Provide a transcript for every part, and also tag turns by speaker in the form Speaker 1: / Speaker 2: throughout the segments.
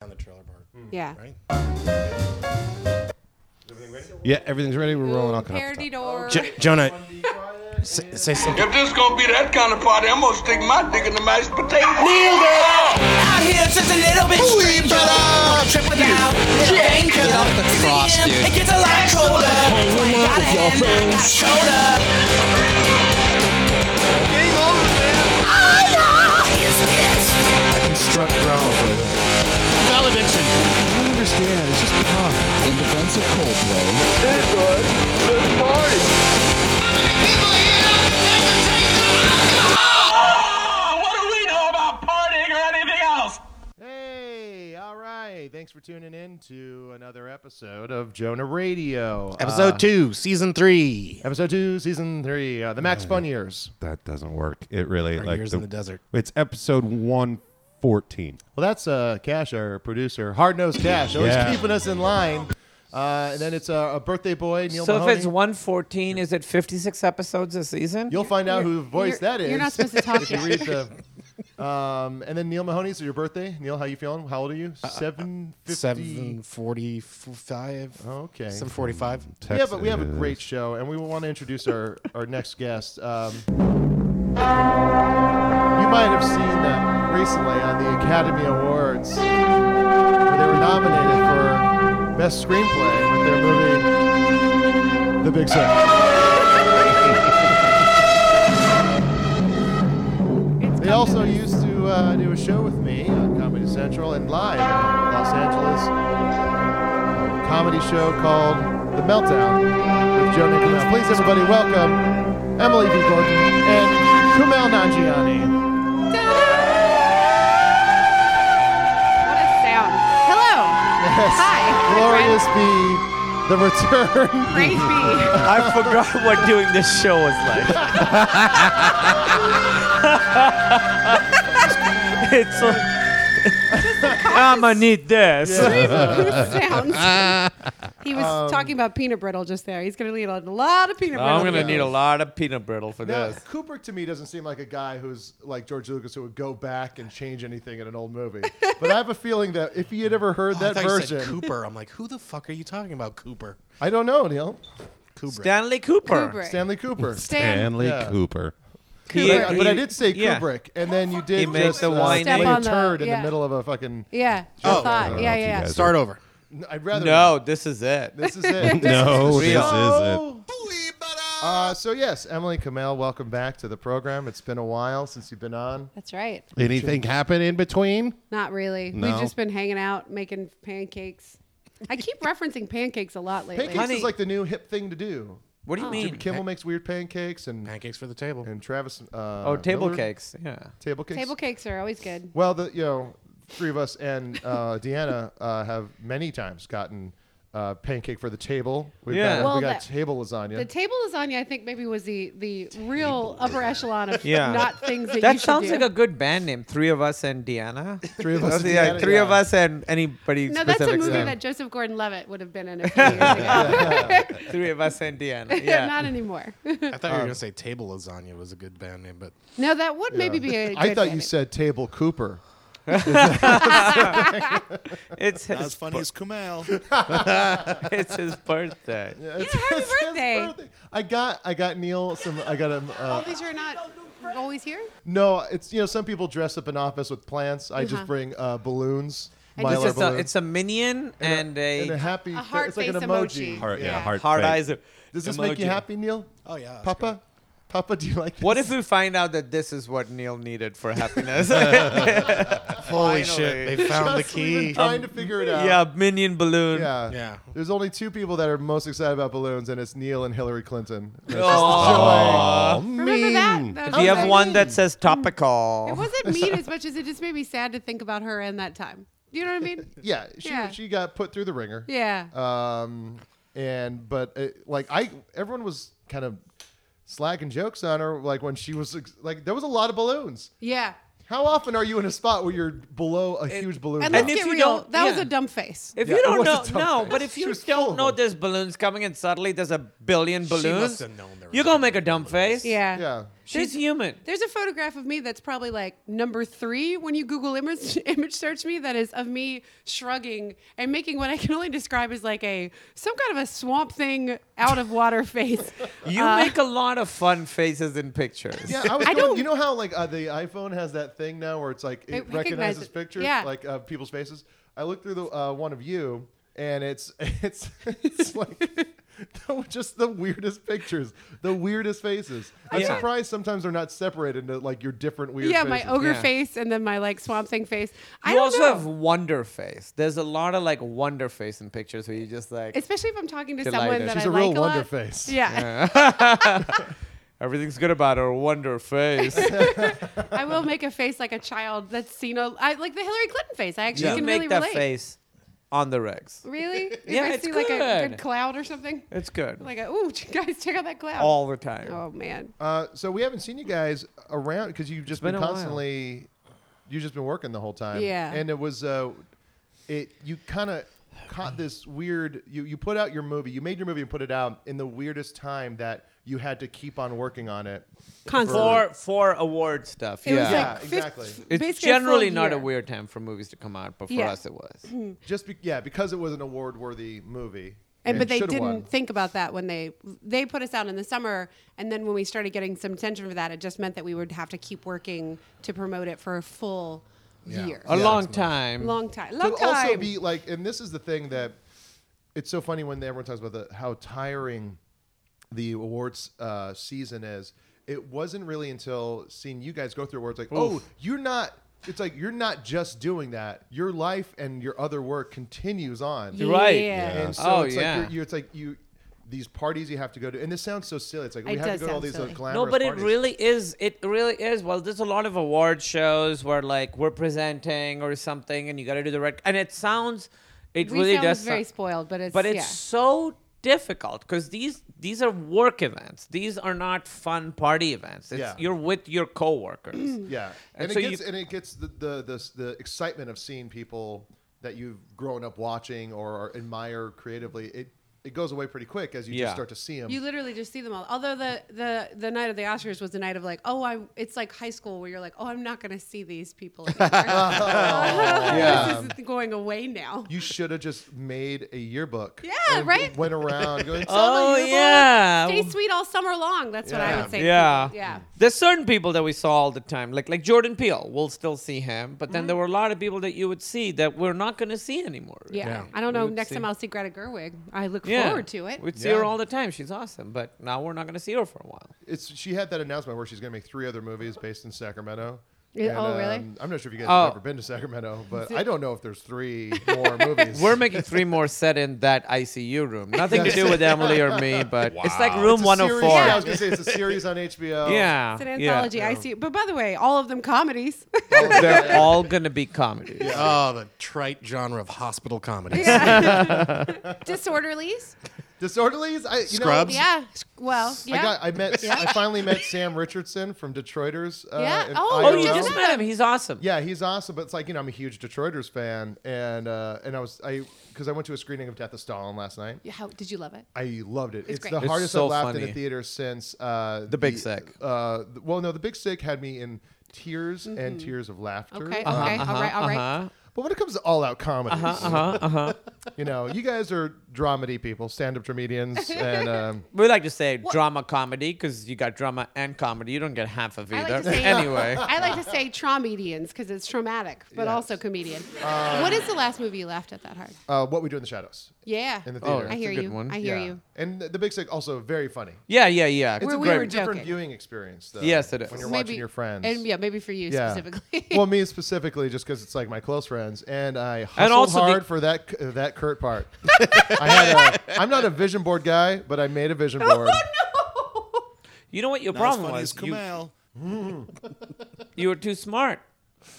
Speaker 1: Hmm.
Speaker 2: Yeah.
Speaker 1: right?
Speaker 3: Everything ready?
Speaker 1: Yeah, everything's ready. We're rolling all kinds
Speaker 2: Parody
Speaker 1: of
Speaker 2: door.
Speaker 1: J- Jonah, say, say something.
Speaker 4: If this gonna be that kind of party, I'm gonna stick my dick in the mashed potato. Kneel down.
Speaker 5: Out here, it's just a little bit strange. Triple down, bang, get off the cross, dude. It gets a lot colder. Got a hand, got a shoulder.
Speaker 1: I don't understand. It's just tough.
Speaker 6: In defense of Coldplay,
Speaker 4: Oh, What do we know about partying or anything else?
Speaker 3: Hey, all right. Thanks for tuning in to another episode of Jonah Radio.
Speaker 1: Episode
Speaker 3: Uh,
Speaker 1: two, season three.
Speaker 3: Episode two, season three, uh, the Max Fun Years.
Speaker 7: That doesn't work. It really
Speaker 1: Our
Speaker 7: like
Speaker 1: years
Speaker 7: the-
Speaker 1: in the desert.
Speaker 7: It's episode one fourteen.
Speaker 3: Well, that's uh, Cash, our producer, hard nosed Cash, always
Speaker 7: Yeah.
Speaker 3: keeping us in line. Uh, and then it's uh, a birthday boy, Neil
Speaker 8: So
Speaker 3: Mahoney.
Speaker 8: if it's 114, is it 56 episodes a season?
Speaker 3: You'll find out who voice
Speaker 2: you're,
Speaker 3: that is.
Speaker 2: You're not supposed to talk
Speaker 3: if you
Speaker 2: yet.
Speaker 3: read the. Um, and then Neil Mahoney, so your birthday. Neil, how you feeling? How old are you? Seven fifty.
Speaker 1: Uh, Seven forty-five.
Speaker 3: Okay.
Speaker 1: Seven forty-five.
Speaker 3: Yeah, but we have a great show, and we want to introduce our, our next guest. Um, you might have seen them recently on the Academy Awards. Where they were nominated for Best Screenplay with their movie, The Big Sick.
Speaker 2: It's
Speaker 3: They
Speaker 2: come
Speaker 3: also
Speaker 2: to this.
Speaker 3: used to uh, do a show with me on Comedy Central and live in Los Angeles. A comedy show called The Meltdown with Joe Nicolau. Please, everybody, welcome Emily V. Gordon and Kumail Nanjiani.
Speaker 2: What a sound. Hello.
Speaker 3: Yes.
Speaker 2: Hi.
Speaker 3: Glorious be the return.
Speaker 2: Praise be.
Speaker 8: I forgot what doing this show was like. it's like, I'ma need this.
Speaker 2: Sounds. He was talking about peanut brittle just there. He's going to need a lot of peanut brittle.
Speaker 8: I'm gonna need a lot of peanut brittle for
Speaker 3: Now,
Speaker 8: this.
Speaker 3: Kubrick to me doesn't seem like a guy who's like George Lucas who would go back and change anything in an old movie. but I have a feeling that if he had ever heard
Speaker 1: Oh,
Speaker 3: that
Speaker 1: I thought you said
Speaker 3: version,
Speaker 1: Cooper. I'm like, who the fuck are you talking about, Cooper?
Speaker 3: I don't know, Neil.
Speaker 1: Kubrick.
Speaker 8: Stanley Cooper.
Speaker 2: Kubrick.
Speaker 3: Stanley Cooper.
Speaker 2: Stand.
Speaker 7: Stanley
Speaker 3: Yeah.
Speaker 7: Cooper.
Speaker 2: Uh,
Speaker 8: He-
Speaker 3: But I- but I
Speaker 8: he-
Speaker 3: did say
Speaker 8: yeah.
Speaker 3: Kubrick, and then you did
Speaker 8: He made
Speaker 3: just
Speaker 8: the
Speaker 3: uh,
Speaker 8: wine
Speaker 3: lay
Speaker 2: Step
Speaker 3: a
Speaker 2: on the-
Speaker 3: turd in
Speaker 2: yeah.
Speaker 3: the middle of a fucking.
Speaker 2: Yeah.
Speaker 1: Oh.
Speaker 2: Oh, thought. Yeah,
Speaker 7: don't know if you
Speaker 2: yeah, yeah.
Speaker 7: guys-
Speaker 1: Start over.
Speaker 3: I'd rather
Speaker 8: No, this is it.
Speaker 3: This is it.
Speaker 7: No, this
Speaker 8: real.
Speaker 7: isn't.
Speaker 3: Uh, so yes, Emily Kamel, welcome back to the program. It's been a while since you've been on.
Speaker 2: That's right.
Speaker 7: Anything happen in between?
Speaker 2: Not really.
Speaker 7: No.
Speaker 2: We've just been hanging out making pancakes. I keep referencing pancakes a lot lately.
Speaker 3: Pancakes
Speaker 8: Honey.
Speaker 3: is like the new hip thing to do.
Speaker 8: What do you mean?
Speaker 3: Kimmel makes weird pancakes, and
Speaker 1: Pancakes for the table.
Speaker 3: and Travis. Uh,
Speaker 8: oh, table
Speaker 3: Miller-
Speaker 8: cakes. Yeah.
Speaker 3: Table cakes.
Speaker 2: Table cakes are always good.
Speaker 3: Well, the you know, three of us and uh, Deanna uh, have many times gotten uh, pancake for the table. We've
Speaker 8: Yeah.
Speaker 3: got, we
Speaker 2: Well,
Speaker 3: got
Speaker 2: the-
Speaker 3: table lasagna.
Speaker 2: The table lasagna, I think, maybe was the the real upper echelon of
Speaker 8: Yeah.
Speaker 2: not things that, you
Speaker 8: That
Speaker 2: should
Speaker 8: sounds
Speaker 2: do.
Speaker 8: like a good band name. Three of us and Deanna. Oh,
Speaker 3: three of us. and
Speaker 8: yeah,
Speaker 3: Deanna,
Speaker 8: three of
Speaker 3: yeah.
Speaker 8: us and anybody.
Speaker 2: No, that's a
Speaker 8: specific
Speaker 2: movie
Speaker 8: name.
Speaker 2: that Joseph Gordon-Levitt would have been in a few years ago.
Speaker 8: Three of us and Deanna. Yeah.
Speaker 2: not anymore.
Speaker 1: I thought you were gonna say table lasagna was a good band name, but
Speaker 2: no, that would maybe be a. Good
Speaker 3: I thought
Speaker 2: name.
Speaker 3: you said table Cooper.
Speaker 8: it's
Speaker 9: Not as
Speaker 8: his,
Speaker 9: funny as Kumail.
Speaker 8: it's his birthday.
Speaker 2: Yeah, happy birthday.
Speaker 3: I got I got Neil some. I got him. Uh,
Speaker 2: All these are not always here.
Speaker 3: no, it's you know some people dress up in office with plants. I just bring uh, balloons.
Speaker 2: And Uh-huh. just
Speaker 3: Mylar
Speaker 8: It's, just a,
Speaker 3: balloons.
Speaker 8: it's a minion and, a,
Speaker 3: and a happy.
Speaker 2: A heart
Speaker 3: it's like an
Speaker 2: face
Speaker 3: emoji.
Speaker 2: emoji.
Speaker 7: Heart, yeah,
Speaker 2: Yeah.
Speaker 7: heart.
Speaker 8: hard
Speaker 7: face.
Speaker 8: eyes.
Speaker 3: Does this make you
Speaker 8: emoji.
Speaker 3: happy, Neil?
Speaker 1: oh yeah, that's
Speaker 3: Papa, Papa, do you like this?
Speaker 8: What if we find out that this is what Neil needed for happiness?
Speaker 1: great. holy shit, they found the
Speaker 3: Just we've been
Speaker 1: key.
Speaker 3: trying to figure it out.
Speaker 8: yeah, minion balloon.
Speaker 3: Yeah.
Speaker 1: Yeah.
Speaker 3: There's only two people that are most excited about balloons, and it's Neil and Hillary Clinton.
Speaker 7: Oh,
Speaker 2: Remember that? that?
Speaker 8: Do you have
Speaker 2: was
Speaker 8: one
Speaker 2: mean.
Speaker 8: that says
Speaker 2: It
Speaker 8: topical?
Speaker 2: wasn't mean as much as it just made me sad to think about her and that time. Do you know what I mean?
Speaker 3: Yeah, she,
Speaker 2: Yeah.
Speaker 3: she got put through the ringer.
Speaker 2: Yeah.
Speaker 3: Um, and but uh like I, everyone was kind of slacking jokes on her. Like when she was ex- like, there was a lot of balloons.
Speaker 2: yeah.
Speaker 3: How often are you in a spot where you're below a huge balloon?
Speaker 2: And
Speaker 3: cloud?
Speaker 2: let's
Speaker 8: And if
Speaker 2: get
Speaker 8: you
Speaker 2: real.
Speaker 8: don't-
Speaker 2: That was
Speaker 8: yeah.
Speaker 2: a dumb face.
Speaker 8: If
Speaker 3: Yeah,
Speaker 8: you
Speaker 3: it
Speaker 8: don't
Speaker 3: was a
Speaker 8: know,
Speaker 3: tough
Speaker 8: no.
Speaker 3: face.
Speaker 8: But if
Speaker 3: She
Speaker 8: you
Speaker 3: was full
Speaker 8: don't
Speaker 3: of
Speaker 8: know
Speaker 3: them.
Speaker 8: there's balloons coming and suddenly there's a billion
Speaker 1: must
Speaker 8: balloons,
Speaker 1: have known there was
Speaker 8: you're gonna
Speaker 1: a
Speaker 8: make a
Speaker 1: billion
Speaker 8: dumb
Speaker 1: balloons.
Speaker 8: face.
Speaker 2: Yeah.
Speaker 3: yeah.
Speaker 8: She's
Speaker 2: There's-
Speaker 8: human.
Speaker 2: There's a photograph of me that's probably like number three when you Google image image search me. That is of me shrugging and making what I can only describe as like a some kind of a swamp thing out of water face.
Speaker 8: You
Speaker 2: Uh,
Speaker 8: make a lot of fun faces in pictures.
Speaker 3: Yeah, I was.
Speaker 2: I
Speaker 3: going-
Speaker 2: don't-
Speaker 3: You know how like uh, the iPhone has that thing now where it's like it,
Speaker 2: It recognizes-
Speaker 3: recognizes pictures,
Speaker 2: yeah.
Speaker 3: like uh, people's faces. I looked through the uh, one of you, and it's it's it's like. the- Just the weirdest pictures, the weirdest faces. I'm
Speaker 8: Yeah.
Speaker 3: surprised sometimes they're not separated into like your different weird.
Speaker 2: yeah, my
Speaker 3: faces.
Speaker 2: ogre
Speaker 8: yeah.
Speaker 2: face and then my like swamp thing face. I
Speaker 8: You
Speaker 2: don't
Speaker 8: also
Speaker 2: know.
Speaker 8: have wonder face. There's a lot of like wonder face in pictures where you just like
Speaker 2: especially if I'm talking to someone
Speaker 8: Delighted.
Speaker 2: that
Speaker 3: She's
Speaker 2: I
Speaker 3: a real
Speaker 2: like
Speaker 3: wonder
Speaker 2: lot.
Speaker 3: face.
Speaker 2: Yeah.
Speaker 8: everything's good about her wonder face.
Speaker 2: I will make a face like a child that's seen a I like the Hillary Clinton face. I actually
Speaker 8: you
Speaker 2: can
Speaker 8: can
Speaker 2: really
Speaker 8: make that
Speaker 2: relate.
Speaker 8: face on the regs.
Speaker 2: Really? If
Speaker 8: Yeah,
Speaker 2: I
Speaker 8: it's
Speaker 2: see like a
Speaker 8: good.
Speaker 2: good cloud or something.
Speaker 8: It's good.
Speaker 2: Like a ooh, guys, check out that cloud.
Speaker 8: all the time.
Speaker 2: oh man.
Speaker 3: Uh, so we haven't seen you guys around because you've just been,
Speaker 8: been a while.
Speaker 3: constantly, you've just been working the whole time.
Speaker 2: Yeah.
Speaker 3: And it was, uh, it you kind of caught this weird. You you put out your movie. You made your movie and put it out in the weirdest time that you had to keep on working on it.
Speaker 2: Constantly.
Speaker 8: For for award stuff.
Speaker 2: It
Speaker 8: yeah.
Speaker 2: was
Speaker 3: Yeah,
Speaker 2: like fif-
Speaker 3: exactly.
Speaker 8: it's
Speaker 2: basically a full
Speaker 8: generally not a
Speaker 2: year.
Speaker 8: weird time for movies to come out, but for
Speaker 2: Yeah. Mm-hmm.
Speaker 8: us it was.
Speaker 3: Just be, yeah, because it was an award worthy movie.
Speaker 2: And but they
Speaker 3: should've
Speaker 2: didn't
Speaker 3: won.
Speaker 2: think about that when they they put us out in the summer, and then when we started getting some attention for that, it just meant that we would have to keep working to promote it for a full
Speaker 1: Yeah.
Speaker 2: year,
Speaker 8: A
Speaker 1: Yeah,
Speaker 8: long
Speaker 1: it's not-
Speaker 8: time.
Speaker 2: long time, long
Speaker 3: could
Speaker 2: time.
Speaker 3: also be like, and this is the thing that it's so funny when everyone talks about the, how tiring the awards uh, season is. It wasn't really until seeing you guys go through awards like, oh, you're not. It's like you're not just doing that. Your life and your other work continues on.
Speaker 2: yeah.
Speaker 8: Right.
Speaker 3: And so
Speaker 8: Oh,
Speaker 3: it's
Speaker 8: yeah.
Speaker 3: like you're, you it's like you these parties you have to go to. And this sounds so silly. It's like we
Speaker 2: It
Speaker 3: have to
Speaker 2: does
Speaker 3: go to all
Speaker 2: sound
Speaker 3: these like,
Speaker 2: silly.
Speaker 3: glamorous
Speaker 8: No, but it
Speaker 3: parties.
Speaker 8: really is. It really is. Well, there's a lot of award shows where like we're presenting or something, and you got to do the right. And it sounds, it
Speaker 2: We
Speaker 8: really
Speaker 2: sound
Speaker 8: does.
Speaker 2: very
Speaker 8: sou-
Speaker 2: spoiled, but it's
Speaker 8: but it's
Speaker 2: yeah.
Speaker 8: so difficult because these these are work events. These are not fun party events. It's,
Speaker 3: Yeah.
Speaker 8: You're with your coworkers.
Speaker 3: Yeah, and,
Speaker 8: And
Speaker 3: it
Speaker 8: so
Speaker 3: gets
Speaker 8: you-
Speaker 3: and it gets the, the the the excitement of seeing people that you've grown up watching or admire creatively. It it goes away pretty quick as you
Speaker 8: Yeah.
Speaker 3: just start to see them.
Speaker 2: You literally just see them all. Although the the the night of the Oscars was the night of like, oh, I. It's like high school where you're like, oh, I'm not gonna see these people. Anymore.
Speaker 3: Oh,
Speaker 2: this is going away now.
Speaker 3: you should have just made a yearbook.
Speaker 2: Yeah,
Speaker 3: and
Speaker 2: right?
Speaker 3: Went around going.
Speaker 8: Oh
Speaker 2: Summer yearbook.
Speaker 8: yeah.
Speaker 2: Stay sweet all summer long. That's what I
Speaker 3: Yeah.
Speaker 2: would say. to
Speaker 8: Yeah.
Speaker 2: people. Yeah.
Speaker 8: There's certain people that we saw all the time, like like Jordan Peele. We'll still see him, but
Speaker 2: Mm-hmm.
Speaker 8: then there were a lot of people that you would see that we're not going to see anymore.
Speaker 2: Yeah.
Speaker 1: Yeah.
Speaker 2: I don't know.
Speaker 8: would
Speaker 2: Next
Speaker 8: see-
Speaker 2: time I'll see Greta Gerwig. I look forward to it.
Speaker 8: We'd see
Speaker 3: Yeah.
Speaker 8: her all the time. She's awesome, but now we're not going to see her for a while.
Speaker 3: It's she had that announcement where she's going to make three other movies based in Sacramento. um,
Speaker 2: Yeah, oh, really?
Speaker 3: I'm not sure if you guys
Speaker 8: Oh.
Speaker 3: have ever been to Sacramento, but I don't know if there's three more movies.
Speaker 8: We're making three more set in that ICU room. Nothing to do with Emily or me, but it's like
Speaker 7: Wow.
Speaker 8: room
Speaker 3: It's a series-
Speaker 8: 104.
Speaker 3: Yeah, I was going to say it's a series on HBO.
Speaker 8: Yeah.
Speaker 2: It's an
Speaker 8: yeah.
Speaker 2: anthology. I see. But by the way, all of them comedies.
Speaker 8: Oh, They're all going to be comedies.
Speaker 1: Oh, the trite genre of hospital comedies.
Speaker 2: Disorderlies.
Speaker 3: Disorderlies. I, you Know,
Speaker 1: Scrubs.
Speaker 2: Yeah. Well, yeah.
Speaker 3: I got. I met. I finally met Sam Richardson from Detroiters. Uh,
Speaker 2: Yeah.
Speaker 3: in
Speaker 2: Oh,
Speaker 8: Oh, you
Speaker 2: Yeah.
Speaker 3: IRL.
Speaker 8: just met him. He's awesome.
Speaker 3: Yeah, he's awesome. But it's like you know, I'm a huge Detroiters fan, and uh, and I was I because I went to a screening of Death of Stalin last night.
Speaker 2: How did you love it?
Speaker 3: I loved it. It's,
Speaker 2: great.
Speaker 3: the
Speaker 2: It's
Speaker 3: hardest
Speaker 8: so
Speaker 3: I've laughed in a
Speaker 8: funny.
Speaker 3: theater since uh, the
Speaker 8: Big Sick.
Speaker 3: Uh, th- well, no, the big sick had me in tears and tears of laughter.
Speaker 2: Mm-hmm. Okay.
Speaker 8: Uh-huh,
Speaker 3: Uh,
Speaker 2: okay. all right. All right.
Speaker 3: But when it comes to all out comedies, uh-huh, you know, you guys are dramedy people, stand up comedians, and um,
Speaker 8: We like to say drama comedy because you got drama and comedy. You don't get half of
Speaker 2: I
Speaker 8: either.
Speaker 2: like to say-
Speaker 8: anyway.
Speaker 2: I like to say traumedians because it's traumatic, but
Speaker 3: Yes.
Speaker 2: also comedian. what is the last movie you laughed at that hard?
Speaker 3: uh, what we do in the shadows.
Speaker 2: Yeah.
Speaker 3: In the
Speaker 8: Oh,
Speaker 3: theater.
Speaker 2: I
Speaker 8: that's a
Speaker 2: hear
Speaker 8: good
Speaker 2: you.
Speaker 8: one.
Speaker 2: I hear
Speaker 3: Yeah.
Speaker 2: you.
Speaker 3: And th- the big sick also very funny.
Speaker 8: yeah, yeah, yeah.
Speaker 3: It's
Speaker 2: Where
Speaker 3: a
Speaker 2: we
Speaker 3: great,
Speaker 2: were
Speaker 3: different
Speaker 2: joking.
Speaker 3: viewing experience, though.
Speaker 8: Yes, it is.
Speaker 3: When you're
Speaker 2: Maybe-
Speaker 3: watching your friends.
Speaker 2: And yeah, maybe for you
Speaker 3: Yeah.
Speaker 2: specifically.
Speaker 3: well, me specifically, just because it's like my close friends, and I hustled
Speaker 8: also the-
Speaker 3: hard for that uh, that Kurt part. I had a, I'm not a vision board guy, but I made a vision board.
Speaker 2: oh
Speaker 8: You know what your
Speaker 1: Not as
Speaker 8: problem
Speaker 1: funny
Speaker 8: was?
Speaker 1: as
Speaker 8: You, Mm-hmm.
Speaker 1: Kumail.
Speaker 8: you were too smart.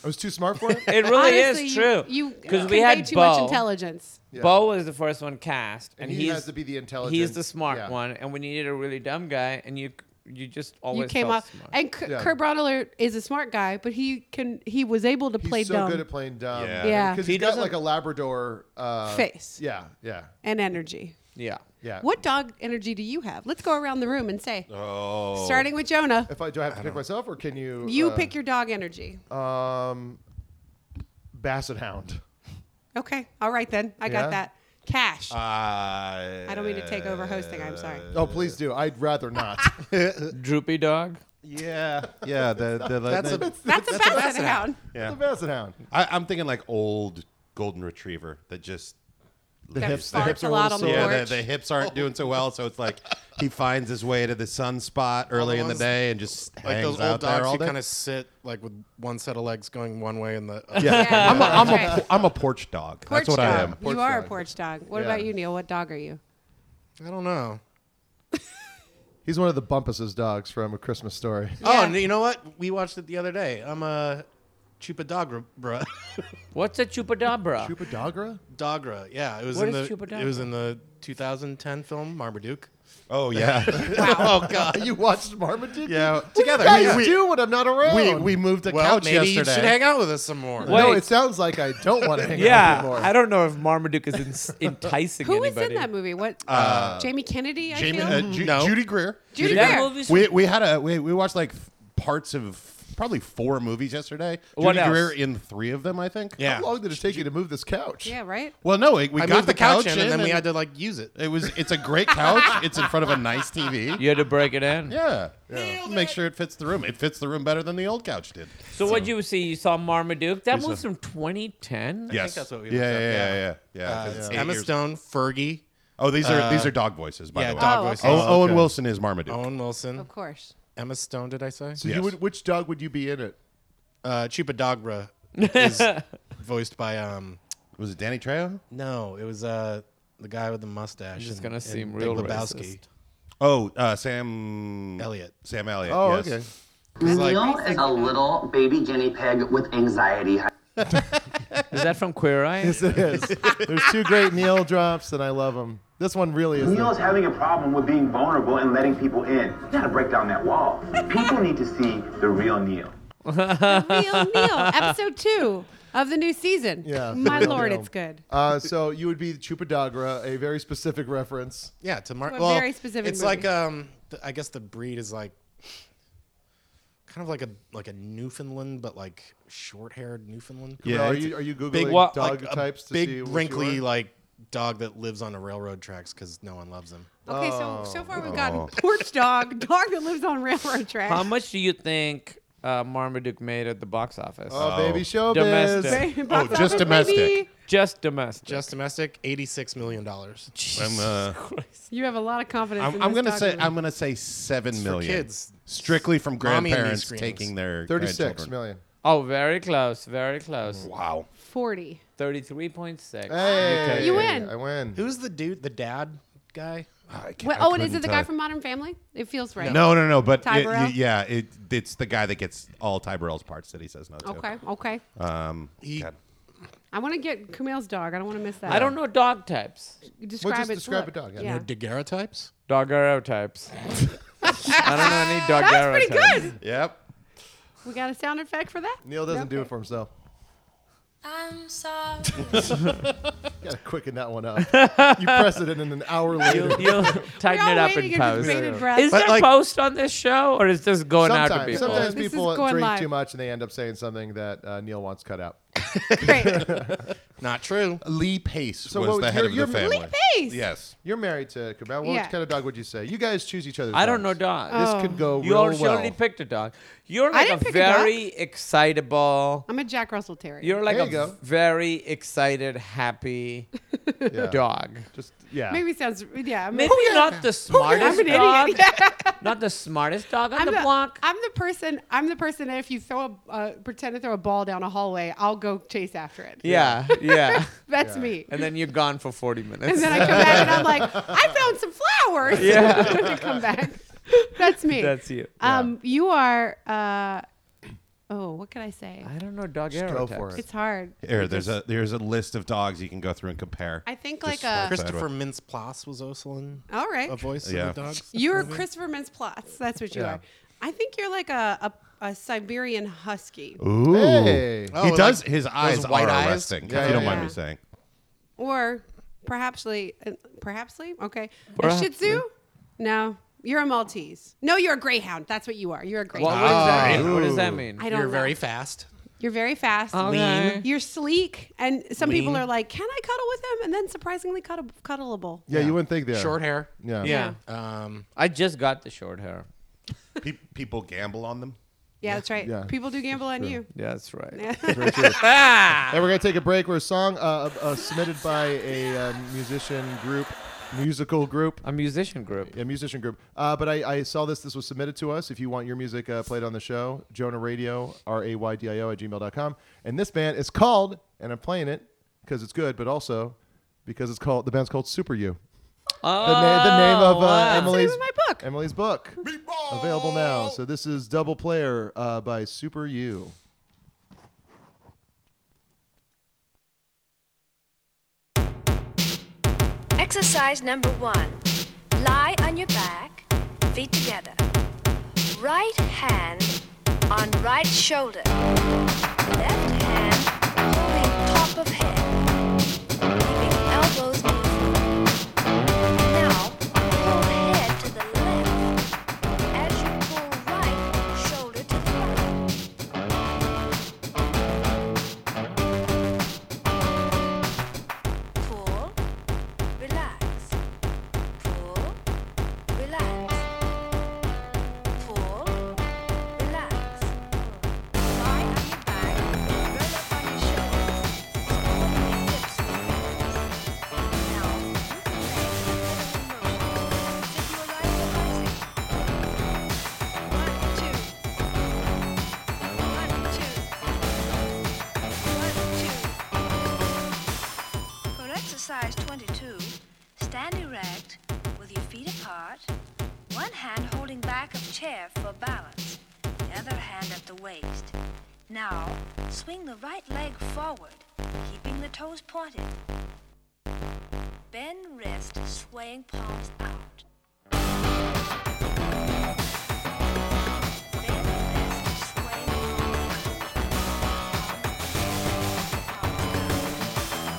Speaker 3: I was too smart for it.
Speaker 8: It really
Speaker 2: Honestly,
Speaker 8: is
Speaker 2: you-
Speaker 8: true.
Speaker 2: You
Speaker 8: because we
Speaker 2: convey
Speaker 8: had
Speaker 2: too
Speaker 8: Bo.
Speaker 2: much intelligence.
Speaker 8: Bo was the first one cast,
Speaker 3: And
Speaker 8: and,
Speaker 3: he
Speaker 8: he's,
Speaker 3: has to be the intelligent-
Speaker 8: He's the smart
Speaker 3: yeah.
Speaker 8: one, and we needed a really dumb guy, and you you just always
Speaker 2: you came
Speaker 8: felt
Speaker 2: off,
Speaker 8: smart.
Speaker 2: and K-
Speaker 3: Yeah.
Speaker 2: Kurt Bronneler is a smart guy, but he can he was able to
Speaker 3: He's
Speaker 2: play
Speaker 3: so
Speaker 2: dumb
Speaker 3: good at playing dumb.
Speaker 7: Yeah.
Speaker 2: Yeah.
Speaker 3: because
Speaker 8: He
Speaker 3: he's got
Speaker 8: doesn't-
Speaker 3: like a Labrador uh,
Speaker 2: face
Speaker 3: Yeah, yeah.
Speaker 2: and energy.
Speaker 8: Yeah.
Speaker 3: Yeah.
Speaker 2: What dog energy do you have? Let's go around the room and say.
Speaker 7: Oh.
Speaker 2: Starting with Jonah.
Speaker 3: If I do, I have to pick myself, or can you?
Speaker 2: You
Speaker 3: uh,
Speaker 2: pick your dog energy.
Speaker 3: Um, Basset Hound.
Speaker 2: Okay. All right then. I
Speaker 3: Yeah.
Speaker 2: got that. Cash.
Speaker 7: I Uh,
Speaker 2: I don't mean to take over hosting. I'm sorry.
Speaker 3: Oh, please do. I'd rather not.
Speaker 8: Droopy dog.
Speaker 7: Yeah. Yeah. The, the, like-
Speaker 1: That's a
Speaker 2: That's, a basset hound.
Speaker 7: yeah.
Speaker 3: The Basset Hound.
Speaker 7: I, I'm thinking like old golden retriever that just
Speaker 2: That
Speaker 3: hips- the
Speaker 2: farts
Speaker 3: hips
Speaker 2: a
Speaker 3: are
Speaker 2: lot
Speaker 3: all
Speaker 2: on the
Speaker 3: sore.
Speaker 7: yeah the,
Speaker 2: porch.
Speaker 7: the hips aren't doing so well, so it's like he finds his way to the sunspot early in the
Speaker 1: ones-
Speaker 7: day and just
Speaker 1: like
Speaker 7: hangs
Speaker 1: those
Speaker 7: out
Speaker 1: old
Speaker 7: there
Speaker 1: dogs
Speaker 7: all
Speaker 1: who
Speaker 7: day.
Speaker 1: kind of sit like with one set of legs going one way and the other.
Speaker 7: yeah.
Speaker 2: Yeah,
Speaker 7: I'm, a, I'm,
Speaker 2: that's
Speaker 7: a,
Speaker 2: right.
Speaker 7: por- I'm a porch dog.
Speaker 2: Porch
Speaker 7: That's what
Speaker 2: dog.
Speaker 7: I am.
Speaker 2: you
Speaker 3: Porch
Speaker 2: are a
Speaker 3: dog.
Speaker 2: porch dog. What
Speaker 3: Yeah.
Speaker 2: about you, Neil? What dog are you?
Speaker 1: I don't know.
Speaker 3: He's one of the Bumpus's dogs from A Christmas Story.
Speaker 1: Oh,
Speaker 2: Yeah.
Speaker 1: and you know what? We watched it the other day. I'm a chupadogra, bruh.
Speaker 8: What's a chupadabra?
Speaker 3: Chupadagra?
Speaker 1: Dogra. Yeah, it was
Speaker 8: What
Speaker 1: in
Speaker 8: is
Speaker 1: the
Speaker 8: chupadogra?
Speaker 1: it was in the 2010 film Marmaduke.
Speaker 7: Oh yeah.
Speaker 1: oh God.
Speaker 3: you watched Marmaduke?
Speaker 1: Yeah, together.
Speaker 3: Together. What do you guys
Speaker 1: We- we-
Speaker 3: do when I'm not around?
Speaker 7: we, we moved a
Speaker 1: Well,
Speaker 7: couch
Speaker 1: maybe you
Speaker 7: yesterday.
Speaker 1: should hang out with us some more.
Speaker 8: What?
Speaker 3: No,
Speaker 8: Wait.
Speaker 3: it sounds like I don't want to hang out
Speaker 8: Yeah,
Speaker 3: anymore.
Speaker 8: I don't know if Marmaduke is en- enticing
Speaker 2: Who was
Speaker 8: anybody.
Speaker 2: in that movie? What? uh, Jamie Kennedy. I
Speaker 7: Uh, Jamie,
Speaker 2: feel.
Speaker 7: uh, Ju-
Speaker 1: No.
Speaker 7: Judy Greer.
Speaker 2: Judy
Speaker 8: That
Speaker 2: Greer.
Speaker 8: movie's
Speaker 7: We we had a we, we watched like f- parts of probably four movies yesterday.
Speaker 8: What
Speaker 7: Judy
Speaker 8: else?
Speaker 7: Greer in three of them, I think.
Speaker 1: Yeah.
Speaker 3: How long did it take you to move this couch?
Speaker 2: Yeah. Right.
Speaker 7: Well, no, we, we
Speaker 1: Oh, I
Speaker 7: got
Speaker 1: moved the couch, in,
Speaker 7: in,
Speaker 1: and then we had to like use it.
Speaker 7: It was it's a great couch. it's in front of a nice TV.
Speaker 8: You had to break it in.
Speaker 7: Yeah. Make sure it fits the room. It fits the room better than the old couch did.
Speaker 8: So what'd you see? You saw Marmaduke. That
Speaker 7: We
Speaker 8: was
Speaker 7: saw-
Speaker 8: from 2010.
Speaker 7: yes.
Speaker 1: that's what we
Speaker 7: yeah,
Speaker 1: looked
Speaker 7: yeah,
Speaker 1: up,
Speaker 7: yeah, yeah,
Speaker 1: yeah.
Speaker 7: yeah, yeah.
Speaker 1: Uh,
Speaker 7: 'cause it's eight
Speaker 1: Emma
Speaker 7: years-
Speaker 1: Stone, Fergie,
Speaker 7: Oh, these are these are dog voices, by
Speaker 1: yeah,
Speaker 7: the way. Oh.
Speaker 1: dog
Speaker 2: Oh,
Speaker 1: voices.
Speaker 2: okay.
Speaker 7: Owen,
Speaker 1: Oh,
Speaker 7: Owen Wilson is Marmaduke.
Speaker 1: Owen Wilson,
Speaker 2: Of course.
Speaker 1: Emma Stone. Did I say?
Speaker 3: So you
Speaker 7: Yes.
Speaker 3: would, which dog would you be in it?
Speaker 1: Uh, chupadogra is voiced by um.
Speaker 7: Was it Danny Trejo?
Speaker 1: No, it was uh the guy with the mustache.
Speaker 8: just
Speaker 1: in-
Speaker 8: gonna
Speaker 1: in
Speaker 8: seem
Speaker 1: Big
Speaker 8: real
Speaker 1: Lebowski.
Speaker 8: racist.
Speaker 7: Oh, uh, Sam
Speaker 1: Elliot.
Speaker 7: Sam Elliot.
Speaker 3: Oh,
Speaker 7: yes.
Speaker 3: okay.
Speaker 1: It's like-
Speaker 9: Neil is a little baby guinea pig with anxiety.
Speaker 8: Is that from Queer Eye?
Speaker 3: Yes, it is. There's two great Neil drops, and I love them. This one really is.
Speaker 10: Neil is
Speaker 3: the-
Speaker 10: having a problem with being vulnerable and letting people in. You gotta break down that wall. People need to see the real Neil.
Speaker 2: Real Neil. Episode two of the new season.
Speaker 3: Yeah,
Speaker 2: My
Speaker 3: Real
Speaker 2: lord,
Speaker 3: Neil.
Speaker 2: it's good.
Speaker 3: Uh, so you would be Chupadagra, a very specific reference.
Speaker 1: Yeah, to Mark.
Speaker 2: To a
Speaker 1: Well,
Speaker 2: very specific
Speaker 1: It's
Speaker 2: movie.
Speaker 1: like um, th- I guess the breed is like kind of like a like a Newfoundland, but like short-haired Newfoundland.
Speaker 7: Yeah,
Speaker 3: Now, are
Speaker 7: it's-
Speaker 3: you are you googling
Speaker 1: big
Speaker 3: dog
Speaker 1: like a
Speaker 3: types to
Speaker 1: big
Speaker 3: see what
Speaker 1: wrinkly
Speaker 3: you are?
Speaker 1: like dog that lives on the railroad tracks because no one loves him.
Speaker 2: Okay. So so far we've
Speaker 7: Oh.
Speaker 2: gotten porch dog, dog that lives on railroad tracks.
Speaker 8: How much do you think uh, Marmaduke made at the box office?
Speaker 3: Oh, baby showbiz.
Speaker 8: Domestic.
Speaker 2: Right? Box
Speaker 7: oh, just
Speaker 2: office,
Speaker 7: domestic.
Speaker 2: baby.
Speaker 8: Just domestic.
Speaker 1: Just domestic, eighty-six million dollars.
Speaker 7: I'm, uh,
Speaker 2: You have a lot of confidence.
Speaker 7: I'm,
Speaker 2: in
Speaker 7: I'm
Speaker 2: this
Speaker 7: gonna
Speaker 2: dog
Speaker 7: say
Speaker 2: movie.
Speaker 7: I'm gonna say seven
Speaker 1: for
Speaker 7: million
Speaker 1: kids.
Speaker 7: strictly from
Speaker 1: Mommy and me
Speaker 7: grandparents
Speaker 1: screams.
Speaker 7: taking their
Speaker 3: 36
Speaker 7: grandchildren.
Speaker 3: million.
Speaker 8: Oh, very close. Very close.
Speaker 7: Wow.
Speaker 2: forty.
Speaker 8: 33.6.
Speaker 3: Hey,
Speaker 2: You win.
Speaker 3: I win.
Speaker 1: Who's the dude? The dad guy?
Speaker 7: I can't-
Speaker 2: Wait,
Speaker 7: I
Speaker 2: oh, and is
Speaker 7: couldn't
Speaker 2: it the guy
Speaker 7: tell.
Speaker 2: from Modern Family? It feels right.
Speaker 7: No, no, no. But
Speaker 2: Ty
Speaker 7: it-
Speaker 2: Burrell?
Speaker 7: yeah, it, it's the guy that gets all Ty Burrell's parts that he says no to.
Speaker 2: Okay. Okay.
Speaker 7: Um,
Speaker 1: He-
Speaker 7: God.
Speaker 2: I want to get Kumail's dog. I don't want to miss that.
Speaker 8: I don't know dog types.
Speaker 2: Describe
Speaker 3: just
Speaker 2: it.
Speaker 3: describe
Speaker 2: look.
Speaker 3: a dog, yeah.
Speaker 2: Yeah.
Speaker 1: Daguerreotypes?
Speaker 8: Doggero types. I don't know any doggero
Speaker 2: That was pretty
Speaker 8: types.
Speaker 2: good.
Speaker 7: Yep.
Speaker 2: We got a sound effect for that.
Speaker 3: Neil doesn't do it for himself.
Speaker 5: I'm sorry.
Speaker 3: Gotta quicken that one up. you press it in and an hour later.
Speaker 8: You'll, you'll tighten
Speaker 2: We're all
Speaker 8: it up
Speaker 2: waiting
Speaker 8: in
Speaker 2: in
Speaker 8: post.
Speaker 2: bated breath.
Speaker 8: Is
Speaker 1: But,
Speaker 8: there
Speaker 1: like-
Speaker 8: post on this show, or is this going out to
Speaker 3: Sometimes,
Speaker 8: people?
Speaker 3: sometimes
Speaker 2: This is
Speaker 3: people
Speaker 2: going
Speaker 3: drink
Speaker 2: live.
Speaker 3: too much and they end up saying something that uh, Neil wants cut out.
Speaker 2: Great.
Speaker 1: Not true.
Speaker 7: Lee Pace was
Speaker 3: what-
Speaker 7: the head
Speaker 3: you're-
Speaker 7: of the
Speaker 3: you're-
Speaker 7: family.
Speaker 2: Lee Pace?
Speaker 7: Yes.
Speaker 3: You're married to Kamel. What
Speaker 2: Yeah.
Speaker 3: kind of dog would you say? You guys choose each other's
Speaker 8: I don't know
Speaker 3: dogs.
Speaker 8: dogs. Oh.
Speaker 3: This could go
Speaker 8: You
Speaker 3: real
Speaker 8: already
Speaker 3: well.
Speaker 8: picked a dog. You're like a
Speaker 2: Oh. didn't pick a dog.
Speaker 8: very excitable.
Speaker 2: I'm a Jack Russell Terrier.
Speaker 8: You're like
Speaker 3: There
Speaker 8: a
Speaker 3: you go.
Speaker 8: very excited, happy
Speaker 3: Yeah.
Speaker 8: dog.
Speaker 3: Just yeah.
Speaker 2: Maybe it sounds yeah. I'm,
Speaker 8: Maybe not the
Speaker 2: I'm
Speaker 8: smartest
Speaker 2: an
Speaker 8: dog.
Speaker 2: idiot. Yeah.
Speaker 8: Not the smartest dog on
Speaker 2: I'm
Speaker 8: the, block.
Speaker 2: I'm the person. I'm the person that if you throw a uh, pretend to throw a ball down a hallway, I'll go chase after it.
Speaker 8: yeah, yeah.
Speaker 2: That's me.
Speaker 8: and then you're gone for 40 minutes.
Speaker 2: And then I come back and I'm like, I found some flowers.
Speaker 8: Yeah.
Speaker 2: When I come back. That's me.
Speaker 8: That's you.
Speaker 2: Um, you are. Uh, oh, what can I say?
Speaker 8: I don't know dog Just
Speaker 3: go for it.
Speaker 2: It's hard.
Speaker 7: Here, there's a there's a list of dogs you can go through and compare.
Speaker 2: I think like
Speaker 7: Just
Speaker 2: a.
Speaker 7: swipe.
Speaker 1: Christopher Mintz-Plasse was also in
Speaker 2: all right.
Speaker 1: a voice
Speaker 7: Yeah.
Speaker 1: of the dogs.
Speaker 2: You're Christopher Mintz Platz. That's what you
Speaker 3: Yeah.
Speaker 2: are. I think you're like a, a, a Siberian husky,
Speaker 7: Ooh.
Speaker 3: Hey.
Speaker 7: he
Speaker 1: Oh,
Speaker 7: does.
Speaker 1: like
Speaker 7: his eyes
Speaker 1: white
Speaker 7: are
Speaker 1: eyes?
Speaker 7: arresting.
Speaker 3: Yeah,
Speaker 7: if
Speaker 3: yeah,
Speaker 7: you don't mind
Speaker 2: yeah.
Speaker 7: me saying.
Speaker 2: or perhapsly, uh, perhapsly, okay, a
Speaker 8: Perhaps-
Speaker 2: Shih Tzu. No, you're a Maltese. No, you're a Greyhound. That's what you are. You're a
Speaker 8: Well,
Speaker 2: Greyhound.
Speaker 8: what, does that mean?
Speaker 1: Ah.
Speaker 8: what does that
Speaker 1: Ooh.
Speaker 8: mean?
Speaker 2: I don't
Speaker 1: You're
Speaker 2: know.
Speaker 1: very fast.
Speaker 2: You're very fast.
Speaker 8: Okay.
Speaker 2: You're sleek, and some people
Speaker 1: Lean.
Speaker 2: are like, "Can I cuddle with him?" And then surprisingly cuddle- cuddleable.
Speaker 3: Yeah, you wouldn't think they are.
Speaker 1: Short hair.
Speaker 3: Yeah.
Speaker 1: Yeah. Um,
Speaker 8: I just got the short hair.
Speaker 7: Pe- people gamble on them.
Speaker 2: Yeah, that's right.
Speaker 3: Yeah.
Speaker 2: People do gamble on you.
Speaker 8: Yeah, that's right.
Speaker 3: And we're going to take a break. We're a song uh, uh, submitted by a uh, musician group, musical group.
Speaker 8: A musician group.
Speaker 3: Yeah, musician group. Uh, but I, I saw this. This was submitted to us. If you want your music uh, played on the show, Jonah Radio, R A Y D I O at gmail.com. And this band is called, and I'm playing it because it's good, but also because it's called, the band's called Super You. The,
Speaker 8: Oh,
Speaker 3: na- the name of uh,
Speaker 8: wow.
Speaker 3: Emily's,
Speaker 2: Same as my book.
Speaker 3: Emily's book. Available now. So this is Double Player uh, by Super You.
Speaker 11: Exercise number one. Lie on your back, feet together. Right hand on right shoulder. Left hand holding top of head. Keeping elbows moving. Now pull head to the left as you pull right shoulder to the right. Pull, relax. Pull, relax. Pull, relax. Lie on your back, roll up on your shoulders. Support your hips with your hands. Now, you can make a motion as if you were riding a bicycle. One, two. One, two. One, two. For exercise 22, stand erect with your feet apart, one hand holding back of chair for balance, the other hand at the waist. Now, swing the right leg forward, keeping the toes pointed. Bend wrist, swaying palms out. Bend wrist, swaying palms out. Palms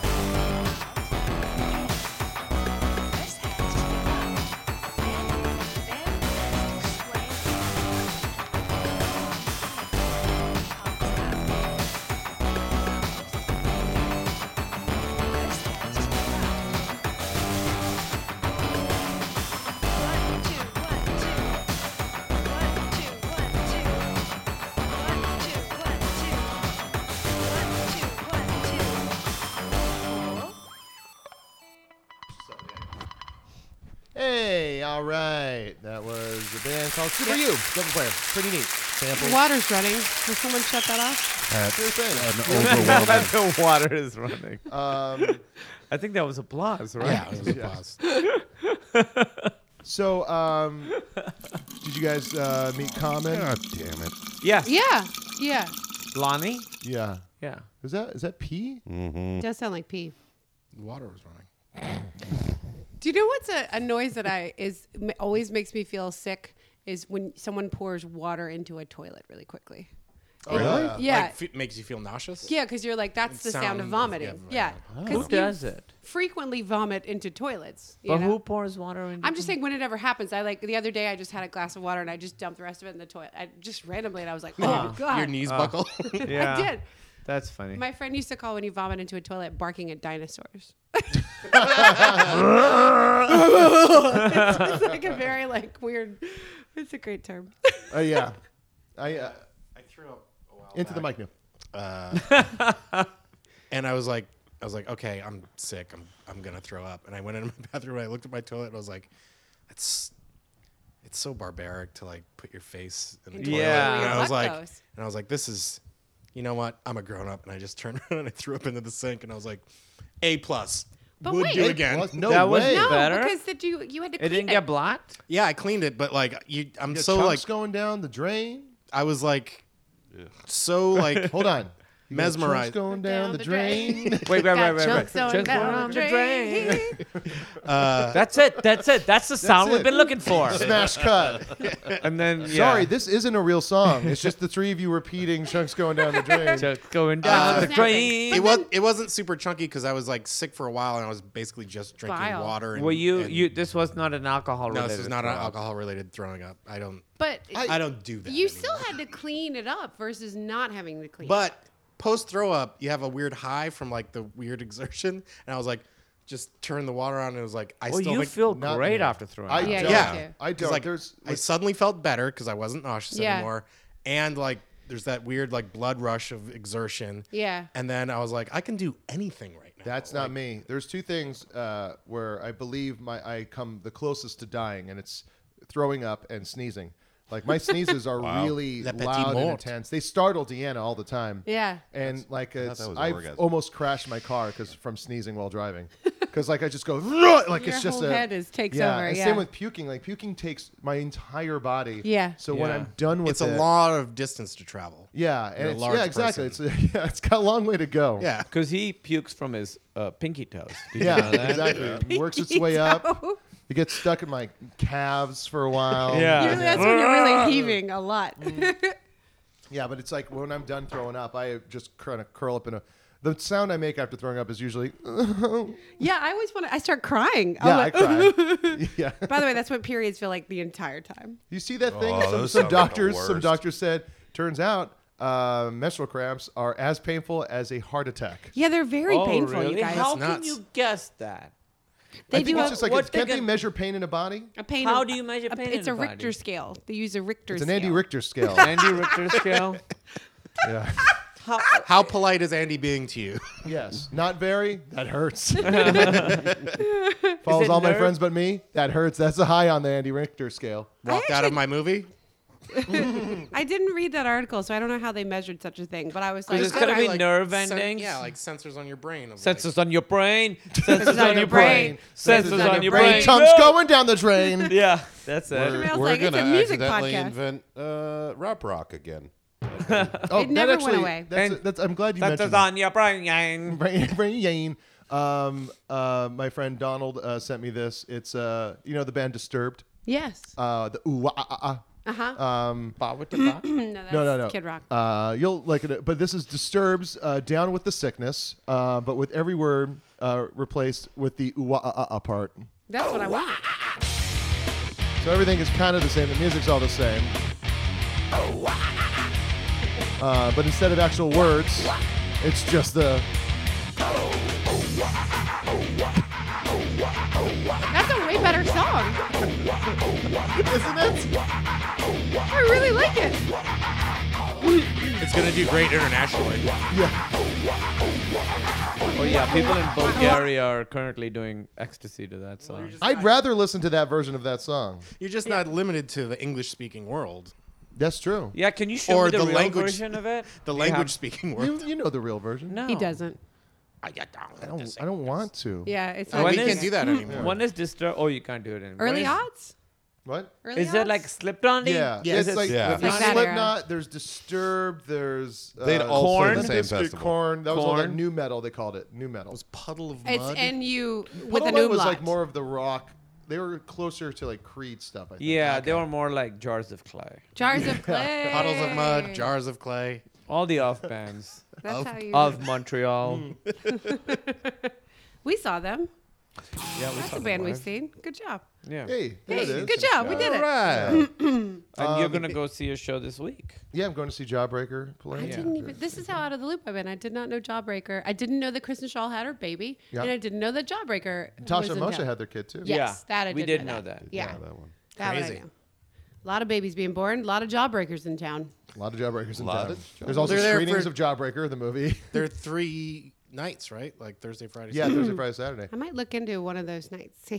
Speaker 11: out. Cool.
Speaker 3: Hey, all right. That was the band called Super You. Double Player. Pretty neat. Sample.
Speaker 2: Water's running. Will someone shut that off?
Speaker 3: Sure thing.
Speaker 8: the water is running.
Speaker 3: Um,
Speaker 8: I think that was applause, right?
Speaker 1: yeah. it was applause.
Speaker 3: so, um, did you guys uh, meet Common?
Speaker 7: God damn it.
Speaker 8: Yes.
Speaker 2: Yeah, yeah.
Speaker 8: Lonnie?
Speaker 3: Yeah.
Speaker 8: Yeah.
Speaker 3: Is that is that P?
Speaker 1: Mm,
Speaker 2: Does sound like pee.
Speaker 1: Water was running.
Speaker 2: Do you know what's a, a noise that I is m- always makes me feel sick is when someone pours water into a toilet really quickly.
Speaker 3: really?
Speaker 2: Yeah.
Speaker 1: Uh, Like, fe- makes you feel nauseous.
Speaker 2: Yeah, because you're like that's the sound, of
Speaker 1: Sound-
Speaker 2: vomiting.
Speaker 1: yeah,
Speaker 2: Yeah,
Speaker 8: Who
Speaker 2: because
Speaker 8: does it?
Speaker 2: frequently vomit into toilets. You
Speaker 8: But
Speaker 2: know?
Speaker 8: who pours water in?
Speaker 2: I'm just saying when it ever happens. I like the other day I just had a glass of water and I just dumped the rest of it in the toilet. I just randomly and I was like, oh my god,
Speaker 1: Your knees buckle.
Speaker 8: Yeah.
Speaker 2: I did.
Speaker 8: That's funny.
Speaker 2: My friend used to call when you vomit into a toilet barking at dinosaurs. it's like a very like weird. It's a great term.
Speaker 3: Uh, yeah. I uh,
Speaker 1: I threw up a while
Speaker 3: into the mic now.
Speaker 1: and I was like, I was like, okay, I'm sick. I'm I'm gonna throw up. And I went into my bathroom and I looked at my toilet and I was like, it's it's so barbaric to like put your face in the toilet.
Speaker 8: Yeah.
Speaker 1: And I was like,
Speaker 2: Buckos.
Speaker 1: and I was like, this is, you know what? I'm a grown up. And I just turned around and I threw up into the sink and I was like, a plus.
Speaker 2: But
Speaker 1: Would
Speaker 2: wait.
Speaker 1: do
Speaker 2: A
Speaker 1: again.
Speaker 3: Plus- no
Speaker 8: That was-
Speaker 3: way.
Speaker 2: No,
Speaker 8: Better?
Speaker 2: because that you you had to.
Speaker 8: it
Speaker 2: clean
Speaker 8: didn't get blocked.
Speaker 1: Yeah, I cleaned it, but like you, I'm
Speaker 3: Your
Speaker 1: so
Speaker 3: chunks
Speaker 1: like,
Speaker 3: going down the drain.
Speaker 1: I was like, so like,
Speaker 3: Hold on. You got
Speaker 1: Mesmerized.
Speaker 3: chunks going down, the drain.
Speaker 8: Wait, wait, wait, wait, wait. Chunks going down the drain. That's it. That's it. That's the sound
Speaker 3: That's
Speaker 8: we've
Speaker 3: it.
Speaker 8: been looking for.
Speaker 3: Smash cut.
Speaker 8: And then yeah.
Speaker 3: Sorry, this isn't a real song. It's just the three of you repeating "Chunks Going Down the Drain."
Speaker 8: Chunks going
Speaker 1: Uh, It was it wasn't super chunky because I was like sick for a while and I was basically just drinking
Speaker 2: Bile.
Speaker 1: water. And,
Speaker 8: Well, you
Speaker 1: and-
Speaker 8: you this was not an alcohol
Speaker 1: no,
Speaker 8: related.
Speaker 1: this is not an
Speaker 8: throw-up.
Speaker 1: alcohol related throwing up. I don't.
Speaker 2: But
Speaker 1: I, don't do that.
Speaker 2: You still had to clean it up versus not having to clean.
Speaker 1: But post throw up, you have a weird high from like the weird exertion, and I was like, just turn the water on. And it was like I
Speaker 8: Well,
Speaker 1: still
Speaker 8: you
Speaker 1: think-
Speaker 8: feel Not great me. after throwing
Speaker 1: I
Speaker 8: up. Yeah,
Speaker 1: yeah,
Speaker 8: you do.
Speaker 3: I
Speaker 1: 'Cause,
Speaker 3: don't.
Speaker 1: Like,
Speaker 3: There's-
Speaker 1: I suddenly felt better because I wasn't nauseous
Speaker 2: Yeah.
Speaker 1: anymore, and like there's that weird like blood rush of exertion.
Speaker 2: Yeah.
Speaker 1: And then I was like, I can do anything right now.
Speaker 3: That's not me. There's two things uh, where I believe my I come the closest to dying, and it's throwing up and sneezing. Like my sneezes are
Speaker 1: Wow.
Speaker 3: really
Speaker 1: La petite
Speaker 3: loud and
Speaker 1: mort.
Speaker 3: intense. They startle Deanna all the time.
Speaker 2: Yeah.
Speaker 3: and like it's,
Speaker 7: that was
Speaker 3: I've
Speaker 7: orgasm.
Speaker 3: almost crashed my car because from sneezing while driving. Because like I just go "Ruh!" like
Speaker 2: Your
Speaker 3: it's just
Speaker 2: whole
Speaker 3: a,
Speaker 2: head is- takes
Speaker 3: yeah,
Speaker 2: over,
Speaker 3: and
Speaker 2: yeah.
Speaker 3: Same with puking. Like puking takes my entire body.
Speaker 2: Yeah.
Speaker 3: So when
Speaker 1: Yeah.
Speaker 3: I'm done with
Speaker 1: it's
Speaker 3: it,
Speaker 1: a lot of distance to travel.
Speaker 3: Yeah,
Speaker 1: You're
Speaker 3: and
Speaker 1: a
Speaker 3: it's,
Speaker 1: large
Speaker 3: yeah, exactly. It's
Speaker 1: person.
Speaker 3: yeah, it's got a long way to go.
Speaker 1: Yeah.
Speaker 8: Because he pukes from his uh, pinky toes. Did you
Speaker 3: Yeah,
Speaker 8: know that?
Speaker 3: exactly. It works its way up. It gets stuck in my calves for a while.
Speaker 8: Yeah.
Speaker 2: Usually that's when you're really heaving a lot.
Speaker 8: Mm.
Speaker 3: Yeah, but it's like when I'm done throwing up, I just kind of curl up in a. The sound I make after throwing up is usually,
Speaker 2: yeah, I always want to. I start crying. I'm
Speaker 3: yeah, I
Speaker 2: like-
Speaker 3: cry. yeah.
Speaker 2: By the way, that's what periods feel like the entire time.
Speaker 3: You see that thing?
Speaker 7: Oh,
Speaker 3: some
Speaker 7: those
Speaker 3: some
Speaker 7: sound like the
Speaker 3: doctors, some
Speaker 7: worst.
Speaker 3: doctors said. Turns out, uh, menstrual cramps are as painful as a heart attack.
Speaker 2: Yeah, they're very
Speaker 8: oh,
Speaker 2: painful,
Speaker 8: really?
Speaker 2: you guys.
Speaker 8: How
Speaker 1: That's
Speaker 8: can
Speaker 1: nuts.
Speaker 8: you guess that?
Speaker 2: They
Speaker 3: I think
Speaker 2: do
Speaker 3: it's
Speaker 2: a-
Speaker 3: just like,
Speaker 8: what
Speaker 3: it, can't
Speaker 8: they
Speaker 3: they
Speaker 8: can-
Speaker 3: measure pain in a body?
Speaker 2: a pain.
Speaker 8: How
Speaker 2: in-
Speaker 8: do you measher
Speaker 2: a-
Speaker 8: pain in
Speaker 2: It's
Speaker 8: the
Speaker 2: a Richter
Speaker 8: body?
Speaker 2: scale. They use a Richter.
Speaker 3: It's an
Speaker 2: scale.
Speaker 3: Andy Richter scale.
Speaker 8: Andy Richter scale.
Speaker 3: yeah.
Speaker 1: How polite is Andy being to you?
Speaker 3: Yes. Not very. That hurts. Follows all my
Speaker 8: nerve?
Speaker 3: friends but me. That hurts. That's a high on the Andy Richter scale.
Speaker 1: Walked out of my movie.
Speaker 2: I didn't read that article, so I don't know how they measured such a thing. But I was like,
Speaker 8: Because it's
Speaker 2: I
Speaker 8: got to
Speaker 2: don't
Speaker 8: be
Speaker 2: know.
Speaker 8: nerve
Speaker 1: Sen-
Speaker 8: endings.
Speaker 1: yeah, like sensors on your brain. of, like-
Speaker 8: Sensors on your brain. Sensors on your brain. Sensors on your
Speaker 3: Brain
Speaker 8: brain.
Speaker 3: chunks
Speaker 8: No.
Speaker 3: going down the drain.
Speaker 8: Yeah, that's it.
Speaker 2: Everybody
Speaker 7: We're,
Speaker 2: else
Speaker 7: we're
Speaker 2: like, it's
Speaker 7: gonna
Speaker 2: a music
Speaker 7: accidentally
Speaker 2: podcast.
Speaker 7: invent uh, rap rock again.
Speaker 3: Oh,
Speaker 2: It
Speaker 3: that
Speaker 2: never went
Speaker 3: actually,
Speaker 2: away.
Speaker 3: That's,
Speaker 8: And-
Speaker 3: that's, I'm glad you
Speaker 8: Sensors
Speaker 3: mentioned
Speaker 8: on your brain.
Speaker 3: that. Brain, brain. Um, uh, my friend Donald uh, sent me this. It's uh, you know the band Disturbed.
Speaker 2: Yes.
Speaker 3: Uh, the ooh ah ah ah.
Speaker 2: Uh huh.
Speaker 3: Um,
Speaker 2: Mm, no, that's
Speaker 3: no, no, no.
Speaker 2: Kid Rock.
Speaker 3: Uh, you'll like it, but this is Disturbs uh, "Down with the Sickness," uh, but with every word uh, replaced with the ooh ah ah ah part.
Speaker 2: That's what I want.
Speaker 3: So everything is kind of the same. The music's all the same. Uh, but instead of actual words, it's just the.
Speaker 2: That's a way better song.
Speaker 3: Isn't it?
Speaker 2: I really like it.
Speaker 1: It's gonna do great internationally.
Speaker 8: Oh yeah, people in Bulgaria are currently doing ecstasy to that song.
Speaker 3: I'd rather listen to that version of that song.
Speaker 1: You're just not limited to the English-speaking world,
Speaker 3: That's true.
Speaker 8: Yeah, can you show
Speaker 1: Or
Speaker 8: me the,
Speaker 1: the
Speaker 8: real
Speaker 1: language-
Speaker 8: version of it?
Speaker 1: the
Speaker 8: You
Speaker 1: language-speaking
Speaker 3: You,
Speaker 1: world.
Speaker 3: you know the real version.
Speaker 8: have-
Speaker 2: He
Speaker 8: No.
Speaker 2: doesn't.
Speaker 1: I got down with
Speaker 3: I don't,
Speaker 1: this.
Speaker 3: I don't want to.
Speaker 2: Yeah, it's
Speaker 1: Oh,
Speaker 2: not
Speaker 1: we
Speaker 8: When
Speaker 1: can't
Speaker 8: is-
Speaker 1: do that anymore.
Speaker 8: One is disturbed. Oh, you can't do it anymore.
Speaker 2: early
Speaker 8: is,
Speaker 2: odds.
Speaker 3: What?
Speaker 2: Early
Speaker 8: Is it
Speaker 2: odds?
Speaker 8: like slipped on?
Speaker 3: Yeah.
Speaker 1: Yeah,
Speaker 3: It's like
Speaker 7: Yeah.
Speaker 3: there's
Speaker 2: Like that era.
Speaker 3: Slipknot, there's Disturbed, there's.
Speaker 7: They'd all play
Speaker 8: Korn?
Speaker 7: the same
Speaker 3: Biscuit
Speaker 7: festival.
Speaker 3: Corn. That was all that
Speaker 8: Korn.
Speaker 3: new metal they called it. New metal.
Speaker 1: It's puddle of mud.
Speaker 2: It's NU with
Speaker 3: Puddle
Speaker 2: an
Speaker 3: Mud was
Speaker 2: umlaut.
Speaker 3: like more of the rock. They were closer to like Creed stuff. I think.
Speaker 8: Yeah, they were more like jars of clay.
Speaker 2: Jars of clay.
Speaker 1: Puddles of mud, jars of clay.
Speaker 8: All the off bands
Speaker 2: That's how you.
Speaker 8: of Montreal.
Speaker 2: Mm. we saw them.
Speaker 8: Yeah, we
Speaker 2: That's
Speaker 8: saw
Speaker 2: a
Speaker 8: them
Speaker 2: band we've
Speaker 8: live.
Speaker 2: seen. Good job.
Speaker 8: Yeah,
Speaker 3: Hey, there it
Speaker 2: Hey,
Speaker 3: is.
Speaker 2: good job. We did
Speaker 7: All
Speaker 2: it.
Speaker 7: right.
Speaker 8: and you're
Speaker 3: um,
Speaker 8: gonna go see a show this week.
Speaker 3: Yeah, I'm going to see Jawbreaker
Speaker 2: I
Speaker 3: playing.
Speaker 2: didn't even. This is how out of the loop I've been. I did not know Jawbreaker. I didn't know that Kristen Shaw had her baby,
Speaker 3: Yeah.
Speaker 2: and I didn't know that Jawbreaker. was
Speaker 3: Tasha
Speaker 2: in
Speaker 3: and Moshe
Speaker 2: town.
Speaker 3: had their kid too.
Speaker 2: Yes,
Speaker 8: Yeah,
Speaker 2: that I
Speaker 8: we
Speaker 2: did,
Speaker 8: did know that.
Speaker 2: Yeah,
Speaker 7: that one.
Speaker 2: that one I
Speaker 1: Crazy.
Speaker 2: knew. A lot of babies being born. A lot of Jawbreakers in town.
Speaker 3: A lot of Jawbreakers in
Speaker 7: Lot
Speaker 3: town.
Speaker 7: of
Speaker 3: There's also
Speaker 1: They're there
Speaker 3: screenings
Speaker 1: for-
Speaker 3: of Jawbreaker, the movie.
Speaker 1: There are three nights, right? Like Thursday, Friday.
Speaker 3: yeah,
Speaker 1: Saturday.
Speaker 3: Thursday, Friday, Saturday.
Speaker 2: I might look into one of those nights.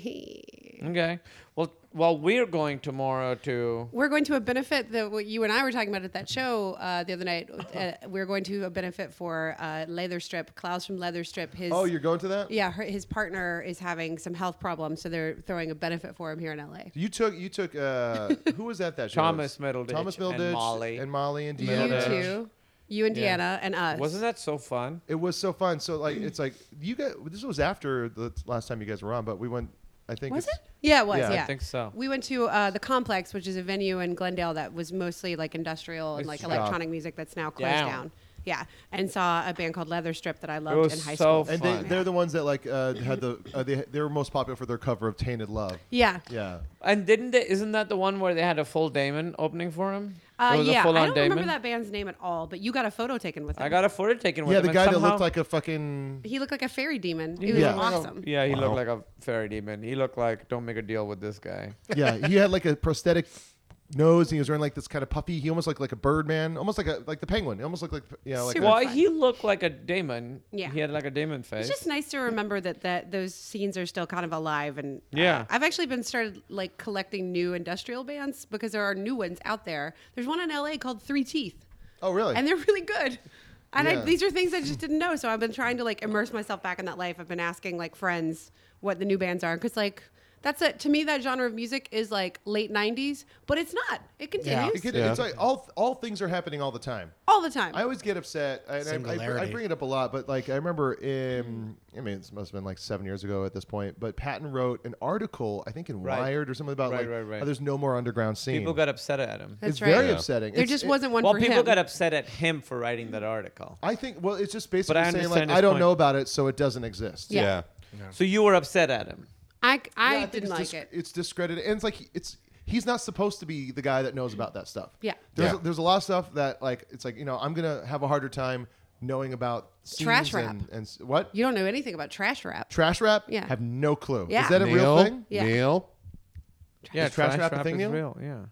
Speaker 8: Okay. Well, well, we're going tomorrow to.
Speaker 2: We're going to a benefit that what you and I were talking about at that show uh, the other night. Uh, we're going to a benefit for uh, Leatherstrip, Klaus from Leatherstrip. His
Speaker 3: Oh, you're going to that?
Speaker 2: yeah, her, his partner is having some health problems, so they're throwing a benefit for him here in LA.
Speaker 3: You took you took uh who was at that show?
Speaker 8: Thomas Middleditch
Speaker 3: Thomas
Speaker 8: and
Speaker 3: Middleditch
Speaker 8: Molly.
Speaker 3: and Molly and
Speaker 2: You
Speaker 3: Deanna.
Speaker 2: two, you, Indiana, and us.
Speaker 8: that so fun?
Speaker 3: It was so fun. So like, it's like you guys. This was after the t- last time you guys were on, but we went. I think
Speaker 2: Was
Speaker 3: it's-
Speaker 2: it? Yeah, it was. Yeah,
Speaker 8: so.
Speaker 2: We went to uh, the complex, which is a venue in Glendale that was mostly like industrial and
Speaker 8: It's
Speaker 2: like
Speaker 8: shut
Speaker 2: electronic
Speaker 8: up.
Speaker 2: music that's now closed
Speaker 3: Down.
Speaker 2: down. Yeah, and saw a band called Leather Strip that I loved in high school.
Speaker 3: And they, they're the ones that like uh, had the uh, they they were most popular for their cover of "Tainted Love."
Speaker 2: Yeah.
Speaker 3: Yeah.
Speaker 8: And didn't they? Isn't that the one where they had a full Damon opening for him? It
Speaker 2: Uh,
Speaker 8: was a
Speaker 2: yeah, I don't
Speaker 8: full-on
Speaker 2: remember
Speaker 8: Damon?
Speaker 2: that band's name at all, but you got a photo taken with him.
Speaker 8: I got a photo taken with
Speaker 3: yeah,
Speaker 8: him.
Speaker 3: the
Speaker 8: and
Speaker 3: guy that
Speaker 8: somehow-
Speaker 3: looked like a fucking
Speaker 2: He looked like a fairy demon. It was
Speaker 3: Yeah. Uh-huh.
Speaker 2: awesome.
Speaker 8: Yeah, he
Speaker 3: Wow.
Speaker 8: looked like a fairy demon. He looked like don't make a deal with this guy.
Speaker 3: yeah. He had like a prosthetic nose, and he was wearing like this kind of puffy. He almost looked like a Birdman, almost like a like the penguin. He almost looked like yeah, like a-
Speaker 8: well, he looked like a demon.
Speaker 2: Yeah.
Speaker 8: he had like a demon face.
Speaker 2: It's just nice to remember that, that those scenes are still kind of alive and uh,
Speaker 8: Yeah.
Speaker 2: I've actually been started like collecting new industrial bands because there are new ones out there. There's one in LA called Three Teeth.
Speaker 3: Oh, really?
Speaker 2: And they're really good. And
Speaker 3: Yeah.
Speaker 2: I, these are things I just didn't know, so I've been trying to like immerse myself back in that life. I've been asking like friends what the new bands are because like that's it to me that genre of music is like late 90s, but it's not. It
Speaker 3: Yeah.
Speaker 2: continues
Speaker 3: It could- It's like all all things are happening all the time.
Speaker 2: all the time.
Speaker 3: I always get upset. I, and I- I, I
Speaker 1: Singularity.
Speaker 3: bring it up a lot, but like I remember, in, I mean, it must have been like seven years ago at this point. But Patton wrote an article, I think, in
Speaker 8: Right.
Speaker 3: Wired or something about
Speaker 8: Right,
Speaker 3: like
Speaker 8: right, right.
Speaker 3: how there's no more underground scene.
Speaker 8: People got upset at him.
Speaker 3: That's It's right. very upsetting.
Speaker 2: There
Speaker 3: It's-
Speaker 2: just wasn't one
Speaker 8: Well,
Speaker 2: for
Speaker 8: people
Speaker 2: him.
Speaker 8: got upset at him for writing that article.
Speaker 3: I think. Well, it's just basically
Speaker 8: I
Speaker 3: saying like
Speaker 8: understand
Speaker 3: I
Speaker 8: his
Speaker 3: don't
Speaker 8: point.
Speaker 3: know about it, so it doesn't exist.
Speaker 2: Yeah. Yeah.
Speaker 8: So you were upset at him.
Speaker 2: I, I,
Speaker 3: Yeah, think
Speaker 2: didn't
Speaker 3: it's
Speaker 2: like
Speaker 3: dis-
Speaker 2: it.
Speaker 3: It's discredited, and it's like it's he's not supposed to be the guy that knows about that stuff.
Speaker 2: Yeah.
Speaker 3: There's,
Speaker 2: Yeah.
Speaker 3: there's a lot of stuff that like it's like you know I'm gonna have a harder time knowing about
Speaker 2: Trash
Speaker 3: scenes and, and s- what
Speaker 2: You don't know anything about trash rap.
Speaker 3: trash rap.
Speaker 2: Yeah.
Speaker 3: Have no clue.
Speaker 2: Yeah.
Speaker 3: Is that a real
Speaker 2: Neil?
Speaker 3: thing?
Speaker 2: Yeah.
Speaker 7: Neil.
Speaker 8: Yeah,
Speaker 7: Is trash
Speaker 8: trash
Speaker 7: rap a
Speaker 8: rap
Speaker 7: thing,
Speaker 8: is
Speaker 7: Neil?
Speaker 8: real. Yeah.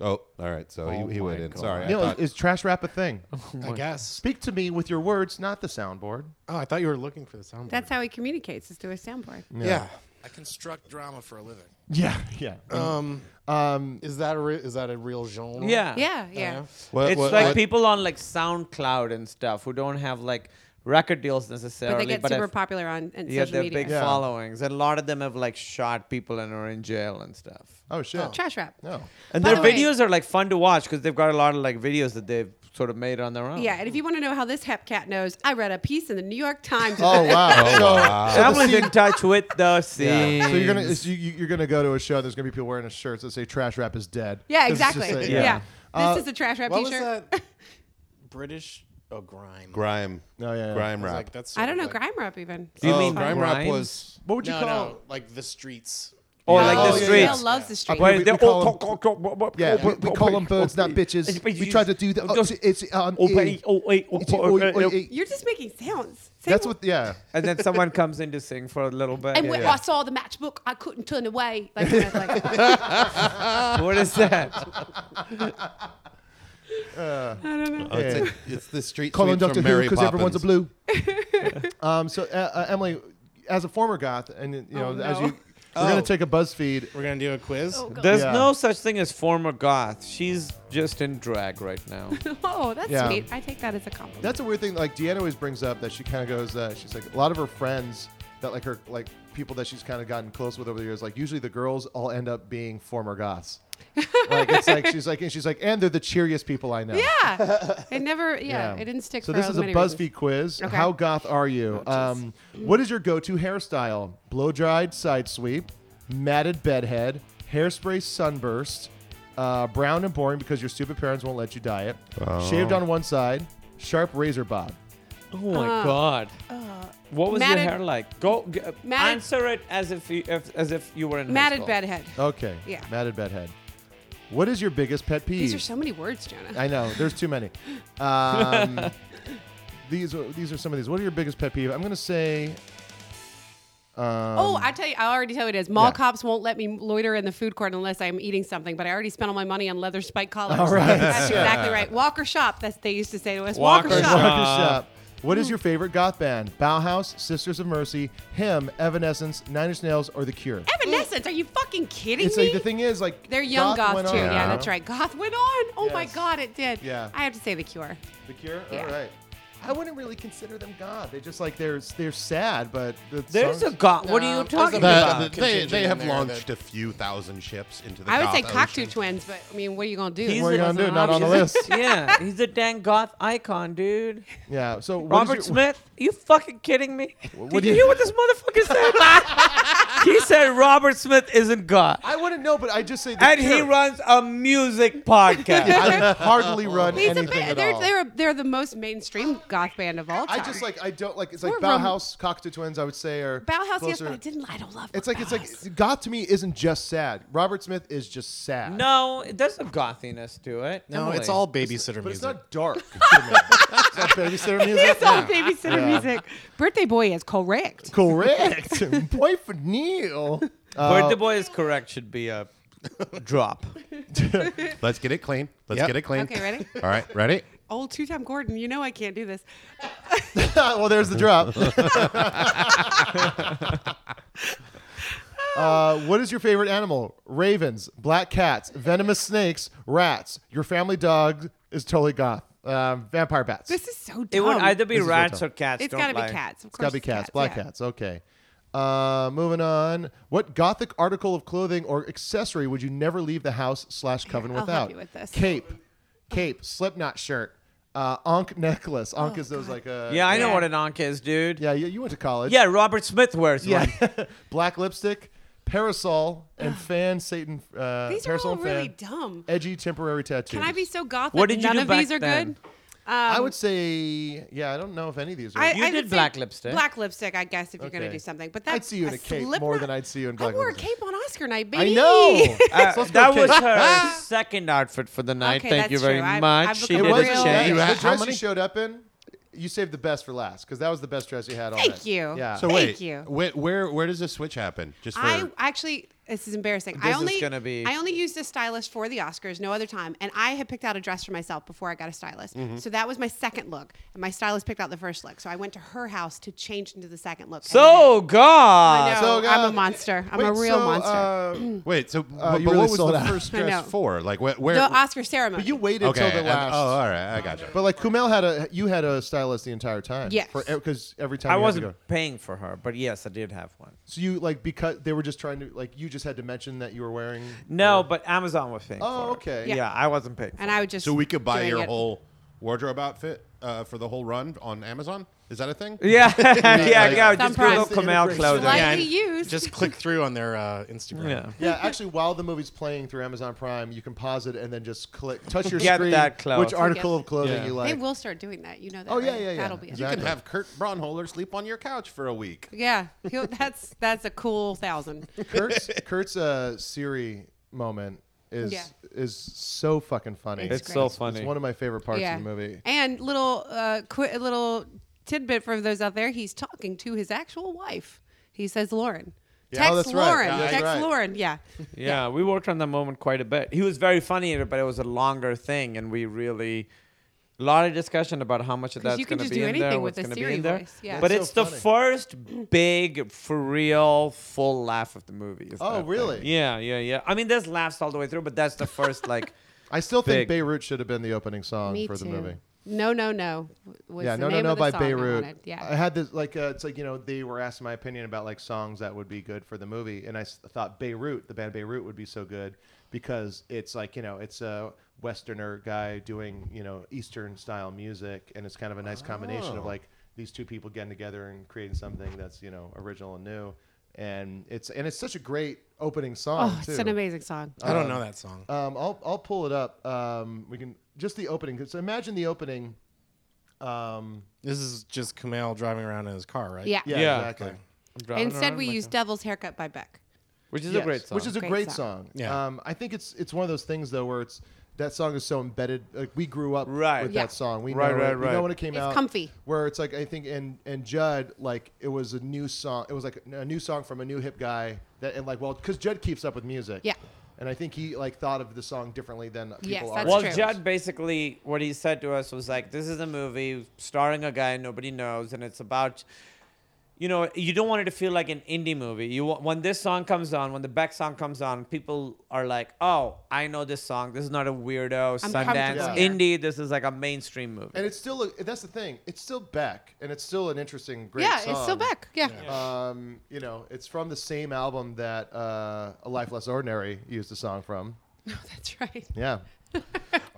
Speaker 7: Oh, all right. So he, he went in. Sorry. I
Speaker 3: Neil,
Speaker 7: thought-
Speaker 3: is trash rap a thing?
Speaker 1: I guess.
Speaker 3: Speak to me with your words, not the soundboard.
Speaker 1: Oh, I thought you were looking for the sound.
Speaker 2: That's how he communicates is through his soundboard.
Speaker 1: Yeah. I construct drama for a living.
Speaker 3: Yeah. Yeah.
Speaker 1: Um,
Speaker 3: um,
Speaker 1: is that a re- is that a real genre?
Speaker 8: Yeah.
Speaker 2: Yeah, yeah.
Speaker 7: What-
Speaker 8: it's
Speaker 7: what-
Speaker 8: like
Speaker 7: what-
Speaker 8: people on like SoundCloud and stuff who don't have like record deals necessarily,
Speaker 2: But they get
Speaker 8: but
Speaker 2: super
Speaker 8: have-
Speaker 2: popular on, on
Speaker 8: yeah,
Speaker 2: social
Speaker 8: they're
Speaker 2: media.
Speaker 8: big followings, and a lot of them have like shot people and are in jail and stuff.
Speaker 3: Oh shit.
Speaker 2: Trash rap.
Speaker 3: No.
Speaker 8: And
Speaker 2: By
Speaker 8: their
Speaker 2: the way-
Speaker 8: videos are like fun to watch because they've got a lot of like videos that they've sort of made on their own.
Speaker 2: Yeah, and if you want to know how this hepcat knows, I read a piece in the New York Times.
Speaker 3: Oh wow. so,
Speaker 7: wow.
Speaker 3: so the
Speaker 8: Emily's
Speaker 3: scene-
Speaker 8: in touch with the scene.
Speaker 3: Yeah. So you're gonna so you, you- you're gonna go to a show. There's gonna be people wearing a shirts that say "Trash Rap is dead."
Speaker 2: Yeah,
Speaker 3: This is just
Speaker 2: exactly.
Speaker 3: like-
Speaker 2: yeah.
Speaker 3: Uh,
Speaker 2: this is a trash rap
Speaker 1: What was
Speaker 2: t-shirt.
Speaker 1: that? British oh grime.
Speaker 7: grime.
Speaker 3: Oh, yeah, yeah.
Speaker 7: Grime
Speaker 1: I was
Speaker 7: rap.
Speaker 1: like, that's
Speaker 2: I don't know
Speaker 1: sort of
Speaker 2: grime rap even.
Speaker 8: Do you
Speaker 7: oh,
Speaker 8: mean
Speaker 7: grime rap
Speaker 8: grime?
Speaker 7: was
Speaker 3: What would you
Speaker 1: like, no,
Speaker 3: call?
Speaker 1: no, like the streets.
Speaker 8: Oh,
Speaker 2: Oh,
Speaker 8: like the
Speaker 3: yeah,
Speaker 8: streets.
Speaker 3: yeah.
Speaker 2: Dale loves the streets.
Speaker 3: Wait, we-
Speaker 8: Where they
Speaker 3: we
Speaker 8: all
Speaker 3: call 'em-
Speaker 8: talk, talk, talk, talk,
Speaker 3: Yeah,
Speaker 8: talk,
Speaker 3: we,
Speaker 8: talk,
Speaker 3: we
Speaker 8: talk,
Speaker 3: call them
Speaker 8: talk,
Speaker 3: birds,
Speaker 8: talk.
Speaker 3: not bitches.
Speaker 8: But you
Speaker 3: We try to
Speaker 8: just-
Speaker 3: do the. Oh,
Speaker 8: just-
Speaker 3: it's on.
Speaker 8: Oh, wait, oh, wait, oh,
Speaker 3: It's a-
Speaker 8: oh,
Speaker 3: oh,
Speaker 8: oh,
Speaker 3: oh,
Speaker 8: oh.
Speaker 3: oh.
Speaker 2: You're just making sounds. Say
Speaker 3: That's
Speaker 2: wh-
Speaker 3: what. Yeah.
Speaker 8: And then someone comes in to sing for a little bit.
Speaker 2: And when I saw the matchbook, I couldn't turn away. Like, kind of like
Speaker 8: What is that?
Speaker 7: oh, it's, a- it's the street
Speaker 3: Call on
Speaker 7: sweep
Speaker 3: Doctor
Speaker 7: from
Speaker 3: Who
Speaker 7: Mary
Speaker 3: because everyone's a
Speaker 7: Poppins.
Speaker 3: blue. um. So uh, uh, Emily, as a former goth, and you know, as you, we're
Speaker 8: Oh.
Speaker 3: gonna take a BuzzFeed.
Speaker 1: We're gonna do a quiz.
Speaker 2: Oh.
Speaker 8: There's
Speaker 3: Yeah.
Speaker 8: no such thing as former goth. She's just in drag right now.
Speaker 2: oh, that's
Speaker 3: Yeah.
Speaker 2: sweet. I take that as a compliment.
Speaker 3: That's a weird thing. Like Deanna always brings up that she kind of goes. Uh, she's like a lot of her friends that like her like people that she's kind of gotten close with over the years. Like usually the girls all end up being former goths. like it's like she's like and she's like and they're the cheeriest people I know.
Speaker 2: yeah. It never. Yeah, it didn't stick.
Speaker 3: So
Speaker 2: for
Speaker 3: this is a
Speaker 2: many
Speaker 3: BuzzFeed
Speaker 2: reasons.
Speaker 3: quiz.
Speaker 2: Okay.
Speaker 3: How goth are you? um, what is your go-to hairstyle? Blow dried side sweep, matted bedhead, hairspray sunburst, uh, brown and boring because your stupid parents won't let you dye it. Shaved on one side, sharp razor bob.
Speaker 8: Oh my god. what was
Speaker 2: matted-
Speaker 8: your hair like? Go g- uh,
Speaker 2: matted-
Speaker 8: answer it as if you if, as if you were in high
Speaker 2: Matted
Speaker 8: school.
Speaker 2: bedhead.
Speaker 3: Okay.
Speaker 2: Yeah.
Speaker 3: Matted bedhead. What is your biggest pet peeve?
Speaker 2: These are so many words, Jonah.
Speaker 3: I know. There's too many. Um, these are these are some of these. What are your biggest pet peeve? I'm gonna say. Um,
Speaker 2: Oh, I tell you, I already tell you it is. Mall
Speaker 3: yeah.
Speaker 2: cops won't let me loiter in the food court unless I'm eating something. But I already spent all my money on leather spike collars.
Speaker 3: All right.
Speaker 2: that's exactly right. Walker shop. That's they used to say to us.
Speaker 8: Walker
Speaker 2: Walker,
Speaker 8: shop.
Speaker 2: shop.
Speaker 3: Walker Shop. What is your favorite goth band? Bauhaus, Sisters of Mercy, Him, Evanescence, Nine Inch Nails, or The Cure?
Speaker 2: Evanescence. Are you fucking kidding
Speaker 3: It's
Speaker 2: me?
Speaker 3: like the thing is like
Speaker 2: They're young goth,
Speaker 3: went
Speaker 2: too. Yeah.
Speaker 3: on, you know?
Speaker 2: that's right. Goth went on. Oh my
Speaker 3: Yes.
Speaker 2: god, it did.
Speaker 3: Yeah.
Speaker 2: I have to say the Cure.
Speaker 3: The Cure.
Speaker 2: Yeah.
Speaker 3: All right. I wouldn't really consider them God. They just like they're they're sad, but the
Speaker 8: There's
Speaker 3: songs-
Speaker 8: a God. What are you talking about?
Speaker 7: The- the- they, they have launched a few thousand ships into the
Speaker 2: I would
Speaker 7: Goth
Speaker 2: say
Speaker 7: Ocean.
Speaker 2: Cocktoo Twins, but I mean, what are you gonna do?
Speaker 8: He's
Speaker 3: What are you
Speaker 8: an-
Speaker 3: gonna do? Not on the list.
Speaker 8: yeah, he's a dang goth icon, dude.
Speaker 3: Yeah. So what is
Speaker 8: Robert
Speaker 3: your-
Speaker 8: Smith, you fucking kidding me?
Speaker 3: what
Speaker 8: Did
Speaker 3: do
Speaker 8: you
Speaker 3: you-
Speaker 8: hear what this motherfucker said? he said Robert Smith isn't God,
Speaker 3: I wouldn't know, but I just say. The
Speaker 8: and he
Speaker 3: character.
Speaker 8: runs a music podcast.
Speaker 3: I hardly run
Speaker 2: He's a
Speaker 3: anything
Speaker 2: ba-
Speaker 3: at
Speaker 2: they're,
Speaker 3: all.
Speaker 2: they're they're the most mainstream goth band of all
Speaker 3: I
Speaker 2: time.
Speaker 3: just like I don't like it's like
Speaker 2: We're rom-
Speaker 3: Bauhaus, Cocteau Twins. I would say are
Speaker 2: Bauhaus, yes,
Speaker 3: closer.
Speaker 2: but I didn't. I don't love.
Speaker 3: It's like it's like goth to me isn't just sad. Robert Smith is just sad.
Speaker 8: no, there's a gothiness to it.
Speaker 1: No,
Speaker 8: Emily.
Speaker 1: it's all babysitter
Speaker 3: but
Speaker 1: music.
Speaker 3: it's not dark. to me. it's not babysitter music.
Speaker 2: It's all
Speaker 3: Yeah.
Speaker 2: babysitter
Speaker 3: Yeah.
Speaker 2: music. Birthday Boy is correct.
Speaker 3: Correct. Boy for Neil. Uh,
Speaker 8: Birthday Boy is correct. Should be a drop.
Speaker 7: Let's get it clean. Let's
Speaker 1: Yep.
Speaker 7: get it clean.
Speaker 2: Okay, ready?
Speaker 7: All right, ready?
Speaker 2: Old two-time Gordon, you know I can't do this.
Speaker 3: well, there's the drop. uh, what is your favorite animal? Ravens, black cats, venomous snakes, rats. Your family dog is totally goth. Um, vampire bats.
Speaker 2: This is so dumb.
Speaker 8: It would either be
Speaker 3: This is
Speaker 8: rats
Speaker 3: real
Speaker 8: or cats.
Speaker 2: It's
Speaker 8: don't
Speaker 2: gotta be
Speaker 8: lie.
Speaker 2: cats. Of
Speaker 3: it's
Speaker 2: course,
Speaker 3: gotta be
Speaker 2: it's
Speaker 3: cats, black
Speaker 2: yeah.
Speaker 3: cats. Okay. Uh, moving on. What gothic article of clothing or accessory would you never leave the house slash coven
Speaker 2: I'll help
Speaker 3: without?
Speaker 2: you with this.
Speaker 3: Cape, cape, slipknot shirt, uh, Ankh necklace.
Speaker 2: Oh,
Speaker 3: Ankh is those like uh,
Speaker 8: Yeah, I know
Speaker 2: Yeah.
Speaker 8: what an onk is, dude. Yeah,
Speaker 3: Yeah, you, you went to college.
Speaker 8: Robert Smith wears
Speaker 3: Yeah.
Speaker 8: one.
Speaker 3: Black lipstick, parasol, and fan Satan. Uh,
Speaker 2: These are
Speaker 3: parasol
Speaker 2: all
Speaker 3: and
Speaker 2: really
Speaker 3: fan.
Speaker 2: dumb.
Speaker 3: Edgy temporary tattoos.
Speaker 2: Can I be so goth
Speaker 8: What
Speaker 2: that
Speaker 8: did you
Speaker 2: none
Speaker 8: do
Speaker 2: of these
Speaker 8: back
Speaker 2: are
Speaker 8: then?
Speaker 2: good?
Speaker 3: I would say, yeah, I don't know if any of these are.
Speaker 2: I,
Speaker 8: You
Speaker 2: I would
Speaker 8: did
Speaker 2: say
Speaker 8: black lipstick.
Speaker 2: Black lipstick, I guess, if you're gonna
Speaker 3: Okay.
Speaker 2: do something. But
Speaker 3: I'd
Speaker 2: that's
Speaker 3: see you in a cape more
Speaker 2: Slipknot-
Speaker 3: than I'd see you in black
Speaker 2: I wore a
Speaker 3: lipstick.
Speaker 2: cape on Oscar night,
Speaker 3: I
Speaker 2: baby.
Speaker 3: know.
Speaker 8: Uh,
Speaker 3: So let's go
Speaker 8: that
Speaker 3: cape.
Speaker 8: was her second outfit for the night.
Speaker 2: Okay,
Speaker 8: Thank
Speaker 2: that's
Speaker 8: you very
Speaker 2: true. I-
Speaker 8: much.
Speaker 2: I've
Speaker 8: she
Speaker 2: become
Speaker 3: It
Speaker 2: a
Speaker 8: didn't
Speaker 3: was
Speaker 2: real-
Speaker 8: change.
Speaker 3: yeah,
Speaker 7: You
Speaker 3: the
Speaker 7: had- how
Speaker 3: dress you
Speaker 7: many-
Speaker 3: showed up in. You saved the best for last because that was the best dress you had all
Speaker 2: Thank
Speaker 3: night.
Speaker 2: you.
Speaker 3: Yeah.
Speaker 7: So
Speaker 2: Thank
Speaker 7: wait,
Speaker 2: you.
Speaker 7: Where, where where does the switch happen? Just for
Speaker 2: I actually, this is embarrassing. I
Speaker 8: This is
Speaker 2: only,
Speaker 8: gonna be-
Speaker 2: I only used a stylist for the Oscars, no other time. And I had picked out a dress for myself before I got a stylist.
Speaker 3: Mm-hmm.
Speaker 2: So that was my second look. And my stylist picked out the first look. So I went to her house to change into the second look.
Speaker 8: So
Speaker 2: I
Speaker 8: God.
Speaker 2: know,
Speaker 3: So,
Speaker 2: I'm
Speaker 3: uh,
Speaker 2: a monster. I'm a
Speaker 3: Wait,
Speaker 2: real
Speaker 3: so,
Speaker 2: monster.
Speaker 3: uh,
Speaker 7: wait. So, but-
Speaker 3: you
Speaker 7: but
Speaker 3: really
Speaker 7: what was
Speaker 3: sold
Speaker 7: the
Speaker 3: out.
Speaker 7: first
Speaker 2: I
Speaker 7: dress
Speaker 2: know.
Speaker 7: for? Like where? where
Speaker 2: the Oscar ceremony.
Speaker 3: but you waited
Speaker 7: okay.
Speaker 3: till the
Speaker 7: and-
Speaker 3: last.
Speaker 7: oh, all right. I got you.
Speaker 3: But like Kumail had a, you had a stylist the entire time.
Speaker 2: Yes.
Speaker 3: For because every time
Speaker 8: I
Speaker 3: you had to
Speaker 8: wasn't
Speaker 3: go.
Speaker 8: paying for her, but yes, I did have one.
Speaker 3: So you like because they were just trying to like you just had to mention that you were wearing.
Speaker 8: No, but Amazon was paying.
Speaker 3: Oh,
Speaker 8: for it.
Speaker 3: okay.
Speaker 8: Yeah.
Speaker 2: Yeah.
Speaker 8: I wasn't paying. For
Speaker 2: and I would just.
Speaker 7: So we could buy
Speaker 2: doing
Speaker 7: your
Speaker 2: it.
Speaker 7: whole wardrobe outfit uh, for the whole run on Amazon. Is that a thing?
Speaker 8: it. yeah, yeah,
Speaker 3: like-
Speaker 8: yeah.
Speaker 2: Some
Speaker 8: Just Google
Speaker 2: price.
Speaker 8: Kamel clothing.
Speaker 2: Slightly
Speaker 1: Yeah, I-
Speaker 2: used.
Speaker 1: Just click through on their uh, Instagram.
Speaker 8: Yeah.
Speaker 3: Yeah, actually, while the movie's playing through Amazon Prime, you can pause it and then just click, touch your
Speaker 8: Get
Speaker 3: screen,
Speaker 8: that clothes.
Speaker 3: which article of clothing
Speaker 1: Yeah.
Speaker 3: you
Speaker 2: They
Speaker 3: like.
Speaker 2: will start doing that. You know that.
Speaker 3: Oh, yeah,
Speaker 2: right?
Speaker 3: yeah, yeah.
Speaker 2: That'll be. it.
Speaker 3: Exactly.
Speaker 7: You can have Kurt Braunholer sleep on your couch for a week.
Speaker 2: Yeah, he'll- that's that's a cool thousand.
Speaker 3: Kurt's Kurt's uh, Siri moment is
Speaker 2: Yeah.
Speaker 3: is so fucking funny.
Speaker 2: It's
Speaker 8: It's so funny.
Speaker 3: It's one of my favorite parts
Speaker 2: yeah.
Speaker 3: of the movie.
Speaker 2: And little uh, qu- little tidbit for those out there, he's talking to his actual wife. He says Lauren. Text
Speaker 3: Oh, that's right.
Speaker 2: Lauren.
Speaker 3: Yeah, that's
Speaker 2: Text
Speaker 3: right.
Speaker 2: Lauren. Yeah.
Speaker 8: Yeah, we worked on that moment quite a bit. He was very funny in it, but it was a longer thing, and we really a lot of discussion about how much of
Speaker 2: 'Cause
Speaker 8: that's
Speaker 2: you can
Speaker 8: going
Speaker 2: just
Speaker 8: to be
Speaker 2: do
Speaker 8: in there,
Speaker 2: anything
Speaker 8: what's
Speaker 2: with a
Speaker 8: going to be
Speaker 2: Siri
Speaker 8: in there.
Speaker 2: voice, yeah.
Speaker 8: But
Speaker 3: That's
Speaker 8: it's
Speaker 3: so
Speaker 8: the
Speaker 3: funny.
Speaker 8: first big, for real, full laugh of the movie. is
Speaker 3: Oh,
Speaker 8: that thing.
Speaker 3: really?
Speaker 8: Yeah, yeah, yeah. I mean, there's laughs all the way through, but that's the first like.
Speaker 3: I still think
Speaker 8: Big.
Speaker 3: Beirut should have been the opening song
Speaker 2: Me
Speaker 3: for
Speaker 2: too.
Speaker 3: the movie.
Speaker 2: No, no, no. w- Was
Speaker 3: yeah,
Speaker 2: the
Speaker 3: no, no,
Speaker 2: name
Speaker 3: no
Speaker 2: of the
Speaker 3: by
Speaker 2: song I
Speaker 3: Beirut.
Speaker 2: wanted. Yeah.
Speaker 3: I had this like uh, it's like you know they were asking my opinion about like songs that would be good for the movie, and I s- thought Beirut, the band Beirut, would be so good because it's like you know it's a Westerner guy doing you know Eastern style music, and it's kind of a nice combination of like these two people getting together and creating something that's you know original and new, and it's and it's such a great opening song.
Speaker 2: oh,
Speaker 3: too.
Speaker 2: it's an amazing song.
Speaker 1: I don't know that song.
Speaker 3: Um, I'll I'll pull it up. Um, we can just the opening. So imagine the opening. Um,
Speaker 1: This is just Kumail driving around in his car, right?
Speaker 2: Yeah.
Speaker 3: yeah,
Speaker 8: Yeah.
Speaker 3: exactly.
Speaker 2: Instead, we used "Devil's Haircut" by Beck.
Speaker 8: which is
Speaker 3: Yes,
Speaker 8: a great song.
Speaker 3: Which is a
Speaker 2: Great
Speaker 3: great,
Speaker 2: song.
Speaker 3: song.
Speaker 1: Yeah.
Speaker 3: Um, I think it's it's one of those things though where it's that song is so embedded. Like we grew up
Speaker 8: Right.
Speaker 3: with
Speaker 2: Yeah.
Speaker 3: that song. We
Speaker 8: Right,
Speaker 3: know
Speaker 8: right,
Speaker 3: it. We
Speaker 8: right.
Speaker 3: know when it came
Speaker 2: It's
Speaker 3: out.
Speaker 2: comfy.
Speaker 3: Where it's like I think and and Judd like it was a new song. It was like a new song from a new hip guy that and like well because Judd keeps up with music.
Speaker 2: Yeah.
Speaker 3: And I think he like thought of the song differently than people
Speaker 2: Yes,
Speaker 3: are.
Speaker 2: that's
Speaker 8: well,
Speaker 2: true.
Speaker 8: Judd basically what he said to us was like, "This is a movie starring a guy nobody knows, and it's about you know, you don't want it to feel like an indie movie. You wa- when this song comes on, when the Beck song comes on, people are like, "Oh, I know this song. This is not a weirdo
Speaker 3: I'm
Speaker 8: Sundance
Speaker 3: comfortable here.
Speaker 8: indie. This is like a mainstream movie."
Speaker 3: And it's still a, that's the thing. It's still Beck, and it's still an interesting, great
Speaker 2: Yeah,
Speaker 3: song.
Speaker 2: it's still Beck, yeah.
Speaker 3: Um, you know, it's from the same album that uh, "A Life Less Ordinary" used the song from.
Speaker 2: That's right.
Speaker 3: Yeah.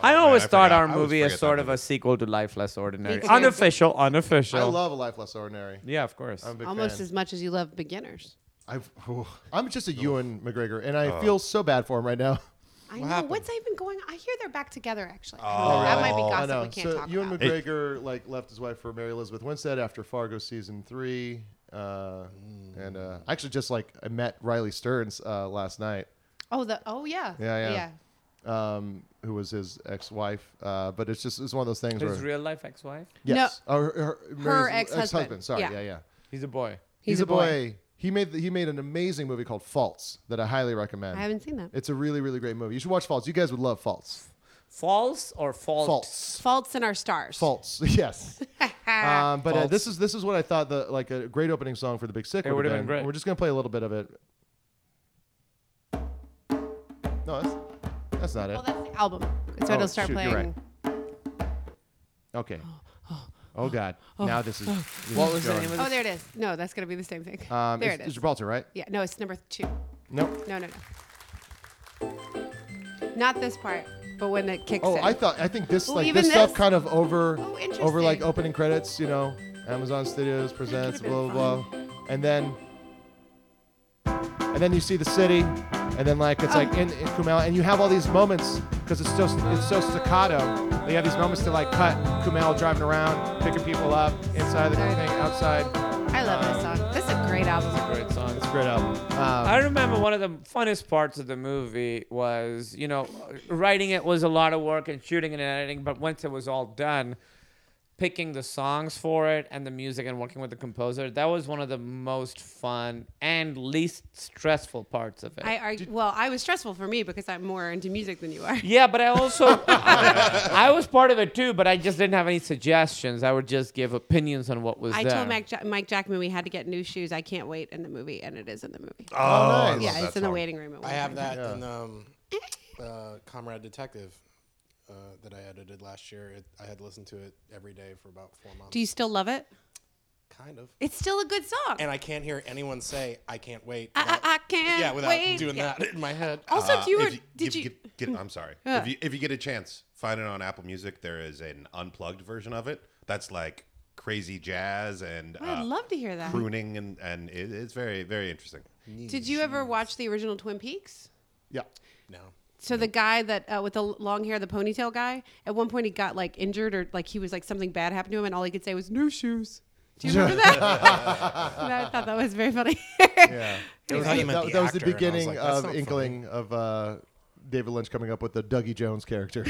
Speaker 8: I always
Speaker 3: I
Speaker 8: thought
Speaker 3: forgot-
Speaker 8: our
Speaker 3: I always
Speaker 8: movie is
Speaker 3: forget
Speaker 8: sort
Speaker 3: that
Speaker 8: of a sequel to Life Less Ordinary.
Speaker 2: too.
Speaker 8: Unofficial, unofficial.
Speaker 3: I love "A Life Less Ordinary."
Speaker 8: Yeah, of course.
Speaker 3: I'm a big
Speaker 2: Almost
Speaker 3: fan.
Speaker 2: as much as you love beginners.
Speaker 3: I've, I'm just a Ewan McGregor, and I
Speaker 7: Oh.
Speaker 3: feel so bad for him right now.
Speaker 2: I know. What's even going on? I hear they're back together, actually.
Speaker 3: Oh,
Speaker 2: that might be
Speaker 3: I
Speaker 2: gossip
Speaker 3: know.
Speaker 2: we can't
Speaker 3: so
Speaker 2: talk
Speaker 3: Ewan
Speaker 2: about.
Speaker 3: McGregor like left his wife for Mary Elizabeth Winstead after Fargo season three, uh, and uh, actually just like I met Riley Stearns uh, last night.
Speaker 2: Oh, the oh yeah.
Speaker 3: Yeah, yeah. Um, who was his ex-wife? Uh, but it's just it's one of those things
Speaker 8: His
Speaker 3: where
Speaker 8: real life ex-wife.
Speaker 3: yes,
Speaker 8: No.
Speaker 3: Oh, her, her,
Speaker 8: Her
Speaker 3: Mary's
Speaker 8: ex-husband.
Speaker 3: Sorry,
Speaker 8: Yeah.
Speaker 3: yeah, yeah.
Speaker 8: He's a boy.
Speaker 3: He's, a boy. He made the, he made an amazing movie called Faults that I highly recommend.
Speaker 2: I haven't seen that.
Speaker 3: It's a really really great movie. You should watch Faults. You guys would love Faults.
Speaker 8: False or false?
Speaker 3: Faults.
Speaker 2: Faults in our stars.
Speaker 3: Faults. Yes.
Speaker 2: Ah.
Speaker 3: um, but uh, this is this is what I thought the like a great opening song for the Big Sick.
Speaker 8: It
Speaker 3: would
Speaker 8: would've
Speaker 3: have
Speaker 8: been great.
Speaker 3: We're just gonna play a little bit of it. No, that's that's not it.
Speaker 2: Well, that's the album. So
Speaker 3: Oh,
Speaker 2: it'll start
Speaker 3: shoot,
Speaker 2: playing.
Speaker 3: you're right. Okay. Oh God. Now this is.
Speaker 2: oh,
Speaker 3: this
Speaker 2: oh.
Speaker 3: is going.
Speaker 2: Oh, there it is. No, that's gonna be the same thing.
Speaker 3: Um,
Speaker 2: there
Speaker 3: it's-
Speaker 2: it
Speaker 3: it's
Speaker 2: is.
Speaker 3: Gibraltar, right?
Speaker 2: Yeah. No, it's number two.
Speaker 3: Nope.
Speaker 2: No, no, no. Not this part, but when it kicks
Speaker 3: Oh,
Speaker 2: in.
Speaker 3: I thought I think this
Speaker 2: Ooh,
Speaker 3: like
Speaker 2: even
Speaker 3: this, stuff
Speaker 2: this? Oh,
Speaker 3: kind of over
Speaker 2: interesting.
Speaker 3: over like opening credits, you know, Amazon Studios presents
Speaker 2: been
Speaker 3: blah blah blah, and then and then you see the city, and then like it's
Speaker 2: Oh.
Speaker 3: like in, in Kumail, and you have all these moments because it's just it's so staccato. They have these moments to like cut Kumail driving around, picking people up inside the thing, outside.
Speaker 2: I love this song. This is a great album.
Speaker 8: Great song. It's
Speaker 3: a great album. Um,
Speaker 8: I remember one of the funnest parts of the movie was, you know, writing it was a lot of work and shooting and editing, but once it was all done, picking the songs for it and the music and working with the composer, that was one of the most fun and least stressful parts of it.
Speaker 2: I argue. Well, I was stressful for me because I'm more into music than you are.
Speaker 8: yeah, but I also I was part of it too, but I just didn't have any suggestions. I would just give opinions on what was
Speaker 2: I
Speaker 8: there.
Speaker 2: told Mike, ja- Mike Jackman we had to get new shoes. I can't wait in the movie, and it is in the movie.
Speaker 1: Oh, I love
Speaker 2: yeah,
Speaker 1: that
Speaker 2: it's in the
Speaker 1: song.
Speaker 2: waiting room. At
Speaker 1: I have
Speaker 2: Wayfair.
Speaker 1: that in um, uh, Comrade Detective uh, that I edited last year. It, I had listened to it every day for about four months.
Speaker 2: Do you still love it?
Speaker 1: Kind of.
Speaker 2: It's still a good song.
Speaker 1: And I can't hear anyone say "I can't wait."
Speaker 2: I- I-
Speaker 1: without-
Speaker 2: I can't
Speaker 1: Yeah, without
Speaker 2: wait.
Speaker 1: doing
Speaker 2: Yeah.
Speaker 1: that in my head.
Speaker 2: Also, do you
Speaker 7: Uh, Uh-huh. if
Speaker 2: were- did
Speaker 7: if
Speaker 2: you-
Speaker 7: get- get- I'm sorry.
Speaker 2: Yeah.
Speaker 7: If you if you get a chance, find it on Apple Music. There is an unplugged version of it. That's like crazy jazz and
Speaker 2: Oh, I'd
Speaker 7: uh,
Speaker 2: love to hear that.
Speaker 7: crooning and and it, it's very very interesting.
Speaker 2: Did you ever watch the original Twin Peaks?
Speaker 3: Yeah.
Speaker 1: No.
Speaker 2: So the guy that uh, with the l- long hair, the ponytail guy, at one point he got like injured or like he was like something bad happened to him, and all he could say was "new shoes." Do you remember that? And I thought that was very funny.
Speaker 3: Yeah.
Speaker 2: It was- I
Speaker 3: that,
Speaker 2: thought you meant
Speaker 3: that-
Speaker 2: the
Speaker 3: that was
Speaker 2: actor,
Speaker 3: the
Speaker 2: and I was
Speaker 3: beginning
Speaker 2: like, that's
Speaker 3: of
Speaker 2: not
Speaker 3: inkling of uh, David Lynch coming up with the Dougie Jones character.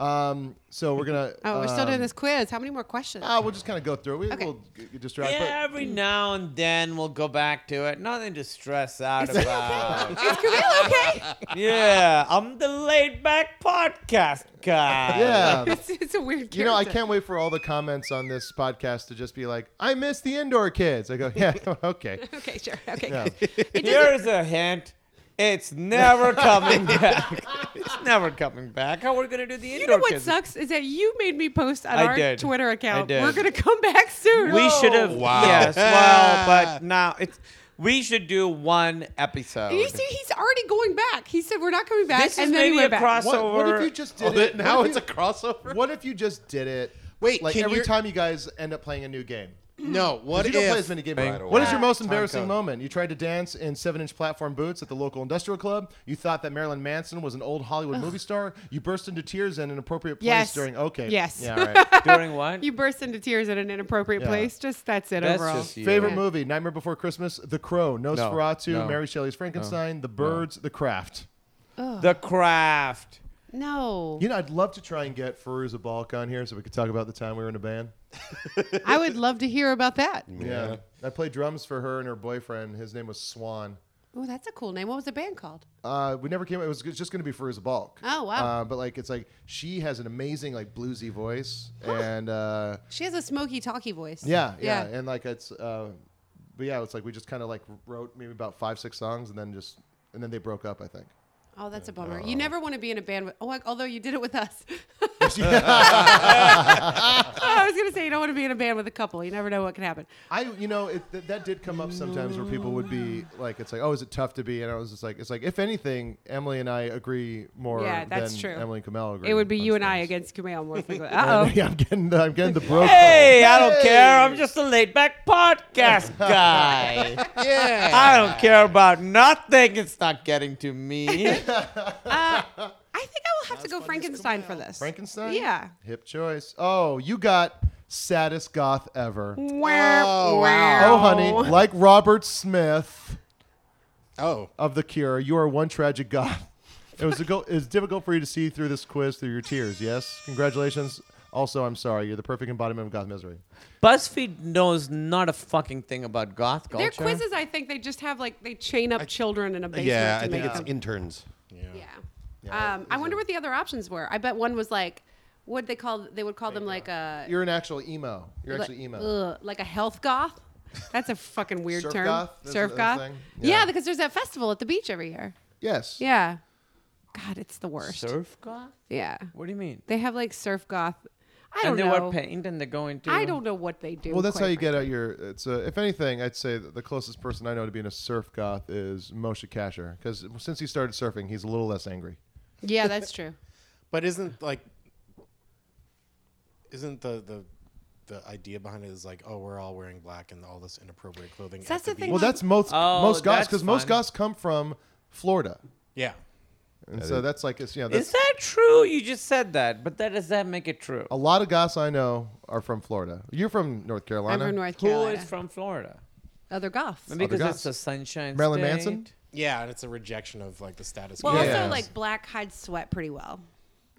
Speaker 3: um, so we're gonna.
Speaker 2: Oh, we're still doing
Speaker 3: um,
Speaker 2: this quiz. How many more questions?
Speaker 3: Ah, we'll just kind of go through. it. We will g- get distracted.
Speaker 8: Yeah, every now and then we'll go back to it. Nothing to stress out about.
Speaker 2: Is Camille okay?
Speaker 8: yeah, I'm the laid back podcast guy.
Speaker 3: Yeah.
Speaker 2: it's, it's a weird. Character.
Speaker 3: You know, I can't wait for all the comments on this podcast to just be like, "I miss the indoor kids." I go, "Yeah, okay."
Speaker 2: Okay, sure. Okay.
Speaker 3: Yeah.
Speaker 8: Here's a hint. It's never coming back. It's never coming back. How we're gonna do the
Speaker 2: You
Speaker 8: indoor
Speaker 2: know what
Speaker 8: kids?
Speaker 2: sucks is that you made me post on
Speaker 8: I
Speaker 2: our
Speaker 8: did.
Speaker 2: Twitter account.
Speaker 8: I did.
Speaker 2: We're gonna come back soon.
Speaker 8: We should have.
Speaker 7: Wow.
Speaker 8: Yes. Well, but now it's. We should do one episode.
Speaker 2: You see, he's already going back. He said we're not coming back,
Speaker 8: This is
Speaker 2: and then
Speaker 8: maybe
Speaker 2: he
Speaker 8: a
Speaker 2: went back.
Speaker 8: crossover.
Speaker 3: What, what if you just did
Speaker 7: Oh,
Speaker 3: it?
Speaker 7: that- now
Speaker 3: What if
Speaker 7: it's
Speaker 3: you-
Speaker 7: a crossover.
Speaker 3: What if you just did it?
Speaker 1: Wait,
Speaker 3: like
Speaker 1: can
Speaker 3: every
Speaker 1: your-
Speaker 3: time you guys end up playing a new game.
Speaker 1: No. What
Speaker 3: What you don't
Speaker 1: if
Speaker 3: play as many games.
Speaker 7: Right
Speaker 3: What is
Speaker 7: away.
Speaker 3: your most
Speaker 1: Time
Speaker 3: embarrassing
Speaker 1: code.
Speaker 3: moment? You tried to dance in seven-inch platform boots at the local industrial club. You thought that Marilyn Manson was an old Hollywood movie star. You burst into tears in an appropriate place
Speaker 2: Yes.
Speaker 3: during okay.
Speaker 2: Yes.
Speaker 3: Yeah. all Right.
Speaker 8: During what?
Speaker 2: You burst into tears at an inappropriate
Speaker 3: Yeah.
Speaker 2: place. Just that's it
Speaker 8: That's
Speaker 2: overall.
Speaker 8: just you.
Speaker 3: Favorite
Speaker 2: Yeah.
Speaker 3: movie: Nightmare Before Christmas, The Crow, Nosferatu,
Speaker 8: no,
Speaker 3: Mary Shelley's Frankenstein, The Birds, The Craft.
Speaker 8: the craft.
Speaker 2: No,
Speaker 3: You know, I'd love to try and get Firuza Balk on here so we could talk about the time we were in a band.
Speaker 2: I would love to hear about that.
Speaker 3: Yeah. I played drums for her and her boyfriend. His name was Swan.
Speaker 2: Oh, that's a cool name. What was the band called?
Speaker 3: Uh, we never came. It was just going to be Feruza Balk.
Speaker 2: Oh, wow.
Speaker 3: Uh, but like, it's like she has an amazing like bluesy voice, and uh,
Speaker 2: She has a smoky talky voice.
Speaker 3: yeah, yeah, and like it's, uh, but yeah, it's like we just kind of like wrote maybe about five six songs, and then just and then they broke up. I think.
Speaker 2: Oh, that's a
Speaker 3: Uh,
Speaker 2: bummer. You never want to be in a band with. Oh, like, although you did it with us. I was gonna say you don't want to be in a band with a couple. You never know what can happen.
Speaker 3: I, you know, it, th- that did come up sometimes where people would be like, "It's like, oh, is it tough to be?" And I was just like, "It's like, if anything, Emily and I agree more
Speaker 2: Yeah, that's
Speaker 3: than
Speaker 2: true.
Speaker 3: Emily and Kamel agree."
Speaker 2: It would be you and I against Kumail more frequently. Uh
Speaker 3: And-
Speaker 2: oh.
Speaker 3: yeah, I'm getting the, I'm getting the broke.
Speaker 8: Hey, I don't care. I'm just a laid back podcast guy.
Speaker 2: Yeah.
Speaker 8: I don't care about nothing. It's not getting to me.
Speaker 2: I think I will have to go Frankenstein for this.
Speaker 3: Frankenstein.
Speaker 2: Yeah.
Speaker 3: Hip choice. Oh, you got saddest goth ever.
Speaker 2: Wow.
Speaker 3: Oh, honey, like Robert Smith.
Speaker 1: Oh.
Speaker 3: Of the Cure, you are one tragic goth. It was a go- it's difficult for you to see through this quiz through your tears. Yes, congratulations. Also, I'm sorry. You're the perfect embodiment of goth misery.
Speaker 8: BuzzFeed knows not a fucking thing about goth culture.
Speaker 2: Their quizzes, I think they just have like they chain up children in a basement.
Speaker 7: yeah,
Speaker 2: to
Speaker 7: I think
Speaker 2: make
Speaker 7: it's
Speaker 2: them.
Speaker 7: interns. Yeah.
Speaker 2: um, I wonder what the other options were. I bet one was like, what they call they would call them like a
Speaker 3: You're an actual emo. You're
Speaker 2: like,
Speaker 3: actually emo.
Speaker 2: ugh, like a health goth. That's a fucking weird
Speaker 3: Surf
Speaker 2: term.
Speaker 3: goth? That's
Speaker 2: Surf
Speaker 3: a- that's
Speaker 2: goth.
Speaker 3: a thing?
Speaker 2: Yeah.
Speaker 3: Yeah.
Speaker 2: because there's that festival at the beach every year.
Speaker 3: Yes.
Speaker 2: Yeah. God, it's the worst.
Speaker 8: Surf goth?
Speaker 2: Yeah.
Speaker 8: What do you mean?
Speaker 2: They have like surf goth. I
Speaker 8: and
Speaker 2: don't
Speaker 8: they
Speaker 2: know.
Speaker 8: wear paint and they go into.
Speaker 2: I don't know what they do.
Speaker 3: Well, that's
Speaker 2: quite
Speaker 3: how you get out your. It's a, if anything, I'd say that the closest person I know to being a surf goth is Moshe Kasher because since he started surfing, he's a little less angry.
Speaker 2: Yeah, that's true.
Speaker 1: But isn't like, isn't the the the idea behind it is like, oh, we're all wearing black and all this inappropriate clothing.
Speaker 2: So that's
Speaker 1: at
Speaker 2: the thing,
Speaker 1: beach?
Speaker 3: Well, that's most
Speaker 8: Oh,
Speaker 3: most goths
Speaker 8: that's
Speaker 3: because most
Speaker 8: fun.
Speaker 3: goths come from Florida,
Speaker 1: yeah.
Speaker 3: and so that's like it's you know
Speaker 8: Is
Speaker 3: that's,
Speaker 8: that true? You just said that, but that does that make it true?
Speaker 3: a lot of goths I know are from Florida. You're from North Carolina.
Speaker 2: I'm from North
Speaker 8: Who
Speaker 2: Carolina.
Speaker 8: is from Florida?
Speaker 2: Other goths.
Speaker 8: Maybe because
Speaker 3: goths.
Speaker 8: it's a sunshine.
Speaker 3: Marilyn
Speaker 8: state.
Speaker 3: Manson?
Speaker 1: Yeah, and it's a rejection of like the status quo.
Speaker 2: Well,
Speaker 3: Yeah.
Speaker 2: also like black hides sweat pretty well.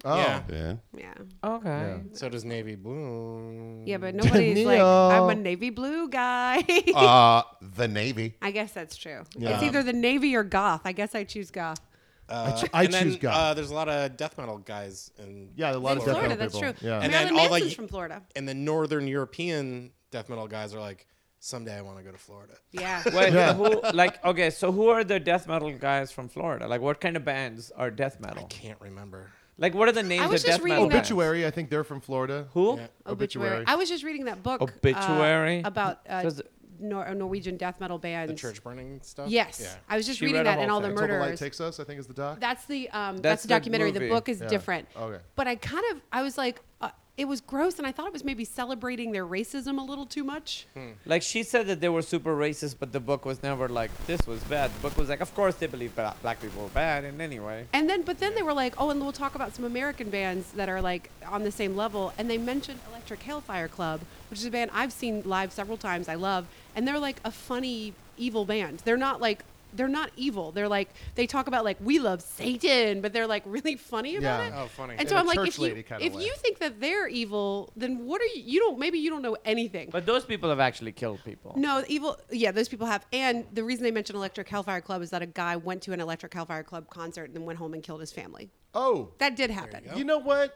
Speaker 3: Oh,
Speaker 1: yeah.
Speaker 7: Yeah.
Speaker 2: Yeah.
Speaker 8: Okay.
Speaker 1: So does navy blue.
Speaker 2: Yeah,
Speaker 3: Mm.
Speaker 2: but nobody's like, I'm a navy blue guy.
Speaker 7: Uh, the Navy.
Speaker 2: I guess that's true.
Speaker 3: Yeah.
Speaker 2: It's either the navy or goth. I guess I choose goth.
Speaker 3: I, ch- I
Speaker 1: and then,
Speaker 3: choose goth.
Speaker 1: Uh, there's a lot of death metal guys in
Speaker 3: yeah, a lot
Speaker 2: In
Speaker 3: of death
Speaker 2: Florida,
Speaker 3: metal
Speaker 2: that's
Speaker 3: people.
Speaker 2: true.
Speaker 3: Yeah.
Speaker 1: And
Speaker 2: Marilyn
Speaker 1: then all the
Speaker 2: Manson's
Speaker 1: y-
Speaker 2: from Florida.
Speaker 1: and the northern European death metal guys are like, someday I want to go to Florida.
Speaker 2: Yeah.
Speaker 8: Wait, who, like, okay, so who are the death metal guys from Florida? Like, what kind of bands are death
Speaker 1: I
Speaker 8: metal?
Speaker 1: can't remember.
Speaker 8: Like, what are the names
Speaker 2: was just
Speaker 8: of death
Speaker 2: reading
Speaker 8: metal?
Speaker 2: that-
Speaker 8: bands?
Speaker 3: Obituary, I think they're from Florida.
Speaker 8: Who?
Speaker 1: Yeah.
Speaker 2: obituary.
Speaker 3: Obituary.
Speaker 2: I was just reading that book. uh,
Speaker 8: Obituary?
Speaker 2: about uh,
Speaker 8: Does-
Speaker 2: Nor- Norwegian death metal bands.
Speaker 1: The church burning stuff.
Speaker 2: Yes.
Speaker 1: Yeah.
Speaker 2: I was just
Speaker 8: She
Speaker 2: reading
Speaker 8: read a
Speaker 2: that and
Speaker 8: whole
Speaker 2: all the
Speaker 8: thing.
Speaker 3: Until the light
Speaker 2: murders.
Speaker 3: takes us, I think is the doc.
Speaker 2: That's the um, that's,
Speaker 8: That's
Speaker 2: the
Speaker 8: the
Speaker 2: documentary. The,
Speaker 8: movie.
Speaker 2: book is
Speaker 3: Yeah.
Speaker 2: different.
Speaker 3: Okay.
Speaker 2: But I kind of I was like, uh, it was gross, and I thought it was maybe celebrating their racism a little too much.
Speaker 8: Like, she said that they were super racist, but the book was never like, this was bad. The book was like, of course they believe bla- black people are bad in any way.
Speaker 2: And then, but then they were like, oh, and we'll talk about some American bands that are like on the same level. And they mentioned Electric Hellfire Club, which is a band I've seen live several times. I love, and they're like a funny evil band. They're not like they're not evil. They're like they talk about like we love Satan, but they're like really funny about
Speaker 3: Yeah.
Speaker 2: it.
Speaker 1: Oh, funny.
Speaker 2: And so
Speaker 3: In a
Speaker 2: I'm like,
Speaker 3: church
Speaker 2: if you
Speaker 3: lady kinda
Speaker 2: if
Speaker 3: way.
Speaker 2: you think that they're evil, then what are you? You don't maybe you don't know anything.
Speaker 8: But those people have actually killed people.
Speaker 2: No, evil. Yeah, those people have. And the reason they mentioned Electric Hellfire Club is that a guy went to an Electric Hellfire Club concert and then went home and killed his family.
Speaker 3: Oh,
Speaker 2: That did happen.
Speaker 3: you know what?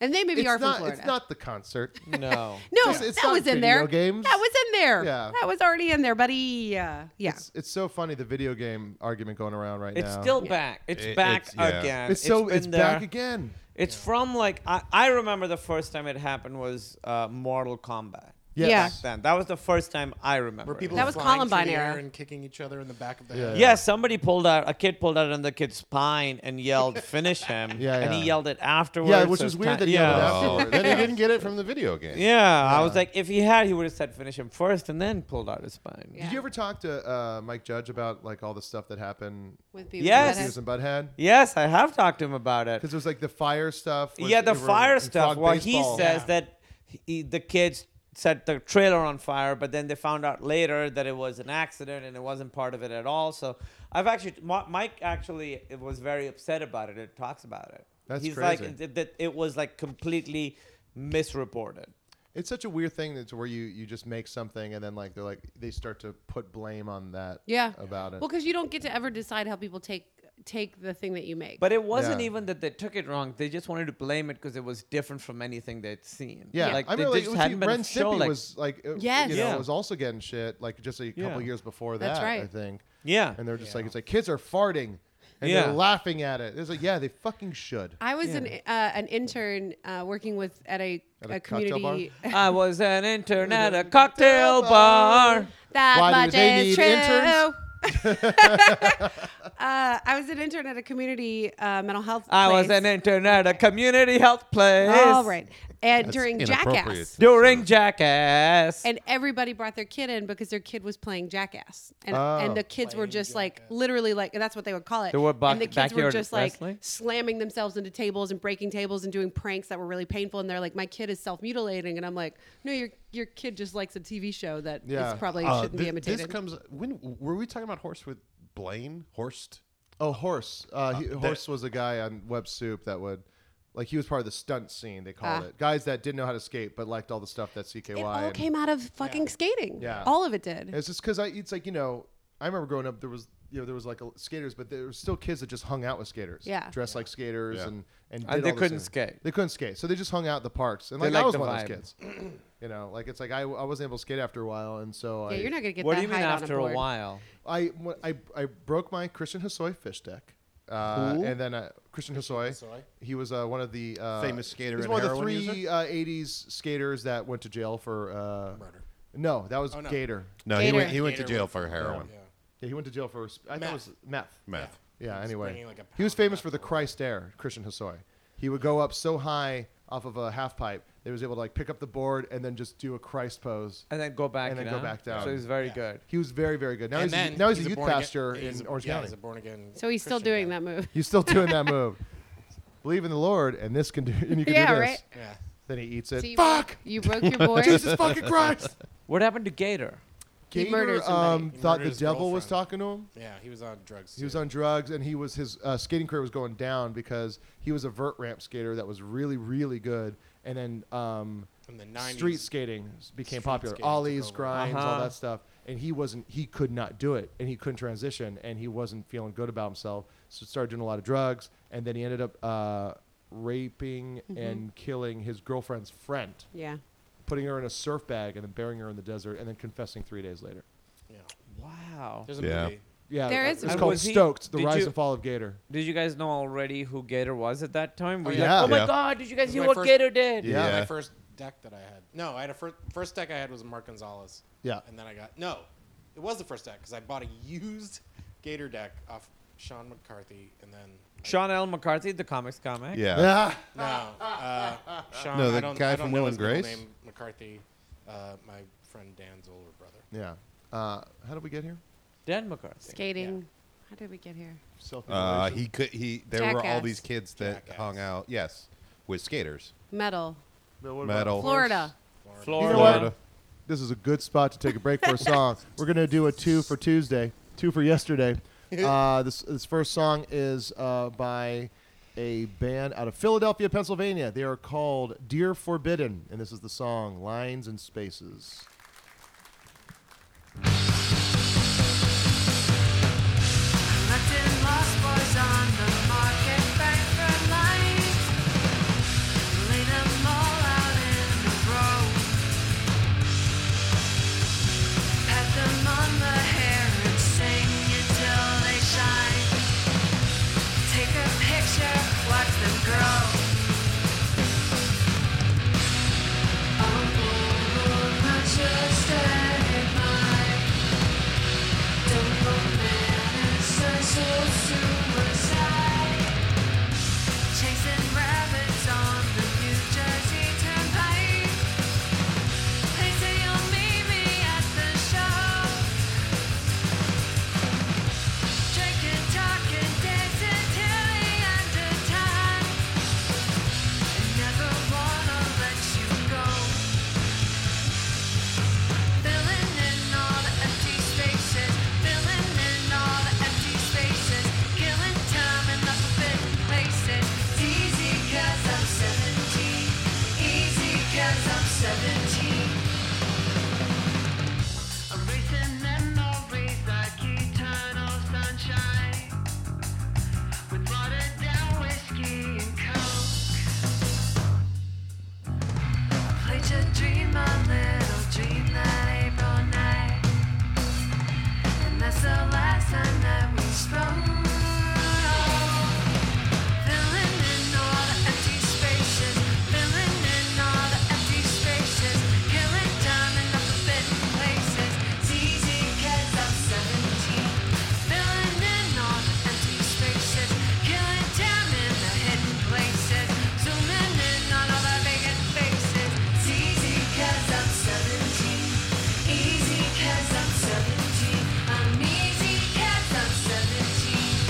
Speaker 2: And they maybe
Speaker 3: It's
Speaker 2: are from
Speaker 3: not.
Speaker 2: Florida.
Speaker 3: It's not the concert.
Speaker 8: No.
Speaker 2: no,
Speaker 3: it's- it's
Speaker 2: that
Speaker 3: not
Speaker 2: was in
Speaker 3: video
Speaker 2: there.
Speaker 3: games.
Speaker 2: That was in there.
Speaker 3: Yeah.
Speaker 2: That was already in there, buddy. Uh, yeah.
Speaker 3: It's, it's so funny the video game argument going around right
Speaker 8: It's
Speaker 3: now.
Speaker 8: still back. It's
Speaker 7: It-
Speaker 8: back
Speaker 7: it's- yeah.
Speaker 8: again.
Speaker 3: It's so
Speaker 8: been
Speaker 3: it's back
Speaker 8: there.
Speaker 3: again.
Speaker 8: It's from like I, I remember the first time it happened was uh, Mortal Kombat.
Speaker 3: Yes.
Speaker 2: Yeah.
Speaker 8: Back then, that was the first time I remember.
Speaker 1: Were
Speaker 8: it.
Speaker 1: people
Speaker 2: That was
Speaker 1: flying through
Speaker 2: Columbine
Speaker 1: the air
Speaker 2: era.
Speaker 1: and kicking each other in the back of the
Speaker 3: Yeah.
Speaker 1: head?
Speaker 8: Yeah, somebody pulled out. A kid pulled out on the kid's spine and yelled, "Finish him!"
Speaker 3: Yeah, yeah.
Speaker 8: and he yelled it afterwards.
Speaker 3: Yeah, which
Speaker 8: so
Speaker 3: is
Speaker 8: it's
Speaker 3: weird
Speaker 8: not-
Speaker 3: that he
Speaker 8: yeah.
Speaker 3: yelled
Speaker 7: Oh,
Speaker 3: afterwards.
Speaker 7: then he didn't get it from the video game.
Speaker 8: Yeah, I was like, if he had, he would have said, "Finish him first and then pulled out his spine.
Speaker 2: Yeah.
Speaker 3: Did you ever talk to uh, Mike Judge about like all the stuff that happened?
Speaker 2: With people
Speaker 8: Yes.
Speaker 2: that
Speaker 3: He was
Speaker 2: have-
Speaker 3: in Butthead
Speaker 8: Yes, I have talked to him about it.
Speaker 3: because it was like the fire stuff. with-
Speaker 8: yeah, the
Speaker 3: and
Speaker 8: fire
Speaker 3: frog
Speaker 8: stuff. Well, he
Speaker 3: baseball.
Speaker 8: says that he, the kids set the trailer on fire, but then they found out later that it was an accident and it wasn't part of it at all. So I've actually, Mi- Mike actually was very upset about it. It talks about it.
Speaker 3: That's
Speaker 8: He's
Speaker 3: crazy.
Speaker 8: like that- that it was like completely misreported.
Speaker 3: It's such a weird thing that's where you you just make something and then like they're like they start to put blame on that.
Speaker 2: Yeah.
Speaker 3: About it.
Speaker 2: Well, because you don't get to ever decide how people take take the thing that you make.
Speaker 8: But it wasn't
Speaker 3: Yeah.
Speaker 8: even that they took it wrong. They just wanted to blame it because it was different from anything they'd seen.
Speaker 3: yeah,
Speaker 8: like
Speaker 3: I
Speaker 8: they
Speaker 3: mean, like,
Speaker 8: just
Speaker 3: it was-
Speaker 8: hadn't been
Speaker 3: Ren
Speaker 8: a show
Speaker 3: Stimpy
Speaker 8: like-
Speaker 3: was like, uh,
Speaker 2: Yes.
Speaker 3: you know,
Speaker 8: Yeah.
Speaker 3: was also getting shit like just a couple
Speaker 8: Yeah.
Speaker 3: years before that.
Speaker 2: That's
Speaker 3: I
Speaker 2: right.
Speaker 3: think.
Speaker 8: Yeah.
Speaker 3: and they're just like, it's like kids are farting and
Speaker 8: Yeah.
Speaker 3: they're laughing at it. It's like, yeah, they fucking should.
Speaker 2: I was an uh, an intern uh, working with at a,
Speaker 3: At a
Speaker 2: a,
Speaker 3: cocktail bar?
Speaker 2: community.
Speaker 8: I was an intern at a cocktail bar.
Speaker 2: That
Speaker 3: Why do
Speaker 2: much
Speaker 3: they
Speaker 2: is
Speaker 3: need
Speaker 2: true.
Speaker 3: interns?
Speaker 2: uh, I was an intern at a community uh, mental health.
Speaker 8: I was
Speaker 2: place.
Speaker 8: an intern at a community health place.
Speaker 2: All right, and during
Speaker 7: inappropriate.
Speaker 2: Jackass,
Speaker 8: During Jackass.
Speaker 2: and everybody brought their kid in because their kid was playing Jackass, and
Speaker 3: Oh.
Speaker 2: and the kids were just like literally like that's what they would call it.
Speaker 8: They were back-
Speaker 2: and the kids were
Speaker 8: backyard
Speaker 2: just like
Speaker 8: wrestling?
Speaker 2: slamming themselves into tables and breaking tables and doing pranks that were really painful. And they're like, "My kid is self mutilating," and I'm like, "No, your your kid just likes a TV show that is
Speaker 3: Yeah.
Speaker 2: probably
Speaker 7: Uh,
Speaker 2: shouldn't
Speaker 7: thi-
Speaker 2: be imitated."
Speaker 7: This comes when were we talking about horse with Blaine Horst?
Speaker 3: Oh, Horse. Uh, he, Horse was a guy on Web Soup that would, like, he was part of the stunt scene. They called
Speaker 2: Ah.
Speaker 3: it guys that didn't know how to skate but liked all the stuff that CKY.
Speaker 2: it all
Speaker 3: and-
Speaker 2: came out of fucking skating.
Speaker 3: Yeah.
Speaker 2: all of it did.
Speaker 3: It's just because I. It's like you know. I remember growing up. There was you know there was like a, skaters, but there was still kids that just hung out with skaters.
Speaker 2: Yeah.
Speaker 3: Dressed like skaters
Speaker 7: Yeah.
Speaker 3: and and,
Speaker 8: And
Speaker 3: did
Speaker 8: they
Speaker 3: all the
Speaker 8: couldn't
Speaker 3: same-
Speaker 8: skate.
Speaker 3: They couldn't skate, so they just hung out at the parks. And
Speaker 8: They
Speaker 3: like I
Speaker 8: liked
Speaker 3: was
Speaker 8: the
Speaker 3: one of those
Speaker 8: vibe.
Speaker 3: kids. you know, like it's like I, I wasn't able to skate after a while, and so
Speaker 2: yeah,
Speaker 3: I
Speaker 2: you're not gonna get
Speaker 8: What
Speaker 2: that
Speaker 8: do you mean
Speaker 2: height on
Speaker 8: after
Speaker 2: a,
Speaker 8: a,
Speaker 2: board.
Speaker 8: while?
Speaker 3: I when- I I broke my Christian Hosoi fish deck. Uh, and then uh, Christian Hosoi, he was uh, one of the uh,
Speaker 7: Famous skater
Speaker 3: He's
Speaker 7: and
Speaker 3: one of the
Speaker 7: heroin
Speaker 3: three
Speaker 7: user?
Speaker 3: uh, '80s skaters that went to jail for uh, murder. No, that
Speaker 1: Oh,
Speaker 3: was Gator.
Speaker 7: No, he
Speaker 2: Gator.
Speaker 7: went. He went to
Speaker 1: Gator
Speaker 7: jail
Speaker 1: with-
Speaker 7: for heroin,
Speaker 3: Yeah, he went to jail for I thought it was meth.
Speaker 7: meth.
Speaker 3: Yeah, anyway.
Speaker 1: bringing, like, a
Speaker 3: he was
Speaker 1: pound of
Speaker 3: famous for the Christ air, Christian Hosoi. He would go up so high off of a half pipe that he was able to like pick up the board and then just do a Christ pose.
Speaker 8: And then go back
Speaker 3: And then
Speaker 8: you
Speaker 3: go
Speaker 8: know?
Speaker 3: back down.
Speaker 8: So he's very good.
Speaker 3: He was very, very good. Now
Speaker 1: and
Speaker 3: he's
Speaker 1: then
Speaker 3: a, now he's, a youth
Speaker 1: born again-
Speaker 3: pastor
Speaker 1: he's
Speaker 3: in
Speaker 1: a-
Speaker 3: Orange
Speaker 1: yeah,
Speaker 3: County.
Speaker 1: He's a born again.
Speaker 2: So he's still
Speaker 1: Christian
Speaker 2: doing
Speaker 1: guy.
Speaker 2: that move.
Speaker 3: He's still doing that move. Believe in the Lord, and this can do, and you can
Speaker 2: Yeah,
Speaker 3: do this.
Speaker 2: right.
Speaker 1: Yeah.
Speaker 3: Then he eats it.
Speaker 2: So you-
Speaker 3: Fuck!
Speaker 2: You broke your board.
Speaker 3: Jesus fucking Christ!
Speaker 8: What happened to Gator?
Speaker 2: He
Speaker 3: Gator,
Speaker 2: murdered somebody.
Speaker 3: um,
Speaker 1: He
Speaker 3: thought
Speaker 1: murdered
Speaker 3: the
Speaker 1: his
Speaker 3: devil was
Speaker 1: girlfriend.
Speaker 3: talking to him.
Speaker 1: Yeah, he was on drugs.
Speaker 3: He was on drugs, and he was his uh, skating career was going down because he was a vert ramp skater that was really, really good, and then um,
Speaker 1: In the 90s,
Speaker 3: street skating s- became
Speaker 1: street
Speaker 3: popular.
Speaker 1: skating
Speaker 3: Ollies,
Speaker 1: took over.
Speaker 3: grinds, all
Speaker 8: Uh-huh.
Speaker 3: that stuff, and he wasn't. He could not do it, and he couldn't transition, and he wasn't feeling good about himself. So started doing a lot of drugs, and then he ended up uh, raping
Speaker 8: Mm-hmm.
Speaker 3: and killing his girlfriend's friend,
Speaker 2: yeah.
Speaker 3: putting her in a surf bag, and then burying her in the desert, and then confessing three days later.
Speaker 8: Wow.
Speaker 1: There's a
Speaker 7: Yeah.
Speaker 1: movie.
Speaker 3: Yeah, uh,
Speaker 2: There is
Speaker 3: it's
Speaker 2: a-
Speaker 3: called
Speaker 8: Was he-
Speaker 3: Stoked: The
Speaker 8: did
Speaker 3: Rise
Speaker 8: you-
Speaker 3: and Fall of Gator.
Speaker 8: Did you guys know already who Gator was at that time? Were you
Speaker 3: yeah.
Speaker 8: like, oh
Speaker 7: Yeah.
Speaker 8: my God, did you guys
Speaker 1: It was
Speaker 8: hear
Speaker 1: my
Speaker 8: what
Speaker 1: first-
Speaker 8: Gator did?
Speaker 1: That was
Speaker 7: Yeah.
Speaker 1: my first deck that I had. No, I had a first first deck I had was a Mark Gonzalez.
Speaker 3: Yeah.
Speaker 1: And then I got no, it was the first deck because I bought a used Gator deck off Sean McCarthy, and then
Speaker 8: Sean L. McCarthy, the comics comic.
Speaker 7: Yeah.
Speaker 3: Yeah.
Speaker 1: no, uh, Sean.
Speaker 7: No, the
Speaker 1: I don't,
Speaker 7: guy
Speaker 1: I don't
Speaker 7: from
Speaker 1: know
Speaker 7: Will
Speaker 1: his
Speaker 7: and
Speaker 1: middle
Speaker 7: Grace?
Speaker 1: Name McCarthy, uh, my friend Dan's older brother.
Speaker 3: Yeah. Uh, how did we get here?
Speaker 8: Dan McCarthy.
Speaker 2: Skating. How did we get here?
Speaker 7: Uh, he could. He. There were all
Speaker 2: Jackass.
Speaker 7: these kids that
Speaker 1: Jackass.
Speaker 7: hung out. Yes, with skaters.
Speaker 2: Metal.
Speaker 7: Metal.
Speaker 2: Florida.
Speaker 8: Florida.
Speaker 3: You know what? This is a good spot to take a break for a song. We're gonna do a two for Tuesday, two for yesterday. Uh, this this first song is uh, by a band out of Philadelphia, Pennsylvania. They are called Dear Forbidden, and this is the song "Lines and Spaces."
Speaker 5: Watch them grow.
Speaker 11: the last time that we sprung. Filling in all the empty spaces, filling in all the empty spaces, killing time in the forbidden places. It's easy 'cause I'm 17. Filling in all the empty spaces, killing time in the hidden places, zooming in on all the vacant faces. It's easy 'cause I'm 17. Easy 'cause I'm 17. I'm easy 'cause I'm 17.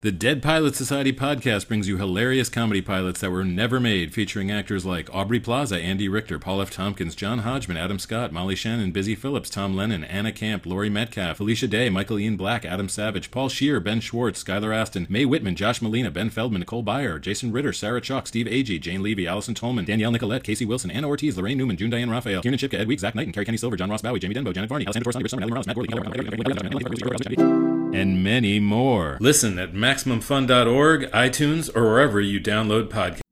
Speaker 12: The Dead Pilot Society podcast brings you hilarious comedy pilots that were never made, featuring actors like Aubrey Plaza, Andy Richter, Paul F. Tompkins, John Hodgman, Adam Scott, Molly Shannon, Busy Phillips, Tom Lennon, Anna Camp, Laurie Metcalf, Alicia Day, Michael Ian Black, Adam Savage, Paul Shear, Ben Schwartz, Skylar Aston, Mae Whitman, Josh Molina, Ben Feldman, Nicole Byer, Jason Ritter, Sarah Chalk, Steve Agee, Jane Levy, Allison Tolman, Danielle Nicolette, Casey Wilson, Anna Ortiz, Lorraine Newman, June Diane Raphael, Kieran Shipka, Ed Week, Zach Knight, and Carrie Kenny Silver, John Ross Bowie, Jamie Denbo, Janet Varney, Alexander Torres, Sunny Summer, Natalie Morales, Matt Gorley, and many more. Listen at MaximumFun.org, iTunes, or wherever you download podcasts.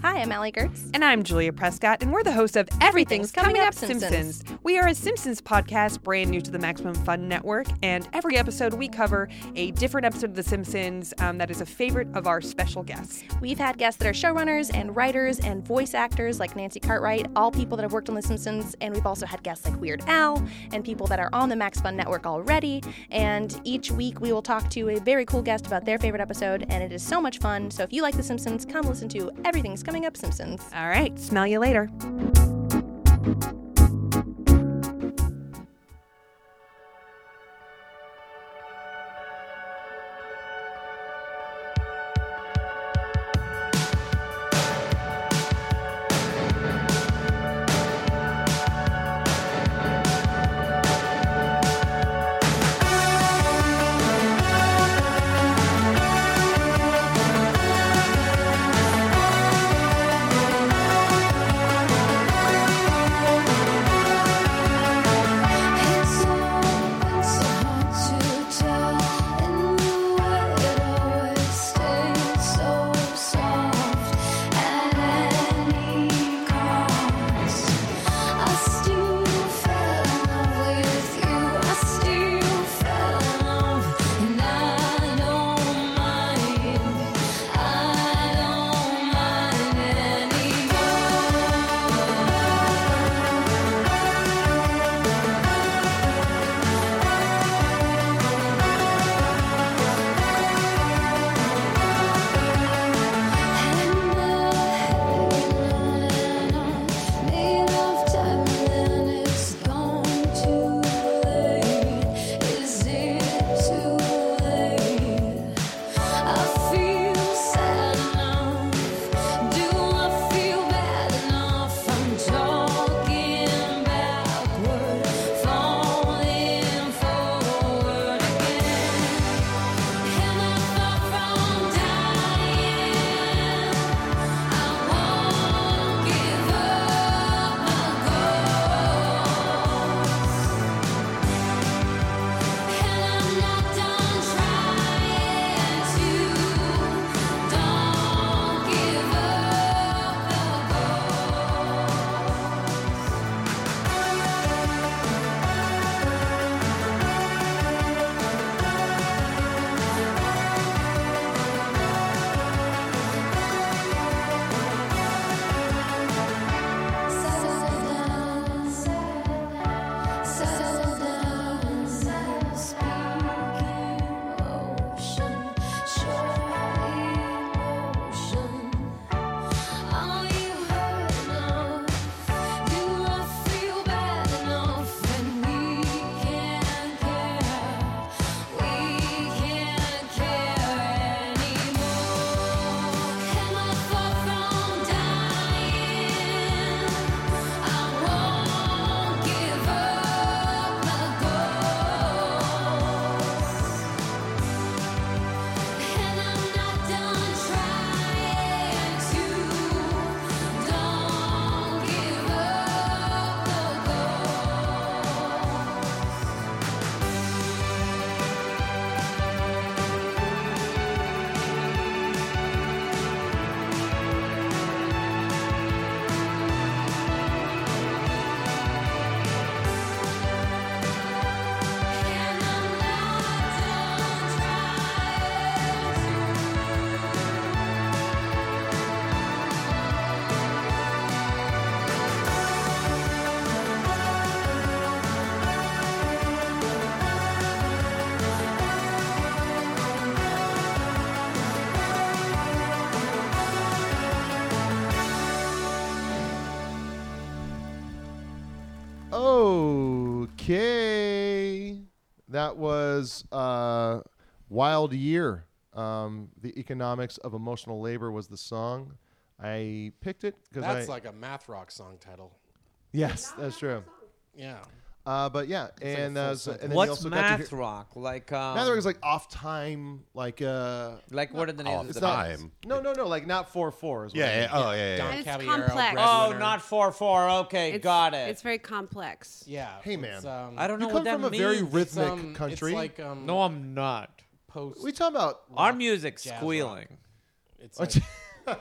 Speaker 13: Hi, I'm Allie Gertz. And I'm Julia Prescott, and we're the hosts of Everything's, Coming, Up, Simpsons. We are a Simpsons podcast brand new to the Maximum Fun Network, and every episode we cover a different episode of The Simpsons um, that is a favorite of our special guests.
Speaker 14: We've had guests that are showrunners and writers and voice actors like Nancy Cartwright, all people that have worked on The Simpsons, and we've also had guests like Weird Al and people that are on the Max Fun Network already. And each week we will talk to a very cool guest about their favorite episode, and it is so much fun. So if you like The Simpsons, come listen to Everything's Coming Up Simpsons.
Speaker 13: All right, smell you later.
Speaker 11: Thank you.
Speaker 3: Okay. That was uh, Wild Year. Um, the Economics of Emotional Labor was the song. I picked it because I.
Speaker 1: That's like a math rock song title.
Speaker 3: yes, that's true.
Speaker 1: Yeah.
Speaker 3: Uh, but yeah,
Speaker 1: like a
Speaker 3: and,
Speaker 1: full
Speaker 3: uh, so, and then
Speaker 8: What's
Speaker 3: you also got to
Speaker 8: math
Speaker 3: hear-
Speaker 8: rock? Like um,
Speaker 3: Math rock is like off time, like uh,
Speaker 8: Like, what are the names of
Speaker 3: it's
Speaker 8: the
Speaker 3: not-
Speaker 8: bands?
Speaker 3: No, no, no, like not four four is what
Speaker 7: Yeah,
Speaker 3: I mean.
Speaker 7: yeah, oh, yeah, yeah,
Speaker 2: And it's complex.
Speaker 8: Oh, not four four. Okay,
Speaker 2: It's-
Speaker 8: got it.
Speaker 2: It's very complex.
Speaker 1: Yeah.
Speaker 3: Hey man,
Speaker 8: I don't know
Speaker 3: you
Speaker 8: what
Speaker 3: come
Speaker 8: that
Speaker 3: from a very
Speaker 8: means.
Speaker 3: rhythmic
Speaker 1: It's, um, it's
Speaker 3: country.
Speaker 1: like, um,
Speaker 8: no, I'm not.
Speaker 1: Post.
Speaker 3: we talking about
Speaker 8: Our music's
Speaker 1: jazz rock.
Speaker 8: squealing.
Speaker 1: It's like,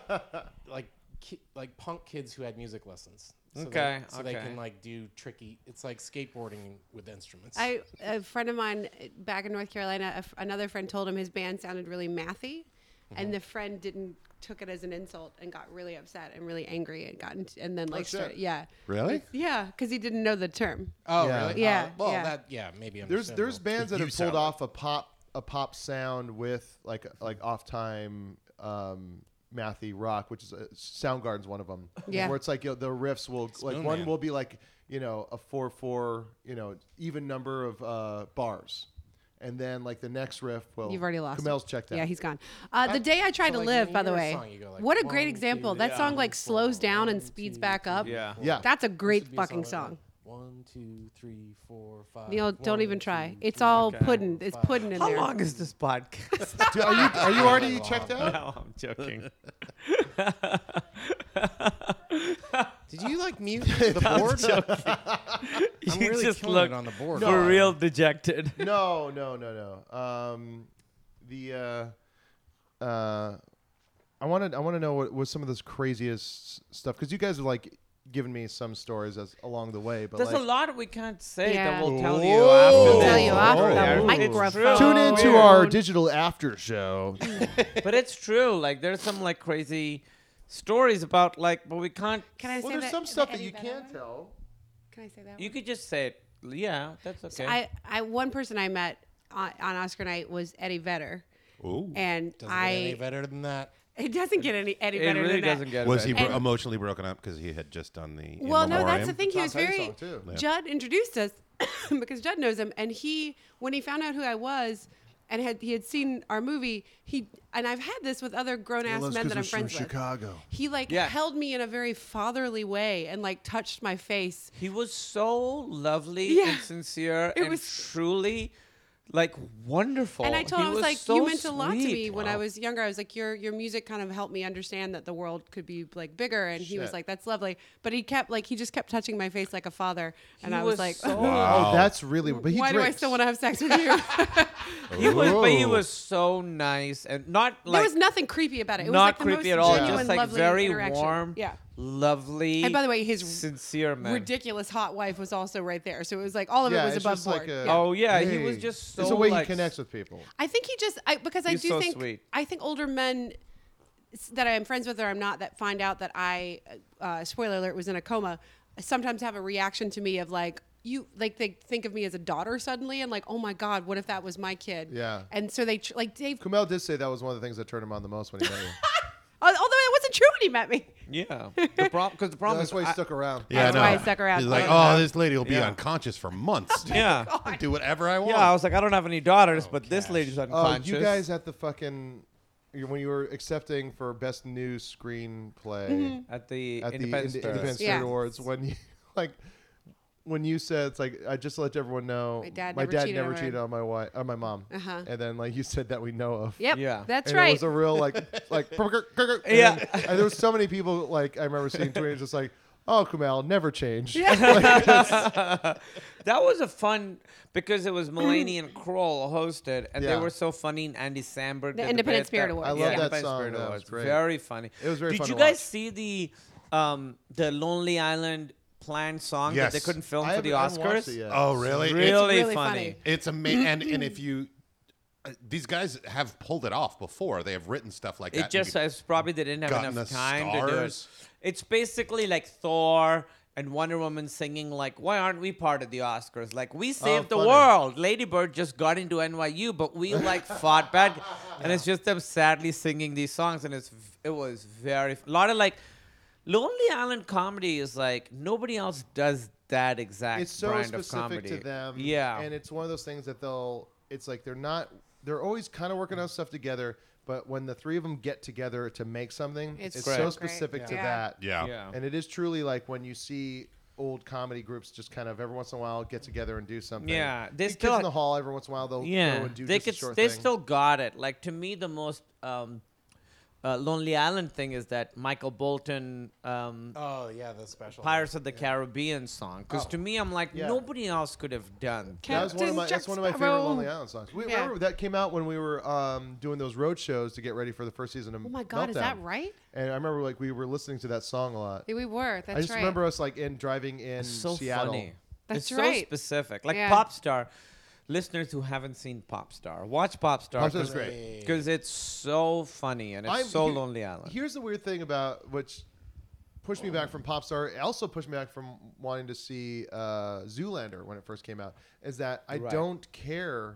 Speaker 1: like ki- like punk kids who had music lessons. So they-
Speaker 8: Okay,
Speaker 1: so they
Speaker 8: okay.
Speaker 1: can like do tricky. It's like skateboarding with instruments. Uh,
Speaker 2: I a friend of mine uh, back in North Carolina. a f another friend told him his band sounded really mathy, and the friend didn't took it as an insult and got really upset and really angry and gotten and then like
Speaker 3: shit.
Speaker 2: started, yeah
Speaker 7: Really?
Speaker 2: yeah because he didn't know the term.
Speaker 1: Oh,
Speaker 3: Yeah.
Speaker 1: really?
Speaker 2: Yeah,
Speaker 1: Uh, well,
Speaker 2: yeah.
Speaker 1: that yeah, maybe.
Speaker 3: there's there's
Speaker 1: understandable.
Speaker 3: bands that
Speaker 7: You
Speaker 3: have
Speaker 7: sound
Speaker 3: pulled off a pop a pop sound with like like off time um mathy rock which is uh, soundgarden's one of them
Speaker 2: Yeah.
Speaker 3: where it's like you know, the riffs will like
Speaker 1: Spoon
Speaker 3: one
Speaker 1: Man.
Speaker 3: will be like you know a four four you know even number of uh bars and then like the next riff will
Speaker 2: You've already lost.
Speaker 3: Kumel's
Speaker 2: him.
Speaker 3: checked out
Speaker 2: Yeah, he's gone. Uh, the day I tried to
Speaker 1: like,
Speaker 2: live,
Speaker 1: you
Speaker 2: by the
Speaker 1: hear a
Speaker 2: way.
Speaker 1: song, you go like,
Speaker 2: what a great
Speaker 1: one,
Speaker 2: example!
Speaker 1: two,
Speaker 2: That
Speaker 1: yeah.
Speaker 2: song like slows down and speeds back up.
Speaker 8: Yeah.
Speaker 3: Yeah.
Speaker 2: That's a great
Speaker 1: Should be
Speaker 2: fucking
Speaker 1: something
Speaker 2: song.
Speaker 1: like One, two, three, four, five.
Speaker 2: Neil, don't
Speaker 1: uh, one,
Speaker 2: even try.
Speaker 1: two,
Speaker 2: It's
Speaker 1: three,
Speaker 2: all
Speaker 1: four,
Speaker 2: pudding. It's
Speaker 1: five.
Speaker 2: pudding in
Speaker 8: How
Speaker 2: there.
Speaker 8: long is this podcast?
Speaker 3: Dude, are you are you already checked out
Speaker 8: no, I'm joking.
Speaker 1: Did you like mute the board? I'm
Speaker 8: you
Speaker 1: really
Speaker 8: just
Speaker 1: killing
Speaker 8: look
Speaker 1: it on the board.
Speaker 8: for real dejected.
Speaker 3: no, no, no, no. Um, the uh, uh, I wanted I want to know what was some of this craziest s- stuff because you guys have like given me some stories as along the way, but
Speaker 8: There's
Speaker 3: like,
Speaker 8: a lot we can't say
Speaker 2: Yeah.
Speaker 8: that we'll tell you
Speaker 3: Whoa.
Speaker 8: after
Speaker 3: We'll
Speaker 8: this.
Speaker 3: tell you
Speaker 2: after
Speaker 8: It's
Speaker 2: the
Speaker 8: true.
Speaker 2: microphone.
Speaker 3: tune
Speaker 2: Oh,
Speaker 3: into
Speaker 2: weird.
Speaker 3: our digital after show.
Speaker 8: but it's true. Like there's some like crazy stories about like, but we can't.
Speaker 2: Can I say
Speaker 3: well, there's
Speaker 2: that?
Speaker 3: some
Speaker 2: is
Speaker 3: stuff
Speaker 2: any
Speaker 3: that you
Speaker 2: better?
Speaker 3: can't tell.
Speaker 2: Can I say that?
Speaker 8: You could just say it. Yeah, that's okay.
Speaker 2: I, I one person I met on, on Oscar night was Eddie Vedder,
Speaker 7: Ooh.
Speaker 2: and
Speaker 1: Doesn't get any
Speaker 2: I
Speaker 1: better than that.
Speaker 2: it doesn't get any Eddie
Speaker 8: it
Speaker 2: Vedder
Speaker 8: really
Speaker 2: than that.
Speaker 8: doesn't get
Speaker 7: Was
Speaker 8: better.
Speaker 7: he bro-
Speaker 2: And-
Speaker 7: emotionally broken up because he had just done the? In
Speaker 2: Well, no, that's
Speaker 7: Memoriam?
Speaker 2: the thing. He
Speaker 3: Tom
Speaker 2: was
Speaker 3: Petty
Speaker 2: very.
Speaker 3: song, too. Yeah.
Speaker 2: Judd introduced us because Judd knows him, and he when he found out who I was. And had he had seen our movie, he and I've had this with other grown ass
Speaker 3: loves
Speaker 2: men that I'm
Speaker 3: 'cause we're from
Speaker 2: friends with.
Speaker 3: Chicago.
Speaker 2: He like
Speaker 8: Yeah.
Speaker 2: held me in a very fatherly way and like touched my face.
Speaker 8: He was so lovely
Speaker 2: Yeah.
Speaker 8: and sincere
Speaker 2: It
Speaker 8: and
Speaker 2: was-
Speaker 8: truly like wonderful.
Speaker 2: And I told
Speaker 8: Oh, He
Speaker 2: him I was like,
Speaker 8: so
Speaker 2: you meant a lot to me
Speaker 8: sweet.
Speaker 2: when I was younger. I was like, your your music kind of helped me understand that the world could be like bigger. And he was
Speaker 3: Shit.
Speaker 2: like, that's lovely. But he kept like he just kept touching my face like a father, and
Speaker 8: He
Speaker 2: I was,
Speaker 8: was
Speaker 2: like,
Speaker 8: so-
Speaker 3: Oh, that's really. But he
Speaker 2: why do I
Speaker 3: drinks.
Speaker 2: still want to have sex with you?
Speaker 8: He was, but he
Speaker 3: Ooh.
Speaker 8: was so nice and not like
Speaker 2: there was nothing creepy about it. It was
Speaker 8: not
Speaker 2: like the
Speaker 8: creepy
Speaker 2: most
Speaker 8: at all.
Speaker 2: genuine,
Speaker 8: Just like
Speaker 2: lovely
Speaker 8: very
Speaker 2: interaction.
Speaker 8: warm,
Speaker 2: Yeah.
Speaker 8: lovely.
Speaker 2: And by the way, his
Speaker 8: sincere man.
Speaker 2: Ridiculous hot wife was also right there, so it was like all of
Speaker 3: Yeah,
Speaker 2: it was
Speaker 3: it's
Speaker 2: above
Speaker 3: just like
Speaker 2: board.
Speaker 3: a-
Speaker 2: Yeah.
Speaker 8: Oh yeah, he was
Speaker 3: Hey.
Speaker 8: just so.
Speaker 3: It's a way
Speaker 8: like,
Speaker 3: he connects with people.
Speaker 2: I think he just I because I
Speaker 8: He's
Speaker 2: do
Speaker 8: so
Speaker 2: think
Speaker 8: sweet.
Speaker 2: I think older men s- that I am friends with or I'm not that find out that I uh, spoiler alert was in a coma sometimes have a reaction to me of like you like they think of me as a daughter suddenly and like oh my god what if that was my kid
Speaker 3: Yeah.
Speaker 2: and so they tr- like Dave
Speaker 3: Kumail did say that was one of the things that turned him on the most when he met you.
Speaker 2: al- although that wasn't true when he met me
Speaker 8: Yeah, the problem because the problem
Speaker 3: That's
Speaker 8: is
Speaker 3: why he
Speaker 8: I-
Speaker 3: stuck around.
Speaker 7: Yeah,
Speaker 2: That's
Speaker 7: I
Speaker 2: why
Speaker 7: know.
Speaker 2: I stuck around.
Speaker 7: He's like,
Speaker 2: Yeah.
Speaker 7: oh, this lady will be
Speaker 8: Yeah.
Speaker 7: unconscious for months.
Speaker 8: Yeah.
Speaker 2: Oh
Speaker 7: I do whatever I want.
Speaker 8: Yeah, I was like, I don't have any daughters, but this lady's
Speaker 3: Oh,
Speaker 8: unconscious.
Speaker 3: you guys at the fucking you- when you were accepting for best new screenplay
Speaker 8: at the
Speaker 3: at the
Speaker 8: Independence
Speaker 3: Inde-
Speaker 8: Fair.
Speaker 3: Independence
Speaker 2: Mm-hmm. Yeah.
Speaker 3: Spirit Awards when you like when you said it's like I just to let everyone know
Speaker 2: My dad never cheated on
Speaker 3: never
Speaker 2: my-
Speaker 3: cheated on my wife on my mom
Speaker 2: Uh-huh.
Speaker 3: and then like you said that we know of
Speaker 2: yep
Speaker 8: Yeah.
Speaker 2: that's
Speaker 3: and
Speaker 2: right
Speaker 3: It was a real like like and
Speaker 8: Yeah.
Speaker 3: then- and there was so many people like I remember seeing tweets just like oh Kumail never changed
Speaker 8: That was a fun because it was Mulaney and Kroll hosted, and
Speaker 3: Yeah.
Speaker 8: they were so funny. And Andy Samberg,
Speaker 2: The
Speaker 8: did
Speaker 2: Independent
Speaker 8: bit
Speaker 2: Spirit
Speaker 8: that-
Speaker 2: Awards.
Speaker 3: I love that
Speaker 8: Independent
Speaker 3: song.
Speaker 8: Spirit
Speaker 3: That was
Speaker 8: Awards.
Speaker 3: great.
Speaker 8: Very funny.
Speaker 3: It was very
Speaker 8: Did
Speaker 3: fun
Speaker 8: you
Speaker 3: to
Speaker 8: guys
Speaker 3: watch.
Speaker 8: see the um, the Lonely Island planned song that they
Speaker 7: Yes.
Speaker 8: couldn't film
Speaker 3: I
Speaker 8: for the
Speaker 3: haven't- I haven't watched
Speaker 8: Oscars?
Speaker 3: it yet.
Speaker 7: oh, really?
Speaker 8: Really,
Speaker 7: It's-
Speaker 2: really
Speaker 8: funny.
Speaker 2: funny.
Speaker 7: It's amazing, and and if you, uh, these guys have pulled it off before. They have written stuff like that.
Speaker 8: It
Speaker 7: You
Speaker 8: just
Speaker 7: could-
Speaker 8: it's probably they didn't have
Speaker 7: gotten
Speaker 8: enough
Speaker 7: the
Speaker 8: time to do it.
Speaker 7: stars.
Speaker 8: It's basically like Thor and Wonder Woman singing like, "Why aren't we part of the Oscars? Like we saved the
Speaker 3: funny.
Speaker 8: world. Lady Bird just got into NYU, but we like fought back." And it's just them sadly singing these songs, and it's v- it was very a lot of like Lonely Island comedy is like nobody else does that exact
Speaker 3: it's so
Speaker 8: brand of
Speaker 3: specific
Speaker 8: comedy.
Speaker 3: to them
Speaker 8: Yeah.
Speaker 3: and it's one of those things that they'll it's like they're not they're always kind of working on stuff together but when the three of them get together to make something
Speaker 1: It's
Speaker 3: it's,
Speaker 1: Correct.
Speaker 3: so
Speaker 1: great.
Speaker 3: specific to
Speaker 1: Yeah.
Speaker 3: that
Speaker 1: Yeah. Yeah.
Speaker 3: and it is truly like when you see old comedy groups just kind of every once in a while get together and do something
Speaker 8: Yeah, they
Speaker 3: Kids
Speaker 8: still-
Speaker 3: in the hall every once in a while they'll go and do
Speaker 8: they
Speaker 3: just a
Speaker 8: could,
Speaker 3: short
Speaker 8: they
Speaker 3: thing.
Speaker 8: still got it. Like to me, the most um, uh, Lonely Island thing is that Michael Bolton. Um,
Speaker 1: Oh, yeah, the special.
Speaker 8: Pirates of the Caribbean song, because
Speaker 1: Oh.
Speaker 8: to me, I'm like
Speaker 1: Yeah.
Speaker 8: nobody else could have done.
Speaker 3: that was one of
Speaker 1: Captain
Speaker 3: my
Speaker 1: Jack
Speaker 3: that's one of my favorite
Speaker 1: Sparrow.
Speaker 3: Lonely Island songs. We,
Speaker 2: Yeah.
Speaker 3: Remember that came out when we were um, doing those road shows to get ready for the first season of
Speaker 2: Oh my God, is
Speaker 3: Meltdown.
Speaker 2: that right?
Speaker 3: And I remember like we were listening to that song a lot.
Speaker 2: Yeah, we were. That's
Speaker 3: I just
Speaker 2: right.
Speaker 3: remember us like in driving in
Speaker 8: It's so
Speaker 3: Seattle.
Speaker 8: funny.
Speaker 2: That's
Speaker 8: it's so
Speaker 2: right.
Speaker 8: specific. Like
Speaker 2: Yeah.
Speaker 8: pop star, listeners who haven't seen pop star, watch pop star.
Speaker 3: Popstar's great.
Speaker 8: because it's so funny and it's
Speaker 3: I'm-
Speaker 8: so
Speaker 3: here-
Speaker 8: Lonely Island.
Speaker 3: Here's the weird thing about which pushed me back from Popstar, it also pushed me back from wanting to see uh, Zoolander when it first came out, is that I
Speaker 8: Right.
Speaker 3: don't care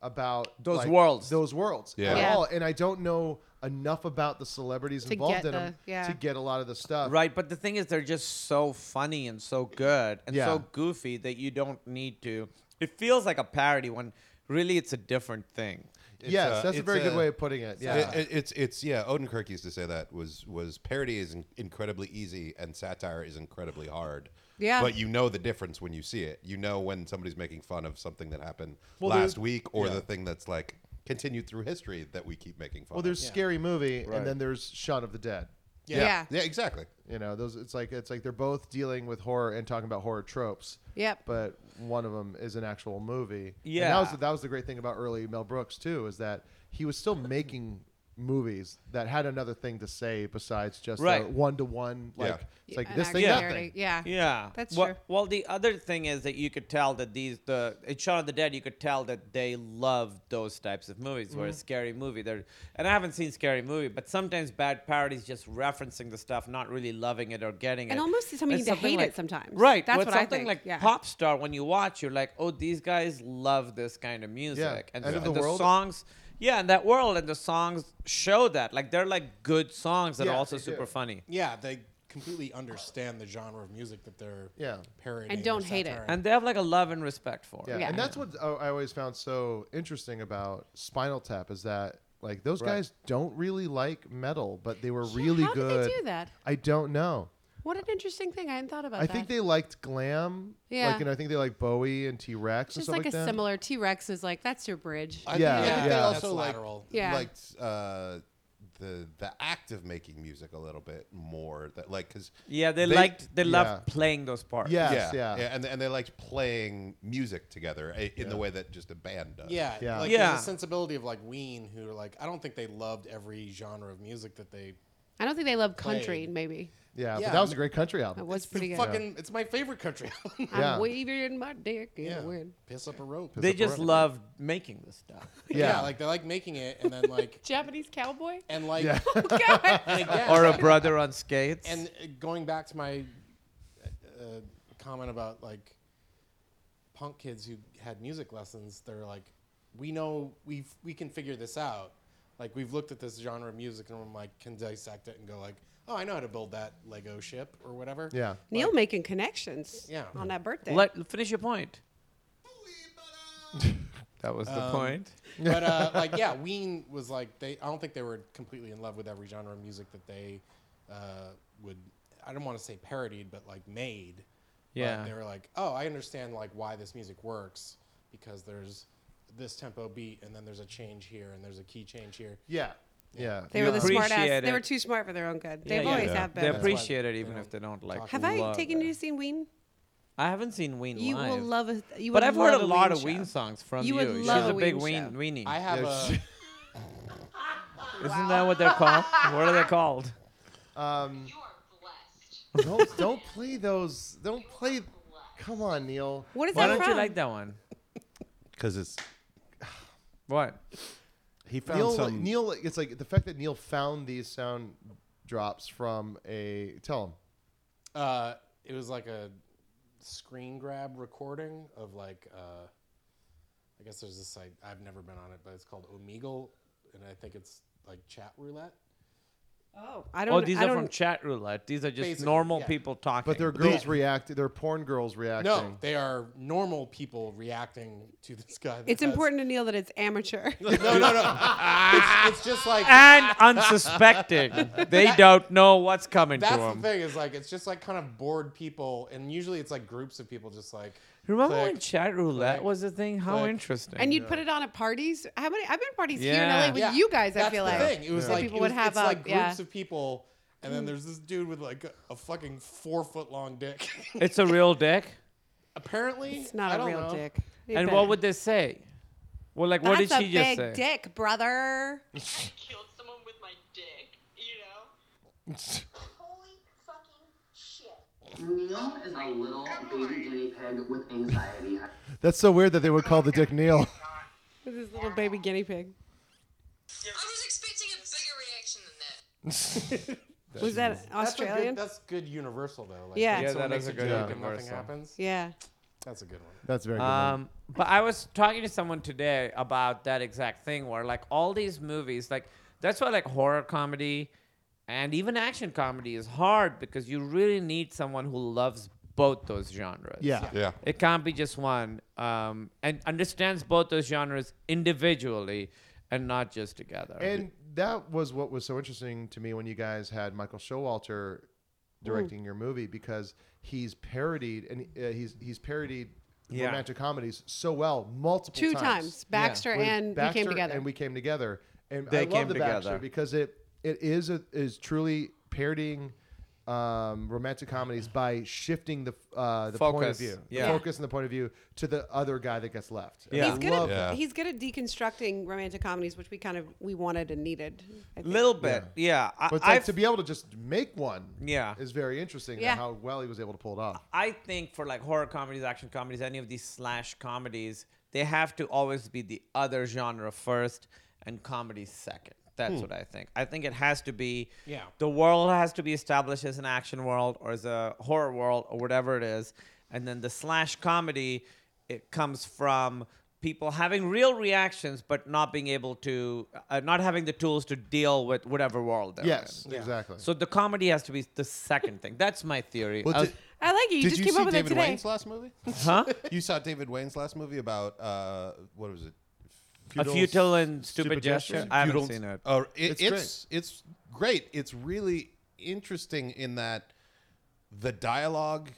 Speaker 3: about
Speaker 8: Those
Speaker 3: like,
Speaker 8: worlds.
Speaker 3: those worlds
Speaker 8: Yeah.
Speaker 3: at
Speaker 8: Yeah.
Speaker 3: all, and I don't know enough about the celebrities
Speaker 8: To
Speaker 3: involved
Speaker 8: get
Speaker 3: in them
Speaker 8: the- yeah.
Speaker 3: to get a lot of the stuff.
Speaker 8: Right, but the thing is, they're just so funny and so good and
Speaker 3: Yeah.
Speaker 8: so goofy that you don't need to. It feels like a parody when really it's a different thing.
Speaker 3: Yes, that's a very good way of putting it, yeah.
Speaker 7: It- it- it's it's yeah. Odenkirk used to say that was was parody is in, incredibly easy and satire is incredibly hard.
Speaker 2: Yeah.
Speaker 7: But you know the difference when you see it. You know when somebody's making fun of something that happened
Speaker 3: Well,
Speaker 7: last
Speaker 3: there's-
Speaker 7: week or
Speaker 3: yeah.
Speaker 7: the thing that's like continued through history that we keep making fun.
Speaker 3: Well, there's
Speaker 7: of.
Speaker 3: Scary Movie,
Speaker 7: Right.
Speaker 3: and then there's Shaun of the Dead.
Speaker 7: Yeah. Yeah. Yeah, exactly.
Speaker 3: You know, those. It's like it's like they're both dealing with horror and talking about horror tropes.
Speaker 2: Yep.
Speaker 3: But one of them is an actual movie. And that
Speaker 8: Yeah.
Speaker 3: was the, that was the great thing about early Mel Brooks too, is that he was still making movies that had another thing to say besides just
Speaker 8: Right.
Speaker 3: one to one. Like it's like this thing,
Speaker 8: yeah.
Speaker 3: that thing.
Speaker 2: Yeah.
Speaker 8: Yeah.
Speaker 2: That's
Speaker 8: well,
Speaker 2: true.
Speaker 8: Well, the other thing is that you could tell that these the in Shaun of the Dead, you could tell that they love those types of movies. Where a
Speaker 2: Mm-hmm.
Speaker 15: Mhm.
Speaker 8: scary movie, they're and I haven't seen scary movie, but sometimes bad parodies just referencing the stuff, not really loving it or getting it.
Speaker 2: And almost something
Speaker 8: It's
Speaker 2: to hate
Speaker 8: like-
Speaker 2: it sometimes.
Speaker 8: Right.
Speaker 2: That's
Speaker 8: with
Speaker 2: what I
Speaker 8: something
Speaker 2: think,
Speaker 8: like
Speaker 2: yeah.
Speaker 8: pop star, when you watch, you're like, oh, these guys love this kind of music, and,
Speaker 3: End
Speaker 8: the,
Speaker 3: of the World.
Speaker 8: songs. Yeah, and that world and the songs show that. Like they're like good songs that are also super funny.
Speaker 1: Yeah, they completely understand the genre of music that they're
Speaker 3: Yeah.
Speaker 1: parodying.
Speaker 2: And don't
Speaker 1: or
Speaker 2: hate it.
Speaker 1: satirizing.
Speaker 8: And they have like a love and respect for.
Speaker 3: Yeah.
Speaker 8: it.
Speaker 3: and that's what uh, I always found so interesting about Spinal Tap is that like those
Speaker 8: Right.
Speaker 3: guys don't really like metal, but they were really
Speaker 2: how did they
Speaker 3: good.
Speaker 2: do that?
Speaker 3: I don't know.
Speaker 2: What an interesting thing. I hadn't thought about
Speaker 3: I
Speaker 2: that.
Speaker 3: think they liked glam.
Speaker 2: Yeah.
Speaker 3: Like, and I think they like Bowie and T Rex
Speaker 2: it's
Speaker 3: and
Speaker 2: just
Speaker 3: stuff
Speaker 2: like,
Speaker 3: like,
Speaker 2: a
Speaker 3: that.
Speaker 2: similar T Rex is like, that's your bridge.
Speaker 7: I think-
Speaker 3: Yeah,
Speaker 7: I think
Speaker 3: yeah.
Speaker 7: They also
Speaker 3: That's
Speaker 7: like
Speaker 3: lateral.
Speaker 2: Yeah.
Speaker 7: liked uh, the the act of making music a little bit more. That like because
Speaker 8: Yeah, they liked- they loved Yeah. playing those parts. Yes,
Speaker 7: yeah,
Speaker 8: yeah.
Speaker 7: and and they liked playing music together i- in the way that just a band does.
Speaker 1: Yeah, yeah. Like,
Speaker 8: Yeah.
Speaker 1: There's a sensibility of like Ween, who are like, I don't think they loved every genre of music that they.
Speaker 2: I don't think they love country,
Speaker 1: Played.
Speaker 2: maybe.
Speaker 3: Yeah,
Speaker 1: Yeah.
Speaker 3: but that was a great country album.
Speaker 2: That was pretty good.
Speaker 1: Fucking, it's my favorite country. album.
Speaker 2: I'm
Speaker 3: Yeah.
Speaker 2: waving my dick in the wind.
Speaker 1: Piss up a rope.
Speaker 8: They just love making this stuff.
Speaker 1: Yeah.
Speaker 8: Yeah.
Speaker 1: like they like making it, and then like
Speaker 2: Japanese cowboy.
Speaker 1: and like
Speaker 8: Yeah.
Speaker 1: and again,
Speaker 8: or a
Speaker 1: like-
Speaker 8: brother on skates.
Speaker 1: And uh, going back to my uh, comment about like punk kids who had music lessons, they're like, we know we we can figure this out. Like we've looked at this genre of music and I'm like can dissect it and go like, oh, I know how to build that Lego ship or whatever.
Speaker 3: Yeah.
Speaker 2: Neil making connections
Speaker 1: Yeah.
Speaker 2: on that birthday.
Speaker 8: Let finish your point. that was the
Speaker 1: Um,
Speaker 8: point.
Speaker 1: But uh, like, yeah, Ween was like they. I don't think they were completely in love with every genre of music that they uh, would. I don't want to say parodied, but like made. But
Speaker 8: Yeah.
Speaker 1: they were like, oh, I understand like why this music works because there's this tempo beat and then there's a change here and there's a key change here.
Speaker 3: Yeah. Yeah.
Speaker 2: They were the smart ass.
Speaker 8: appreciate
Speaker 2: They
Speaker 8: it.
Speaker 2: were too smart for their own good.
Speaker 8: Yeah,
Speaker 2: They've
Speaker 8: yeah.
Speaker 2: always have been.
Speaker 8: They appreciate it even if they don't like.
Speaker 2: Have I
Speaker 8: love
Speaker 2: taken
Speaker 8: it.
Speaker 2: you to see Ween?
Speaker 8: I haven't seen Ween
Speaker 2: You will
Speaker 8: live.
Speaker 2: love a- you
Speaker 8: but
Speaker 2: would
Speaker 8: I've heard
Speaker 2: love
Speaker 8: a
Speaker 2: a
Speaker 8: lot
Speaker 2: Ween
Speaker 8: of
Speaker 2: show.
Speaker 8: Ween songs from
Speaker 2: You
Speaker 8: you.
Speaker 2: would
Speaker 8: She's
Speaker 2: love
Speaker 8: a
Speaker 2: a
Speaker 8: big
Speaker 2: Ween
Speaker 8: Ween
Speaker 2: show.
Speaker 8: weenie.
Speaker 1: I have a.
Speaker 8: Isn't that what they're called? what are they called?
Speaker 3: Um, don't don't play those. Don't play. Come on, Neil.
Speaker 2: What is
Speaker 8: Why
Speaker 2: that
Speaker 8: don't you
Speaker 2: from?
Speaker 8: like that one?
Speaker 7: Because it's
Speaker 8: What?
Speaker 7: he found
Speaker 3: Neil,
Speaker 7: some.
Speaker 3: Neil. It's like the fact that Neil found these sound drops from a. Tell him.
Speaker 1: Uh, it was like a screen grab recording of like uh, I guess there's this site I've never been on it, but it's called Omegle, and I think it's like chat roulette.
Speaker 2: Oh, I don't.
Speaker 8: oh,
Speaker 2: kn-
Speaker 8: these
Speaker 2: I
Speaker 8: are
Speaker 2: don't,
Speaker 8: from chat roulette. These are just
Speaker 1: Basically,
Speaker 8: normal
Speaker 1: yeah.
Speaker 8: people talking.
Speaker 3: But they're girls react. They're porn girls reacting.
Speaker 1: No, they are normal people reacting to this guy. that
Speaker 2: It's
Speaker 1: has-
Speaker 2: important to Neil that it's amateur.
Speaker 1: No, no, no. it's, it's just like
Speaker 8: and unsuspecting. they don't know what's coming to
Speaker 1: That's the
Speaker 8: them.
Speaker 1: thing is like it's just like kind of bored people, and usually it's like groups of people just like.
Speaker 8: Remember
Speaker 1: click,
Speaker 8: when chat roulette
Speaker 1: click,
Speaker 8: was a thing? How
Speaker 1: click.
Speaker 8: interesting.
Speaker 2: And you'd put it on at parties. How many? I've been at parties here
Speaker 8: Yeah.
Speaker 2: in LA with
Speaker 1: Yeah,
Speaker 2: you guys. I
Speaker 1: that's
Speaker 2: feel
Speaker 1: the
Speaker 2: like
Speaker 1: thing. It was
Speaker 2: that
Speaker 1: like
Speaker 2: people
Speaker 1: it was-
Speaker 2: would have
Speaker 1: it's
Speaker 2: up.
Speaker 1: like groups
Speaker 2: yeah.
Speaker 1: of people, and then there's this dude with like a, a fucking four foot long dick.
Speaker 8: It's a real dick.
Speaker 1: apparently
Speaker 2: It's not
Speaker 1: a
Speaker 2: a real dick. You
Speaker 8: and
Speaker 2: better.
Speaker 8: what would they say? Well, like, what
Speaker 2: That's
Speaker 8: did she
Speaker 2: a
Speaker 8: just
Speaker 2: big
Speaker 8: say?
Speaker 2: dick, brother.
Speaker 9: Neil is a little baby guinea pig with anxiety.
Speaker 3: That's so weird that they would call the dick Neil.
Speaker 2: With his little baby guinea pig. Was that
Speaker 1: That's,
Speaker 2: Australian?
Speaker 1: a good, that's good universal though. Like,
Speaker 2: Yeah.
Speaker 1: when
Speaker 2: Yeah,
Speaker 1: someone
Speaker 8: that is
Speaker 1: makes
Speaker 8: a good
Speaker 1: joke and nothing
Speaker 8: universal.
Speaker 1: happens.
Speaker 2: Yeah.
Speaker 1: That's a good one.
Speaker 3: That's very good. one.
Speaker 8: Um, but I was talking to someone today about that exact thing where like all these movies, like that's why like horror comedy and even action comedy is hard because you really need someone who loves both those genres.
Speaker 3: Yeah. Yeah.
Speaker 8: It can't be just one. Um, and understands both those genres individually and not just together.
Speaker 3: And that was what was so interesting to me when you guys had Michael Showalter directing
Speaker 2: Mm.
Speaker 3: your movie because he's parodied and uh, he's he's parodied
Speaker 8: Yeah.
Speaker 3: romantic comedies so well multiple
Speaker 2: Two times,
Speaker 3: times.
Speaker 2: Baxter
Speaker 3: With
Speaker 2: and We Came
Speaker 3: Baxter
Speaker 2: Together.
Speaker 3: And we came together. And
Speaker 8: They
Speaker 3: I love
Speaker 8: Came
Speaker 3: the Baxter
Speaker 8: Together.
Speaker 3: because it it is a, is truly parodying um, romantic comedies by shifting the uh, the point of
Speaker 8: Focus,
Speaker 3: view,
Speaker 8: yeah.
Speaker 3: the focus and the point of vue to the other guy that gets left. And
Speaker 8: Yeah.
Speaker 3: I
Speaker 2: He's good at
Speaker 3: love that.
Speaker 2: he's good at deconstructing romantic comedies, which we kind of we wanted and needed. I think.
Speaker 8: little bit, yeah. I,
Speaker 3: But it's
Speaker 8: I've-
Speaker 3: like to be able to just make one,
Speaker 8: Yeah. Oh,
Speaker 3: is very interesting.
Speaker 2: Yeah.
Speaker 3: Yeah. how well he was able to pull it off.
Speaker 8: I think for like horror comedies, action comedies, any of these slash comedies, they have to always be the other genre first and comedy second. That's what I think. I think it has to be
Speaker 1: Yeah.
Speaker 8: the world has to be established as an action world or as a horror world or whatever it is. And then the slash comedy, it comes from people having real reactions but not being able to uh, not having the tools to deal with whatever world they're
Speaker 3: Yes,
Speaker 8: in.
Speaker 3: exactly.
Speaker 8: So the comedy has to be the second thing. That's my theory.
Speaker 7: Well,
Speaker 8: I was-
Speaker 7: did-
Speaker 2: I like it. You
Speaker 7: Did
Speaker 2: just
Speaker 7: you
Speaker 2: came
Speaker 7: see
Speaker 2: up with
Speaker 7: David
Speaker 2: it today.
Speaker 7: Wayne's last movie?
Speaker 8: huh?
Speaker 7: you saw David Wayne's last movie about uh, what was it?
Speaker 8: a futile and stupid, gesture. I haven't
Speaker 7: Feudal-
Speaker 8: seen it.
Speaker 7: Oh, it- it's
Speaker 3: It's
Speaker 7: it's great. it's really interesting in that the dialogue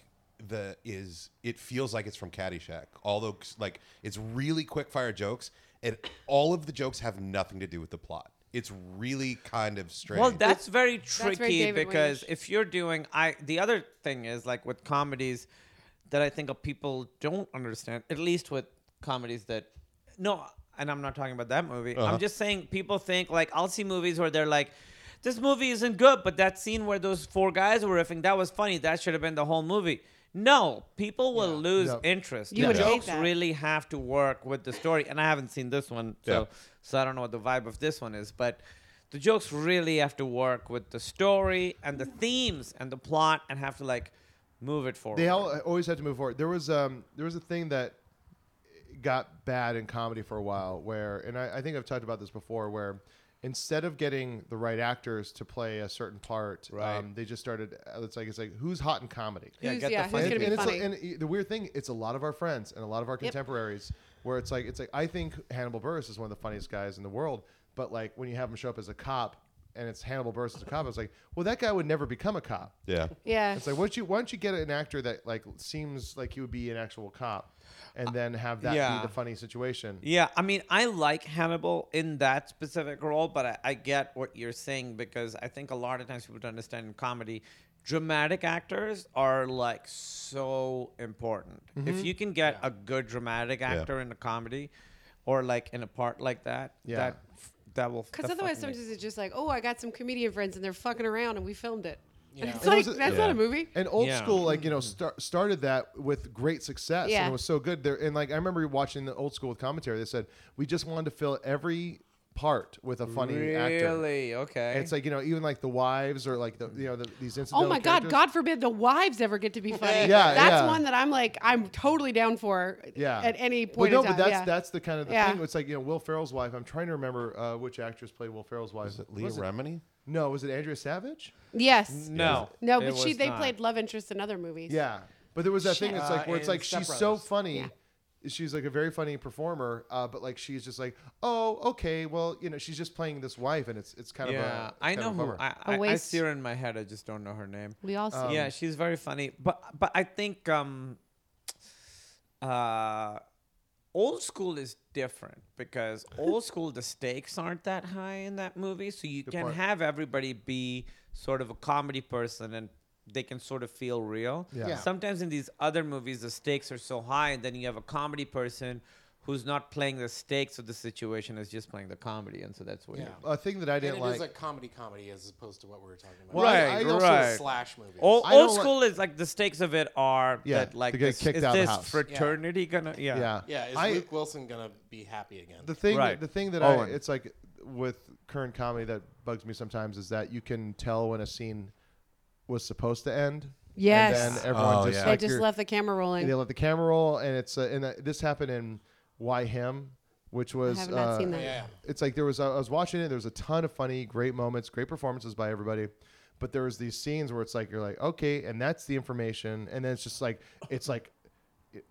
Speaker 7: the is it feels like it's from Caddyshack. Although like it's really quick fire jokes, and all of the jokes have nothing to do with the plot. It's really kind of strange.
Speaker 8: well, that's very tricky
Speaker 2: David
Speaker 8: because
Speaker 2: Waynish.
Speaker 8: if you're doing, I the other thing is like with comedies that I think of people don't understand. At least with comedies that no, and I'm not talking about that movie. I'm just saying people think like I'll see movies where they're like. This movie isn't good, but that scene where those four guys were riffing, that was funny. That should have been the whole movie. No, people will lose
Speaker 3: Yep.
Speaker 8: interest.
Speaker 2: You
Speaker 8: the
Speaker 2: would hate
Speaker 8: jokes
Speaker 2: that.
Speaker 8: really have to work with the story. And I haven't seen this one, so
Speaker 7: Yeah.
Speaker 8: so I don't know what the vibe of this one is. But the jokes really have to work with the story and the themes and the plot, and have to like move it forward.
Speaker 3: They all, uh, always had to move forward. There was um there was a thing that got bad in comedy for a while where, and I, I think I've talked about this before, where instead of getting the right actors to play a certain part,
Speaker 8: Right.
Speaker 3: um, they just started. It's like it's like who's hot in comedy.
Speaker 8: Yeah,
Speaker 2: Who's-
Speaker 8: get the
Speaker 2: yeah, who's
Speaker 8: funny
Speaker 2: gonna
Speaker 3: and,
Speaker 2: be
Speaker 3: and it's
Speaker 2: funny?
Speaker 3: a- and y- the weird thing, it's a lot of our friends and a lot of our contemporaries where it's like it's like I think Hannibal Buress is one of the funniest guys in the world, but like when you have him show up as a cop and it's Hannibal Buress as a cop, it's like, well, that guy would never become a cop.
Speaker 7: yeah.
Speaker 2: yeah.
Speaker 3: It's like why don't you why don't you get an actor that like seems like he would be an actual cop, and then have that
Speaker 8: Yeah.
Speaker 3: be the funny situation.
Speaker 8: Yeah, I mean, I like Hannibal in that specific role, but I, I get what you're saying because I think a lot of times people don't understand in comedy, dramatic actors are like so important. If
Speaker 3: Mm-hmm.
Speaker 8: you can get a good dramatic actor in a comedy, or like in a part like that,
Speaker 3: Yeah.
Speaker 8: that f- that will.
Speaker 2: Because
Speaker 8: that
Speaker 2: otherwise,
Speaker 8: fucking makes-
Speaker 2: sometimes it's just like, oh, I got some comedian friends and they're fucking around and we filmed it. And it's
Speaker 3: And
Speaker 2: like,
Speaker 3: those are-
Speaker 2: that's not a movie.
Speaker 3: And old
Speaker 8: Yeah.
Speaker 3: school, like you know, star- started that with great success
Speaker 2: Yeah.
Speaker 3: and it was so good. There and like I remember watching the old school with commentary. They said we just wanted to fill every part with a funny actor.
Speaker 8: Really? Okay.
Speaker 3: It's like you know, even like the wives or like the you know the, these
Speaker 2: Oh
Speaker 3: incidental.
Speaker 2: my God!
Speaker 3: characters.
Speaker 2: God forbid the wives ever get to be funny.
Speaker 3: Yeah,
Speaker 2: that's
Speaker 3: yeah.
Speaker 2: one that I'm like I'm totally down for.
Speaker 3: Yeah.
Speaker 2: at any
Speaker 3: Well,
Speaker 2: point.
Speaker 3: no,
Speaker 2: in time.
Speaker 3: but that's
Speaker 2: yeah.
Speaker 3: that's the kind of the
Speaker 2: Yeah.
Speaker 3: thing. It's like you know Will Ferrell's wife. I'm trying to remember uh, which actress played Will Ferrell's wife. Was it
Speaker 7: Leah Remini?
Speaker 3: No, was it Andrea Savage?
Speaker 2: Yes.
Speaker 3: N-
Speaker 2: No,
Speaker 3: it
Speaker 2: but she
Speaker 3: was
Speaker 2: they
Speaker 3: not.
Speaker 2: played love interest in other movies.
Speaker 3: Yeah, but there was that thing.
Speaker 2: Shit.
Speaker 3: It's like
Speaker 2: Uh,
Speaker 3: where it's
Speaker 2: in
Speaker 3: like she's
Speaker 2: Step
Speaker 3: so
Speaker 2: Brothers.
Speaker 3: funny. She's like a very funny performer, uh, but like she's just like, oh, okay, well, you know, she's just playing this wife, and it's it's kind
Speaker 8: yeah,
Speaker 3: of a
Speaker 8: I
Speaker 3: kind
Speaker 8: know
Speaker 3: of a
Speaker 8: who
Speaker 3: bummer.
Speaker 8: I, I, I see her in my head. I just don't know her name.
Speaker 2: We all see
Speaker 3: Oh,
Speaker 2: Um,
Speaker 8: yeah, she's very funny. But but I think um, uh, old school is different because old school the stakes aren't that high in that movie, so you can
Speaker 15: point.
Speaker 8: have everybody be sort of a comedy person and they can sort of feel real.
Speaker 15: Yeah. Yeah.
Speaker 8: Sometimes in these other movies the stakes are so high, and then you have a comedy person. Who's not playing the stakes of the situation is just playing the comedy, and so that's weird.
Speaker 3: A thing that I
Speaker 1: And
Speaker 3: didn't
Speaker 1: it is
Speaker 3: like.
Speaker 1: a comedy comedy as opposed to what we were talking about.
Speaker 3: Well, I-
Speaker 8: right,
Speaker 3: I also-
Speaker 8: right.
Speaker 1: slash movies.
Speaker 8: Old,
Speaker 1: I
Speaker 8: old
Speaker 1: don't like-
Speaker 8: school is like the stakes of it are
Speaker 3: Yeah,
Speaker 8: that like
Speaker 3: to get
Speaker 8: this,
Speaker 3: kicked
Speaker 8: is
Speaker 3: out of the
Speaker 8: this
Speaker 3: house.
Speaker 8: fraternity gonna yeah
Speaker 1: Yeah, is
Speaker 3: I-
Speaker 1: Luke Wilson gonna be happy again?
Speaker 3: The thing,
Speaker 8: Right.
Speaker 3: the thing that
Speaker 8: Owen.
Speaker 3: I, it's like with current comedy that bugs me sometimes is that you can tell when a scene was supposed to end.
Speaker 2: Yes.
Speaker 3: And then everyone
Speaker 2: Oh,
Speaker 3: just
Speaker 2: yeah.
Speaker 3: like
Speaker 2: They just
Speaker 3: you're-
Speaker 2: left the camera rolling.
Speaker 3: They let the camera roll, and it's uh, and uh, this happened in Why Him, which was
Speaker 2: have not
Speaker 3: uh,
Speaker 2: seen that. Yeah.
Speaker 3: It's like there was I was watching it. There was a ton of funny, great moments, great performances by everybody. But there was these scenes where it's like you're like okay, and that's the information, and then it's just like it's like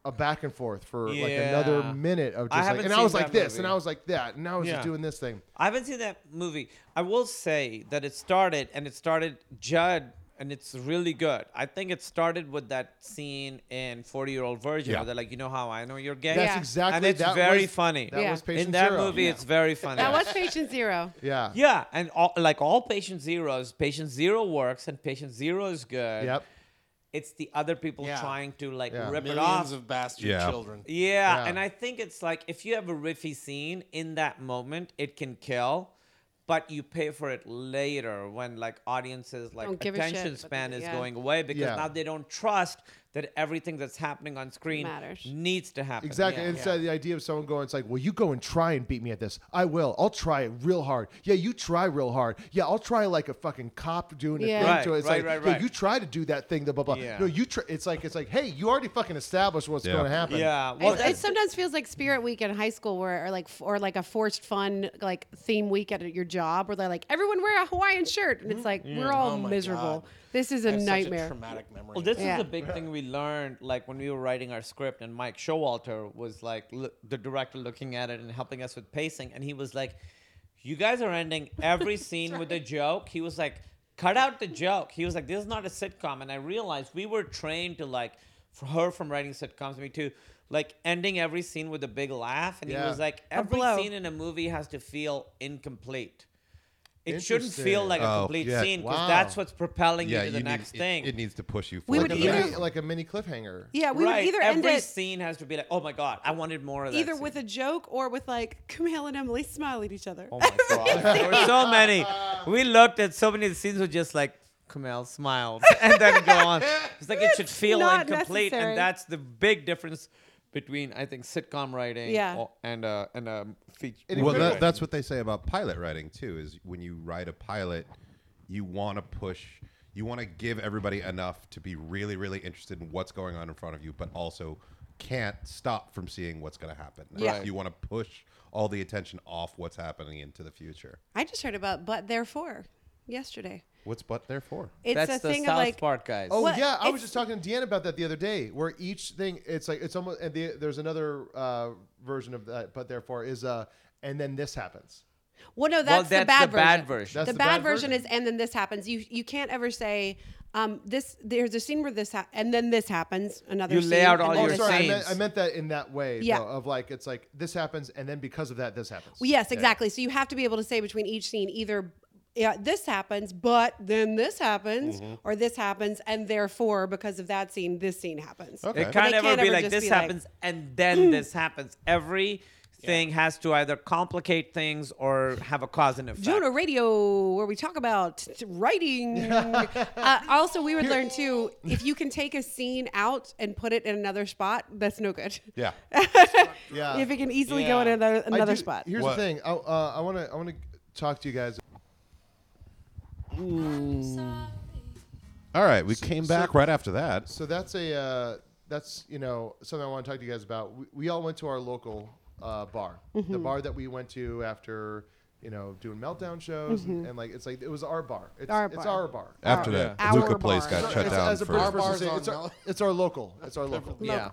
Speaker 3: a back and forth for like another
Speaker 8: Yeah.
Speaker 3: minute of just
Speaker 8: I
Speaker 3: like,
Speaker 8: haven't
Speaker 3: and
Speaker 8: seen
Speaker 3: I was like
Speaker 8: that
Speaker 3: this, and
Speaker 8: movie.
Speaker 3: I was like that, and I was
Speaker 8: Yeah.
Speaker 3: just doing this thing.
Speaker 8: I haven't seen that movie. I will say that it started and it started Judd and it's really good. I think it started with that scene in 40 Year Old Virgin
Speaker 3: Yeah.
Speaker 8: where they're like, you know how I know you're gay?
Speaker 3: That's Yeah. exactly-
Speaker 8: And it's
Speaker 3: that
Speaker 8: very
Speaker 3: was-
Speaker 8: funny.
Speaker 3: that Yeah. was
Speaker 8: In
Speaker 3: Patient
Speaker 8: that
Speaker 3: Zero.
Speaker 8: movie,
Speaker 3: Yeah.
Speaker 8: it's very funny.
Speaker 2: That was patient zero.
Speaker 3: Yeah.
Speaker 8: Yeah, and all, like all patient zeros, patient zero works and patient zero is good.
Speaker 3: Yep.
Speaker 8: It's the other people
Speaker 1: Yeah.
Speaker 8: trying to like
Speaker 1: Yeah.
Speaker 8: rip it
Speaker 1: Millions
Speaker 8: off
Speaker 1: of bastard
Speaker 7: Yeah.
Speaker 1: children.
Speaker 8: Yeah,
Speaker 1: Yeah.
Speaker 8: and I think it's like if you have a riffy scene in that moment, it can kill, but you pay for it later when like audiences like
Speaker 15: Don't give a shit,
Speaker 8: attention
Speaker 15: but
Speaker 8: span
Speaker 15: they-
Speaker 8: is
Speaker 15: yeah.
Speaker 8: going away because
Speaker 3: Yeah.
Speaker 8: now they don't trust that everything that's happening on screen
Speaker 15: Matters.
Speaker 8: needs to happen.
Speaker 3: Exactly.
Speaker 8: Yeah.
Speaker 3: and it's uh, the idea of someone going, it's like, well, you go and try and beat me at this. I will. I'll try it real hard. Yeah, you try real hard. Yeah, I'll try like a fucking cop doing
Speaker 8: Yeah.
Speaker 3: a thing
Speaker 8: Right,
Speaker 3: to it. It's
Speaker 8: right,
Speaker 3: like,
Speaker 8: right,
Speaker 3: yeah,
Speaker 8: right.
Speaker 3: you try to do that thing, the blah blah.
Speaker 8: Yeah.
Speaker 3: No, you try. It's like, it's like, hey, you already fucking established what's
Speaker 8: Yeah.
Speaker 3: going to happen.
Speaker 8: Yeah,
Speaker 2: It- it, sometimes feels like Spirit Week in high school, where or like f- or like a forced fun like theme week at your job, where they're like everyone wear a Hawaiian shirt, and it's like we're all
Speaker 1: Oh my
Speaker 2: miserable.
Speaker 1: God.
Speaker 2: This is a
Speaker 1: I have such a
Speaker 2: nightmare.
Speaker 1: traumatic memory.
Speaker 8: Well, this
Speaker 2: Yeah.
Speaker 8: is the big thing we learned, like when we were writing our script, and Mike Showalter was like l- the director looking at it and helping us with pacing, and he was like, "You guys are ending every scene with a joke." He was like, "Cut out the joke." He was like, "This is not a sitcom," and I realized we were trained to like, for her from writing sitcoms, me too, like ending every scene with a big laugh, and he
Speaker 15: Yeah.
Speaker 8: was like,
Speaker 15: A
Speaker 8: "Every
Speaker 15: blow.
Speaker 8: scene in a movie has to feel incomplete." It shouldn't feel
Speaker 3: Interesting.
Speaker 8: like a
Speaker 7: Oh,
Speaker 8: complete
Speaker 7: yeah.
Speaker 8: scene because
Speaker 7: Wow.
Speaker 8: that's what's propelling
Speaker 7: Yeah,
Speaker 8: you to the
Speaker 7: you need-
Speaker 8: next
Speaker 7: it-
Speaker 8: thing.
Speaker 7: it needs to push you We
Speaker 3: We like,
Speaker 7: would
Speaker 3: a
Speaker 7: either-
Speaker 3: mini, like a mini cliffhanger.
Speaker 2: Yeah, we would either end
Speaker 8: Every
Speaker 2: it-
Speaker 8: scene has to be like, oh my god, I wanted more of that.
Speaker 2: Either
Speaker 8: scene."
Speaker 2: with a joke or with like Camille and Emily smile at each other.
Speaker 8: oh my god, there were so many. We looked at so many scenes with just like Kumail smiled and then go on. It's like it should feel
Speaker 2: not
Speaker 8: incomplete,
Speaker 2: necessary.
Speaker 8: and that's the big difference between I think sitcom writing
Speaker 2: Yeah.
Speaker 8: or- and uh, and um, feature.
Speaker 7: well, that, that's what they say about pilot writing too. Is when you write a pilot, you want to push, you want to give everybody enough to be really, really interested in what's going on in front of you, but also can't stop from seeing what's going to happen.
Speaker 2: Yeah. Right.
Speaker 7: You want to push all the attention off what's happening into the future.
Speaker 2: I just heard about but therefore yesterday.
Speaker 7: What's but there for?
Speaker 2: It's That's a the thing of, South like- Park
Speaker 8: guys.
Speaker 3: Oh
Speaker 2: Well,
Speaker 3: yeah, I
Speaker 2: it's-
Speaker 3: was just talking to Deanna about that the other day, where each thing it's like it's almost and the, there's another uh, version of that, but therefore is uh, and then this happens.
Speaker 2: Well, no,
Speaker 3: Well,
Speaker 2: that's,
Speaker 3: that's
Speaker 2: the bad
Speaker 3: the
Speaker 2: version.
Speaker 3: bad version. That's
Speaker 2: the,
Speaker 3: the
Speaker 2: bad,
Speaker 3: bad
Speaker 2: version, is, and then this happens. You you can't ever say, um, this. There's a scene where this, hap and then this happens. Another.
Speaker 8: You
Speaker 2: scene,
Speaker 8: lay
Speaker 2: and
Speaker 8: out all
Speaker 2: then
Speaker 8: your
Speaker 2: this
Speaker 3: Sorry, I
Speaker 2: happens.
Speaker 3: meant, I meant that in that way.
Speaker 2: Yeah.
Speaker 3: though, of like it's like this happens, and then because of that, this happens.
Speaker 2: Well, yes, exactly. So you have to be able to say between each scene either yeah, this happens, but then this happens,
Speaker 7: Mm-hmm.
Speaker 8: Mhm.
Speaker 2: or this happens, and therefore because of that scene, this scene happens.
Speaker 8: It
Speaker 2: But
Speaker 8: can't
Speaker 2: they
Speaker 8: ever be like
Speaker 2: just hmm.
Speaker 8: this happens and then this happens. Every thing has to either complicate things or have a cause and effect.
Speaker 2: Jonah Radio, where we talk about writing. uh, also, we would learn too if you can take a scene out and put it in another spot, that's no good.
Speaker 7: Yeah.
Speaker 3: yeah.
Speaker 2: If it can easily go in another,
Speaker 3: I
Speaker 2: another
Speaker 3: do-
Speaker 2: spot.
Speaker 3: Here's the thing. I, uh, I want to I want to talk to you guys.
Speaker 7: All right, we came back right after that.
Speaker 3: So that's a uh, that's you know something I want to talk to you guys about. We, we all went to our local uh, bar, the
Speaker 2: Mm-hmm.
Speaker 15: Mhm.
Speaker 3: bar that we went to after you know doing meltdown shows
Speaker 2: Mm-hmm.
Speaker 3: and, and, like it's like it was our bar. It's
Speaker 15: Our
Speaker 3: it's
Speaker 15: bar.
Speaker 3: our bar.
Speaker 7: After Our- that, yeah. Luca
Speaker 3: Our
Speaker 7: Place got
Speaker 3: bar. So
Speaker 7: shut
Speaker 3: it's-
Speaker 7: down
Speaker 3: As a
Speaker 7: for-
Speaker 3: British
Speaker 7: Our
Speaker 3: person,
Speaker 7: bar's
Speaker 3: say,
Speaker 7: on
Speaker 3: it's, our,
Speaker 7: Mel-
Speaker 3: it's our local. It's our local.
Speaker 7: Yeah.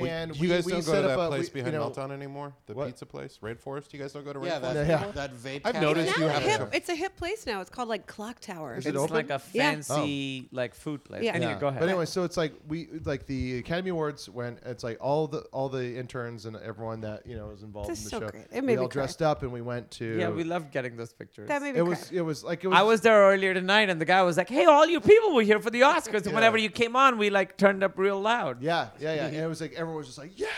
Speaker 7: Wait,
Speaker 3: And
Speaker 7: you
Speaker 3: we-
Speaker 7: guys
Speaker 3: we
Speaker 7: don't go
Speaker 3: set
Speaker 7: to
Speaker 3: up
Speaker 7: that
Speaker 3: a- we-
Speaker 7: place behind
Speaker 3: you know-
Speaker 7: Meltdown anymore? The pizza place, Raid Forest. You guys don't go to Raid
Speaker 1: Yeah,
Speaker 7: Forest?
Speaker 1: that- Yeah. that vape
Speaker 7: I've
Speaker 1: cafe.
Speaker 7: noticed you
Speaker 2: Now
Speaker 7: have.
Speaker 2: hip, it's a hip place now. It's called like Clock Tower.
Speaker 8: It's like a
Speaker 2: Yeah.
Speaker 8: fancy like food place.
Speaker 2: Yeah.
Speaker 8: Anyway,
Speaker 2: Yeah.
Speaker 8: go ahead.
Speaker 3: But anyway, so it's like we like the Academy Awards when it's like all the all the interns and everyone that you know was involved
Speaker 8: This
Speaker 3: in
Speaker 8: is
Speaker 3: the
Speaker 8: so
Speaker 3: show.
Speaker 8: great.
Speaker 3: we
Speaker 8: It made me
Speaker 3: all
Speaker 8: cry.
Speaker 3: dressed up and we went to
Speaker 8: Yeah, we loved getting those pictures.
Speaker 3: That made me It cry. was- it was like- it
Speaker 8: I
Speaker 3: was-
Speaker 8: was there earlier tonight, and the guy was like, "Hey, all you people were here for the Oscars, and whenever you came on, we like turned up real loud."
Speaker 3: Yeah, yeah, yeah. And it was like everyone was just like, yeah.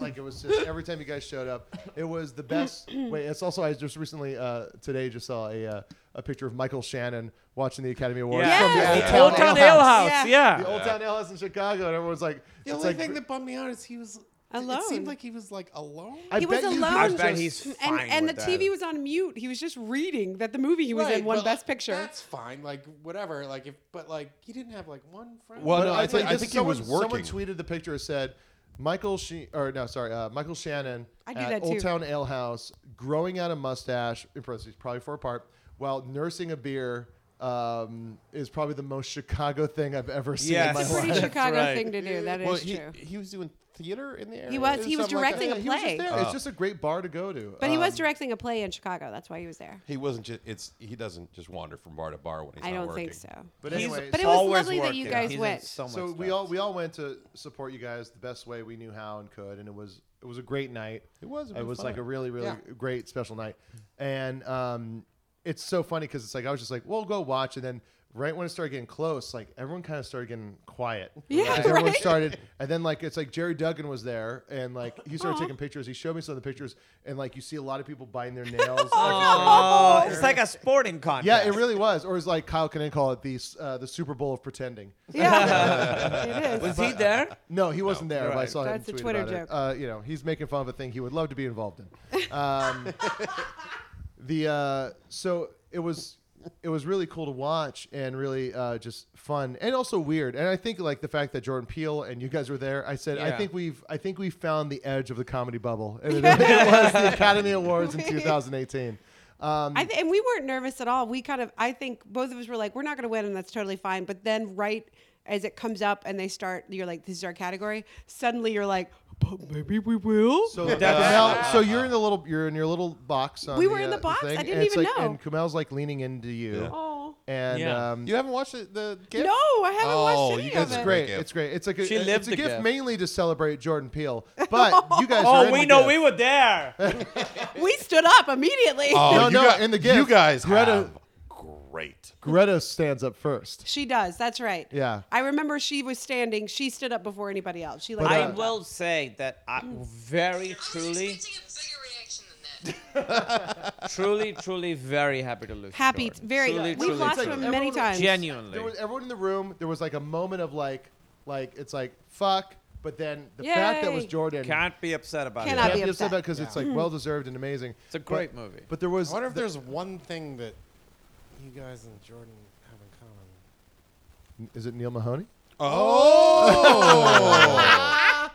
Speaker 3: Like it was just every time you guys showed up, it was the best. Wait, it's also I just recently uh, today just saw a uh, a picture of Michael Shannon watching the Academy Awards
Speaker 8: Yeah.
Speaker 3: from
Speaker 8: Yes.
Speaker 3: the Old Town Ale House.
Speaker 8: Yeah. Yeah.
Speaker 3: the Old
Speaker 8: Yeah.
Speaker 3: Town Ale House in Chicago, and everyone's like,
Speaker 1: The
Speaker 3: it's
Speaker 1: only
Speaker 3: like,
Speaker 1: thing that bummed me out is he was alone. It seemed like he was like alone.
Speaker 3: I
Speaker 2: he was
Speaker 3: bet you
Speaker 2: alone.
Speaker 3: I bet he's
Speaker 2: and
Speaker 3: fine
Speaker 2: and
Speaker 3: with
Speaker 2: the
Speaker 3: that.
Speaker 2: TV was on mute. He was just reading that the movie he was
Speaker 1: Right,
Speaker 2: in won
Speaker 1: but
Speaker 2: Best Picture.
Speaker 1: That's fine. Like whatever. Like if, but like he didn't have like one friend.
Speaker 3: Well, no, I,
Speaker 7: think-
Speaker 3: think,
Speaker 7: I think he
Speaker 3: someone,
Speaker 7: was working.
Speaker 3: Someone tweeted the picture and said, "Michael she or no, sorry, uh, Michael Shannon
Speaker 2: I do
Speaker 3: at
Speaker 2: that
Speaker 3: Old
Speaker 2: too.
Speaker 3: Town Ale House, growing out a mustache, in parentheses, probably four part, while nursing a beer." Um, is probably the most Chicago thing I've ever seen.
Speaker 7: Yes.
Speaker 3: in my
Speaker 7: It's a pretty
Speaker 3: life.
Speaker 2: Chicago thing to do. That is
Speaker 7: Well, he-
Speaker 2: true.
Speaker 7: He was doing theater in the area.
Speaker 2: He was. He was
Speaker 7: Something like that.
Speaker 2: directing a
Speaker 3: He was
Speaker 2: play.
Speaker 3: just there. It's
Speaker 7: Oh.
Speaker 3: just a great bar to go to.
Speaker 2: But he was
Speaker 3: Um,
Speaker 2: directing a play in Chicago. That's why he was there.
Speaker 7: He wasn't just. It's he doesn't just wander from bar to bar when he's
Speaker 2: I
Speaker 7: not
Speaker 2: don't
Speaker 7: working.
Speaker 2: think so.
Speaker 3: But
Speaker 2: He's-
Speaker 3: anyway,
Speaker 2: but it was always lovely that you working. guys He's in went. so
Speaker 3: So,
Speaker 2: much
Speaker 3: we all we all went to support you guys the best way we knew how and could, and it was it was a great night.
Speaker 7: It was, it
Speaker 3: It,
Speaker 7: was
Speaker 3: was
Speaker 7: fun.
Speaker 3: like a really really
Speaker 7: Yeah.
Speaker 3: great special night, and um, it's so funny because it's like I was just like, we'll go watch, and then. Right when it started getting close, like everyone kind of started getting quiet.
Speaker 15: Yeah,
Speaker 3: Like, everyone
Speaker 15: right.
Speaker 3: started, and then like it's like Jerry Duggan was there, and like he started taking pictures. He showed me some of the pictures, and like you see a lot of people biting their nails.
Speaker 8: Oh, it's like a sporting contest.
Speaker 3: Yeah, it really was. Or as like Kyle Kinnan called it, the s- uh, the Super Bowl of pretending.
Speaker 8: Yeah. It is. Was he there?
Speaker 3: No, he wasn't there. But I
Speaker 8: Right.
Speaker 3: saw him
Speaker 8: That's a
Speaker 3: tweet
Speaker 8: Twitter
Speaker 3: about it.
Speaker 8: joke.
Speaker 3: Uh, you know, he's making fun of a thing he would love to be involved in. Um, the uh, so it was it was really cool to watch and really uh, just fun and also weird. And I think like the fact that Jordan Peele and you guys were there. I said I
Speaker 15: Yeah.
Speaker 3: think we've I think we found the edge of the comedy bubble. And it, it was the Academy Awards in 2018. Um,
Speaker 2: I th- and we weren't nervous at all. We kind of, I think both of us were like, we're not going to win, and that's totally fine. But then, right as it comes up and they start, you're like, this is our category. Suddenly, you're like, but maybe we will.
Speaker 3: So, Kumail, so you're in the little, you're in your little box. On
Speaker 2: We were in
Speaker 3: uh,
Speaker 2: the box?
Speaker 3: thing,
Speaker 2: I didn't
Speaker 3: and it's
Speaker 2: even
Speaker 3: like,
Speaker 2: know.
Speaker 3: And Kumail's like leaning into you.
Speaker 7: Yeah.
Speaker 2: Aw.
Speaker 3: And
Speaker 7: Yeah.
Speaker 3: um,
Speaker 7: You haven't watched the, the gift?
Speaker 2: No, I haven't watched any of
Speaker 3: it's
Speaker 2: it.
Speaker 3: great. It's great. It's like a, uh,
Speaker 8: She
Speaker 3: it's
Speaker 8: lived
Speaker 3: a
Speaker 8: the
Speaker 3: gift,
Speaker 8: gift.
Speaker 3: mainly to celebrate Jordan Peele. But you guys. are
Speaker 8: oh,
Speaker 3: in
Speaker 8: we
Speaker 3: the
Speaker 8: know
Speaker 3: gift.
Speaker 8: we were there.
Speaker 2: we stood up immediately.
Speaker 3: no, no, in the gift.
Speaker 7: you guys
Speaker 3: Greta,
Speaker 7: Great.
Speaker 3: Greta stands up first.
Speaker 2: She does. That's right.
Speaker 3: Yeah.
Speaker 2: I remember she was standing. She stood up before anybody else. She like.
Speaker 8: I will say that I very truly, truly, truly very happy to lose. to
Speaker 2: Happy,
Speaker 8: Jordan.
Speaker 2: very-
Speaker 8: Truly,
Speaker 2: we've
Speaker 8: truly
Speaker 2: lost
Speaker 8: truly.
Speaker 2: to him many times.
Speaker 8: Genuinely.
Speaker 3: There was everyone in the room. There was like a moment of like, like it's like fuck. But then the
Speaker 8: Yay.
Speaker 3: fact that was Jordan
Speaker 8: Can't be upset about
Speaker 3: Can't
Speaker 8: it.
Speaker 3: be upset about because it's like well deserved and amazing.
Speaker 8: It's a
Speaker 3: But-
Speaker 8: great movie.
Speaker 3: But there was.
Speaker 1: I wonder if
Speaker 3: the-
Speaker 1: there's one thing that you guys and Jordan have in common.
Speaker 3: Is it Neil Mahoney?
Speaker 1: Oh!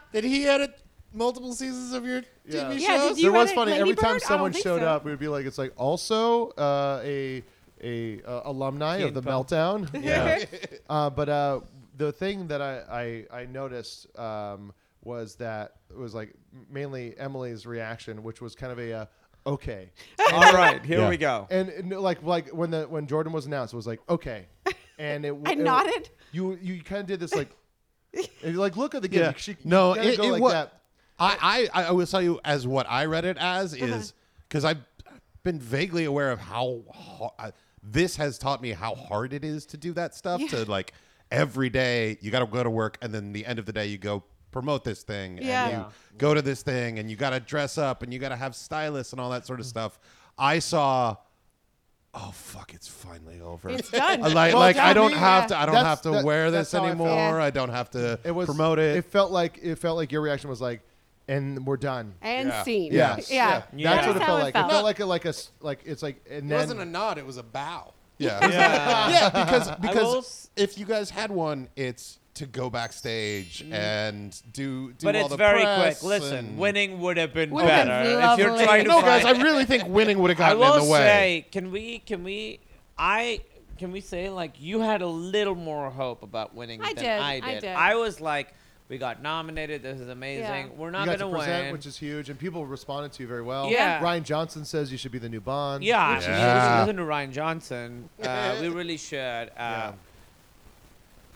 Speaker 1: did he edit multiple seasons of your TV show?
Speaker 3: there was funny every time someone showed up, we would be like, "It's like also uh, a a uh, alumni of
Speaker 15: Teen
Speaker 3: the
Speaker 15: Pop.
Speaker 3: meltdown."
Speaker 15: Yeah.
Speaker 3: uh, but uh, the thing that I I, I noticed um, was that it was like mainly Emily's reaction, which was kind of a uh, okay.
Speaker 8: All right, here we go.
Speaker 3: And, and like like when the when Jordan was announced, it was like okay, and it.
Speaker 2: I
Speaker 3: it-
Speaker 2: nodded.
Speaker 3: You you kind of did this like. and you're like look at the game. She, you
Speaker 7: no,
Speaker 3: kinda
Speaker 7: it,
Speaker 3: go
Speaker 7: it
Speaker 3: like
Speaker 7: wa-
Speaker 3: that.
Speaker 7: I, I, I will tell you as what I read it as is because I've been vaguely aware of how hard, this has taught me how hard it is to do that stuff.
Speaker 15: Yeah.
Speaker 7: To like every day, you got to go to work, and then the end of the day, you go promote this thing
Speaker 2: Yeah.
Speaker 7: and you
Speaker 2: Yeah.
Speaker 7: go to this thing and you got to dress up and you got to have stylists and all that
Speaker 2: Mm.
Speaker 7: sort of stuff. I saw oh fuck it's finally over.
Speaker 2: It's done.
Speaker 7: Uh, Like,
Speaker 2: Well,
Speaker 7: like I
Speaker 2: to
Speaker 7: don't
Speaker 2: me,
Speaker 7: have
Speaker 2: yeah.
Speaker 7: to I don't
Speaker 3: That's-
Speaker 7: have to
Speaker 3: that-
Speaker 7: wear
Speaker 3: that's
Speaker 7: this
Speaker 3: how I felt.
Speaker 7: anymore.
Speaker 3: Yeah.
Speaker 7: I don't have to
Speaker 3: It was
Speaker 7: promote it.
Speaker 3: It felt like it felt like your reaction was like, and we're done
Speaker 2: And Yeah. scene.
Speaker 3: Yes.
Speaker 2: Yeah. Yeah.
Speaker 3: That's what
Speaker 2: That's
Speaker 3: it
Speaker 2: how
Speaker 3: felt
Speaker 2: it
Speaker 3: like.
Speaker 2: felt.
Speaker 3: It felt like a like a s- like it's like and
Speaker 1: It
Speaker 3: then
Speaker 1: wasn't a nod; it was a bow.
Speaker 7: Yeah.
Speaker 3: Yeah.
Speaker 7: Yeah, because
Speaker 3: I will
Speaker 7: because if you guys had one, it's to go backstage and do do
Speaker 8: Mm. but
Speaker 7: all
Speaker 8: it's
Speaker 7: the
Speaker 8: very
Speaker 7: press
Speaker 8: quick. Listen,
Speaker 7: and-
Speaker 8: winning would have been
Speaker 7: Would've been
Speaker 8: better if you're
Speaker 7: lovely.
Speaker 8: trying to.
Speaker 7: No,
Speaker 8: find-
Speaker 7: guys, I really think winning would've gotten
Speaker 8: I will
Speaker 7: in the way.
Speaker 8: Say, can we? Can we? I can we say like you had a little more hope about winning
Speaker 2: I
Speaker 8: than
Speaker 2: did,
Speaker 8: I
Speaker 2: I
Speaker 8: did.
Speaker 2: did.
Speaker 8: I was like, we got nominated. This is amazing. We're not
Speaker 3: you got
Speaker 8: gonna
Speaker 3: to present,
Speaker 8: win.
Speaker 3: which is huge, and people responded to you very well.
Speaker 8: Yeah.
Speaker 3: Ryan Johnson says you should be the new Bond.
Speaker 8: Yeah,
Speaker 3: which
Speaker 8: we
Speaker 3: is-
Speaker 8: should listen to Ryan Johnson. Uh, we really should. Uh,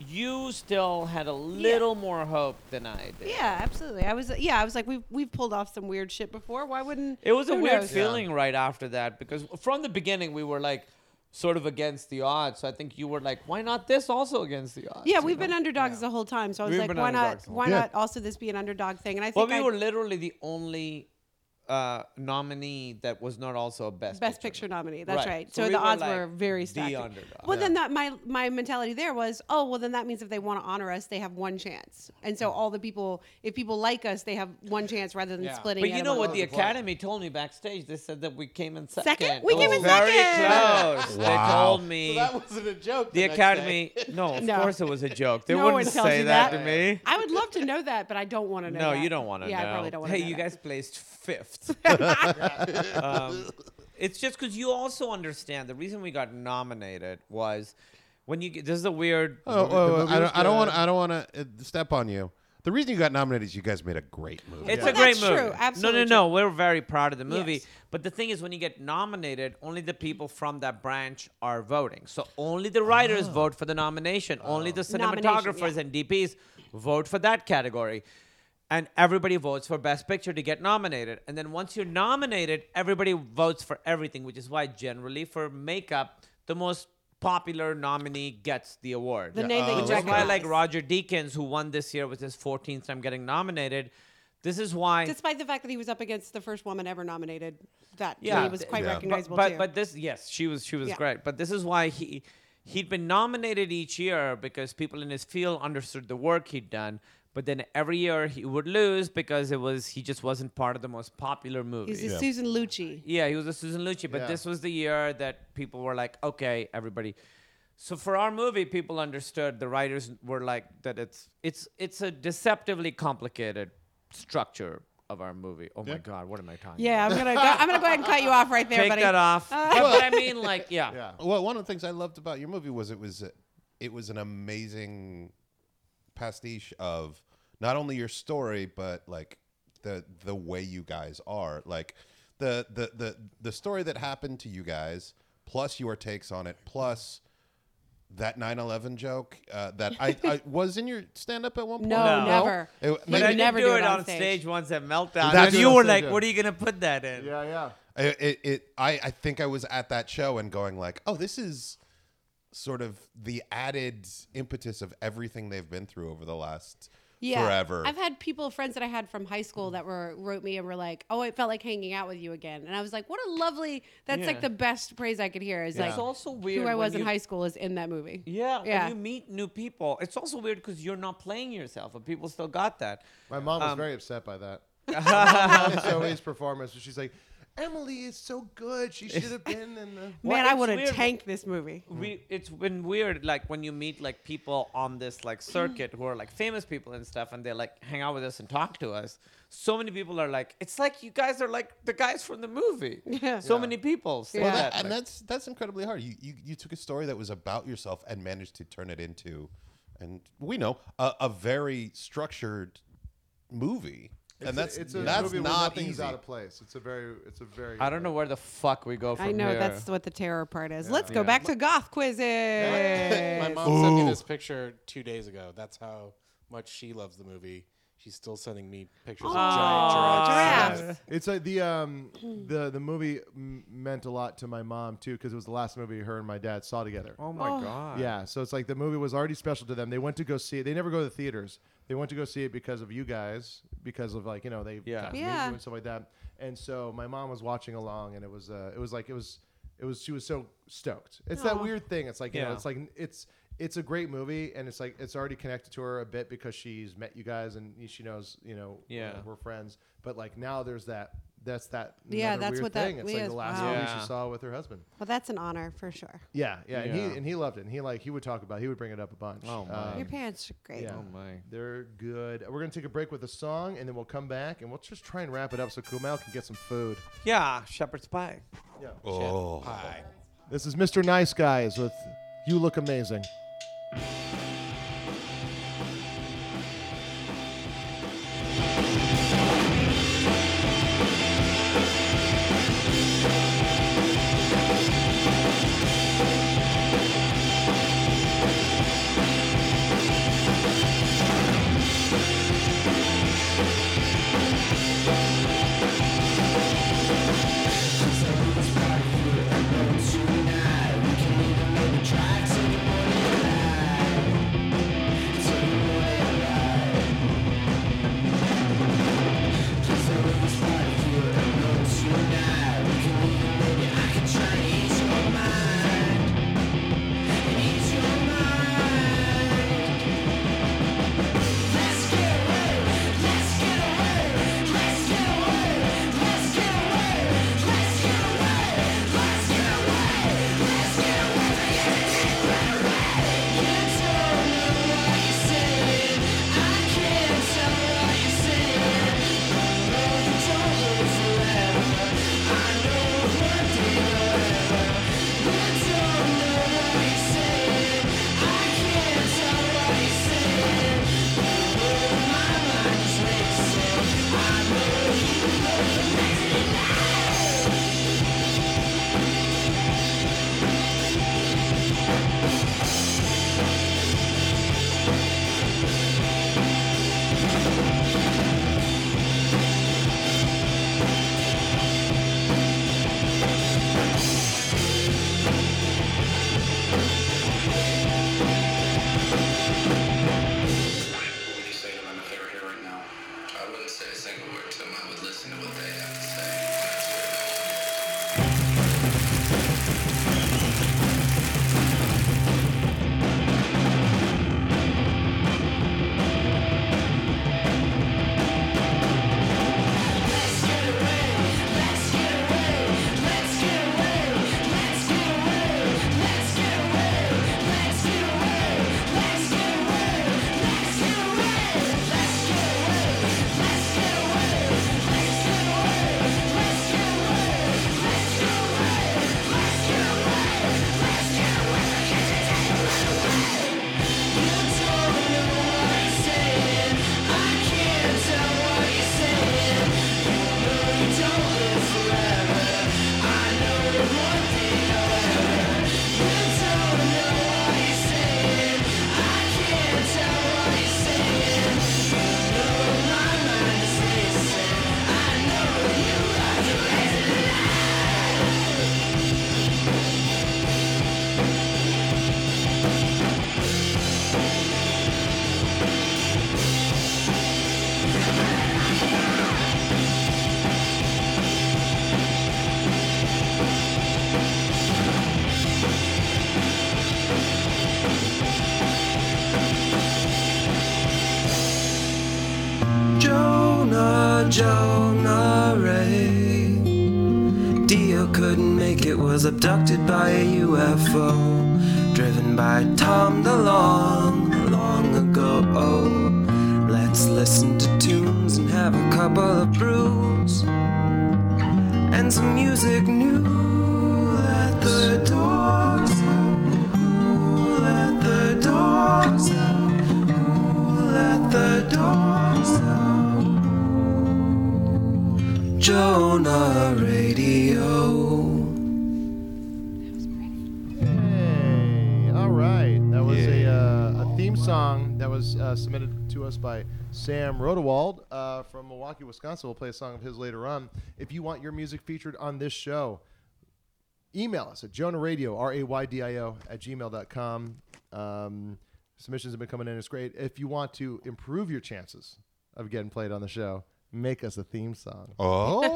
Speaker 8: You still had a little more hope than I did.
Speaker 2: Yeah, absolutely. I was yeah, I was like we've we've pulled off some weird shit before. Why wouldn't
Speaker 8: It was a
Speaker 2: who
Speaker 8: weird
Speaker 2: knows?
Speaker 8: feeling right after that because from the beginning we were like sort of against the odds. So I think you were like, why not this also against the odds?
Speaker 2: Yeah, we've been underdogs the whole time. So I was
Speaker 8: We've
Speaker 2: like,
Speaker 8: been
Speaker 2: why not
Speaker 8: underdogs the whole
Speaker 2: why
Speaker 8: time.
Speaker 2: not also this be an underdog thing? And I
Speaker 8: Well,
Speaker 2: think
Speaker 8: we
Speaker 2: I,
Speaker 8: were literally the only uh, nominee that was not also a best.
Speaker 2: best picture nominee. That's right.
Speaker 8: Right.
Speaker 2: So,
Speaker 8: So we
Speaker 2: the
Speaker 8: were
Speaker 2: odds
Speaker 8: like
Speaker 2: were very
Speaker 8: the
Speaker 2: stacked.
Speaker 8: underdog.
Speaker 2: Well, then that my my mentality there was, oh, well, then that means if they want to honor us, they have one chance. And so all the people, if people like us, they have one chance rather than splitting.
Speaker 8: But
Speaker 2: it
Speaker 8: you know
Speaker 2: among
Speaker 8: what
Speaker 2: all
Speaker 8: the
Speaker 2: the people.
Speaker 8: academy told me backstage? They said that we came in second.
Speaker 2: Second? We
Speaker 8: It
Speaker 2: came
Speaker 8: was
Speaker 2: in
Speaker 8: very
Speaker 2: second.
Speaker 8: close. They
Speaker 7: Wow.
Speaker 8: told me.
Speaker 1: So that wasn't a joke.
Speaker 8: the
Speaker 1: next
Speaker 8: academy.
Speaker 1: day.
Speaker 8: No, of
Speaker 2: No.
Speaker 8: course it was a joke. They
Speaker 2: No one
Speaker 8: wouldn't
Speaker 2: tells
Speaker 8: say
Speaker 2: you
Speaker 8: that,
Speaker 2: that.
Speaker 8: to me.
Speaker 2: I would love to know that, but I don't want to know.
Speaker 8: No,
Speaker 2: that.
Speaker 8: you don't want to
Speaker 2: yeah,
Speaker 8: know.
Speaker 2: I probably don't want to
Speaker 8: hey,
Speaker 2: know.
Speaker 8: you
Speaker 2: that.
Speaker 8: guys placed fifth. um, it's just because you also understand the reason we got nominated was when you get this is a weird.
Speaker 7: Oh, oh, I don't, I don't want. I don't want to step on you. The reason you got nominated is you guys made a great movie.
Speaker 8: It's
Speaker 2: Yeah.
Speaker 8: a great
Speaker 2: That's
Speaker 8: movie.
Speaker 2: true, absolutely
Speaker 8: No, no, no. We're very proud of the movie.
Speaker 2: Yes.
Speaker 8: But the thing is, when you get nominated, only the people from that branch are voting. So only the writers vote for the nomination. Only the
Speaker 2: Oh. Nomination,
Speaker 8: cinematographers
Speaker 2: yeah.
Speaker 8: and DPs vote for that category. And everybody votes for Best Picture to get nominated. And then once you're nominated, everybody votes for everything, which is why generally for makeup, the most popular nominee gets the award.
Speaker 2: The name that you
Speaker 8: Which is why, like
Speaker 2: recognize.
Speaker 8: Roger Deakins, who won this year with his 14th time getting nominated, this is why.
Speaker 2: Despite the fact that he was up against the first woman ever nominated, that to
Speaker 8: yeah,
Speaker 2: me was quite
Speaker 8: Yeah.
Speaker 2: recognizable
Speaker 8: But,
Speaker 2: too.
Speaker 8: but this, yes, she was she was
Speaker 2: Yeah.
Speaker 8: great. But this is why he he'd been nominated each year because people in his field understood the work he'd done. But then every year he would lose because it was he just wasn't part of the most popular movie.
Speaker 2: He's a Susan Lucci.
Speaker 8: Yeah, he was a Susan Lucci, but
Speaker 2: Yeah.
Speaker 8: this was the year that people were like, okay, everybody. So for our movie, people understood. The writers were like that. It's it's it's a deceptively complicated structure of our movie. Oh my God, what am I talking?
Speaker 2: Yeah, I'm gonna go, I'm gonna go ahead and cut you off right there,
Speaker 8: Take
Speaker 2: buddy.
Speaker 8: that off.
Speaker 2: Uh,
Speaker 8: But what I mean, like, yeah.
Speaker 7: Well, one of the things I loved about your movie was it was it was an amazing pastiche of not only your story but like the the way you guys are like the the the the story that happened to you guys plus your takes on it plus that 9-11 joke uh, that I, I was in your stand-up at one point
Speaker 2: No, No. never.
Speaker 7: It-
Speaker 2: You
Speaker 7: maybe-
Speaker 8: But
Speaker 2: would
Speaker 8: I did
Speaker 2: never
Speaker 8: do,
Speaker 2: do
Speaker 8: it,
Speaker 2: it on
Speaker 8: on stage.
Speaker 2: stage.
Speaker 8: once at Meltdown.
Speaker 7: That's what
Speaker 8: and you
Speaker 7: I'm
Speaker 8: were
Speaker 7: saying,
Speaker 8: like,
Speaker 7: yeah.
Speaker 8: what are you gonna put that in?
Speaker 3: Yeah, yeah.
Speaker 7: it, it, it I, I think I was at that show and going like, oh, this is sort of the added impetus of everything they've been through over the last
Speaker 2: yeah,
Speaker 7: forever.
Speaker 2: I've had people, friends that I had from high school that were wrote me and were like, "Oh, it felt like hanging out with you again." And I was like, "What a lovely." That's
Speaker 8: Yeah.
Speaker 2: like the best praise I could hear. Is
Speaker 8: Yeah.
Speaker 2: like
Speaker 8: It's also weird
Speaker 2: who I
Speaker 8: when
Speaker 2: was in
Speaker 8: you-
Speaker 2: high school is in that movie.
Speaker 8: Yeah,
Speaker 2: yeah.
Speaker 8: when you meet new people, it's also weird because you're not playing yourself, but people still got that.
Speaker 3: My mom was
Speaker 8: Um,
Speaker 3: very upset by that. My mom always performance, and she's like, Emily is so good. She should have been in the.
Speaker 8: Well,
Speaker 2: Man, I
Speaker 8: it's
Speaker 2: would have
Speaker 8: weird.
Speaker 2: tanked this movie.
Speaker 8: we it's been weird like when you meet like people on this like circuit who are like famous people and stuff and they like hang out with us and talk to us so many people are like it's like you guys are like the guys from the movie
Speaker 2: Yeah.
Speaker 8: so many people say
Speaker 7: Well,
Speaker 8: that,
Speaker 7: that, and
Speaker 8: like-
Speaker 7: that's that's incredibly hard. You, you you took a story that was about yourself and managed to turn it into, and we know a, a very structured movie.
Speaker 3: It's
Speaker 7: and that's
Speaker 3: a, it's a
Speaker 7: that's
Speaker 3: movie where
Speaker 7: not
Speaker 3: nothing's
Speaker 7: easy.
Speaker 3: out of place. It's a very, it's a very.
Speaker 8: i don't know where the fuck we go from
Speaker 2: I know
Speaker 8: here.
Speaker 2: that's what the terror part is. Let's go
Speaker 8: Yeah.
Speaker 2: back to goth quizzes.
Speaker 1: My mom sent me this picture two days ago. That's how much she loves the movie.
Speaker 5: She's still sending me pictures of
Speaker 16: Aw,
Speaker 5: giant giraffes.
Speaker 3: It's like the um the the movie m- meant a lot to my mom too because it was the last movie her and my dad saw together.
Speaker 8: Oh my Oh. God.
Speaker 3: Yeah, so it's like the movie was already special to them. They went to go see it. They never go to the theaters. They went to go see it because of you guys, because of like you know they yeah
Speaker 16: Yeah.
Speaker 3: and stuff like that. And so my mom was watching along, and it was uh it was like it was it was she was so stoked. It's that
Speaker 5: Aw.
Speaker 3: weird thing. It's like you know
Speaker 5: Yeah.
Speaker 3: it's like it's it's a great movie and it's like it's already connected to her a bit because she's met you guys and she knows you know
Speaker 5: Yeah.
Speaker 3: we're friends but like now there's that that's that
Speaker 2: Yeah,
Speaker 3: another
Speaker 2: that's
Speaker 3: weird
Speaker 2: what that
Speaker 3: thing it's like
Speaker 2: is.
Speaker 3: the last
Speaker 2: Wow.
Speaker 3: movie
Speaker 2: Yeah.
Speaker 3: she saw with her husband
Speaker 2: Well, that's an honor for sure.
Speaker 3: yeah yeah, And,
Speaker 2: Yeah.
Speaker 3: he, and he loved it and he like he would talk about it. he would bring it up a bunch oh
Speaker 8: Um,
Speaker 2: my. Your parents are great. Oh
Speaker 8: my
Speaker 3: they're good we're gonna take a break with a song and then we'll come back and we'll just try and wrap it up so Kumail can get some food
Speaker 8: Yeah, shepherd's pie.
Speaker 3: Yeah.
Speaker 17: Oh.
Speaker 3: this is Mr. Nice Guys with You Look Amazing
Speaker 11: Jonah, Jonah Ray. Dio couldn't make it, was abducted by a UFO. Driven by Tom DeLong long ago. Let's listen to tunes and have a couple of brews. And some music new. Let the dogs out. Ooh, Let the dogs out. Ooh, Let the dogs out. Jonah Radio.
Speaker 3: All right, that was a, uh, a theme theme song that was uh, submitted to us by Sam Rodewald uh, from Milwaukee, Wisconsin. We'll play a song of his later on. If you want your music featured on this show, email us at jonahradio, R-A-Y-D-I-O, at gmail.com. Um, submissions have been coming in. It's great. If you want to improve your chances of getting played on the show, make us a theme song.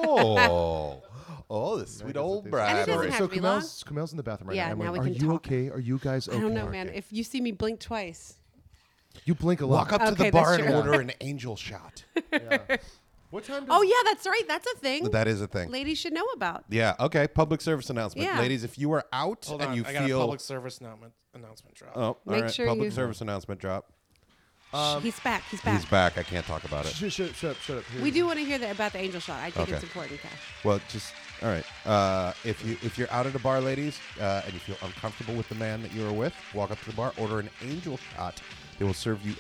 Speaker 7: Oh. oh, the sweet
Speaker 3: Make us a
Speaker 7: old
Speaker 3: theme song.
Speaker 7: bride.
Speaker 2: doesn't have
Speaker 3: so
Speaker 2: to be
Speaker 3: Kamel's, Kamel's in the bathroom right
Speaker 2: Yeah,
Speaker 3: now. Emily,
Speaker 2: now we
Speaker 3: are
Speaker 2: can
Speaker 3: you okay? Are you guys okay?
Speaker 2: I don't know, man. If you see me blink twice,
Speaker 3: You blink a lot.
Speaker 7: Walk up to
Speaker 2: Okay,
Speaker 7: the
Speaker 2: that's
Speaker 7: bar and
Speaker 2: true.
Speaker 7: order an angel shot.
Speaker 3: What time?
Speaker 2: Oh yeah, that's right. That's a thing.
Speaker 7: That is a thing.
Speaker 2: Ladies should know about.
Speaker 7: Yeah. Okay. Public service announcement,
Speaker 2: Yeah.
Speaker 7: ladies. If you are out
Speaker 1: Hold
Speaker 7: and
Speaker 1: on,
Speaker 7: you
Speaker 1: I got
Speaker 7: feel
Speaker 1: a public service announcement announcement drop.
Speaker 7: oh, all
Speaker 2: Make
Speaker 7: right,
Speaker 2: sure
Speaker 7: public
Speaker 2: you-
Speaker 7: service announcement drop.
Speaker 8: Um,
Speaker 2: he's back. He's back.
Speaker 7: He's back. I can't talk about it.
Speaker 3: Shut, shut, shut up, shut up. Here
Speaker 2: We do want to hear that about the angel shot. I think
Speaker 7: Okay.
Speaker 2: it's important, Cash.
Speaker 7: Well, just all right. Uh, if you if you're out at a bar, ladies, uh, and you feel uncomfortable with the man that you are with, walk up to the bar, order an angel shot. They will serve you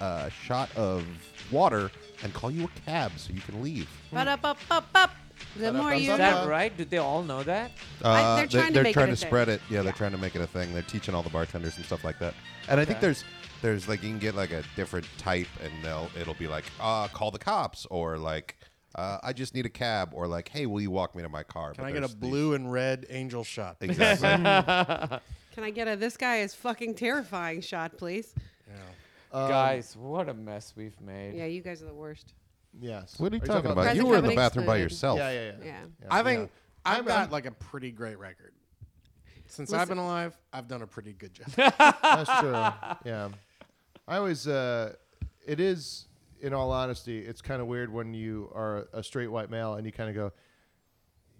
Speaker 7: a uh, shot of water and call you a cab so you can leave.
Speaker 2: But up, up, up, up. The more you know.
Speaker 8: Is that right? Did they all know that?
Speaker 7: Uh,
Speaker 2: they're trying to make it a thing.
Speaker 7: spread it. Yeah, they're trying to make it a thing. They're teaching all the bartenders and stuff like that. And I think
Speaker 8: Okay.
Speaker 7: there's there's like you can get like a different type, and they'll it'll be like uh, call the cops or like uh, I just need a cab or like hey will you walk me to my car?
Speaker 1: Can
Speaker 7: But
Speaker 1: I get a
Speaker 7: there's these-
Speaker 1: blue and red angel shot?
Speaker 7: Exactly.
Speaker 2: Can I get a this guy is fucking terrifying shot, please?
Speaker 8: Guys, what a mess we've made.
Speaker 2: Yeah, you guys are the worst.
Speaker 3: Yes.
Speaker 7: What are you
Speaker 3: Are you
Speaker 7: talking
Speaker 3: talking
Speaker 7: about?
Speaker 2: about-
Speaker 7: You
Speaker 2: Present
Speaker 7: were in the
Speaker 2: company
Speaker 7: bathroom by
Speaker 2: excluded.
Speaker 7: yourself.
Speaker 3: Yeah, yeah, yeah.
Speaker 2: Yeah.
Speaker 1: I think I've
Speaker 3: I'm-
Speaker 1: got
Speaker 3: I'm-
Speaker 1: like a pretty great record. Since I've
Speaker 2: Listen-
Speaker 1: been alive, I've done a pretty good job.
Speaker 3: That's true. Yeah. I always, uh, it is, in all honesty, it's kind of weird when you are a straight white male and you kind of go,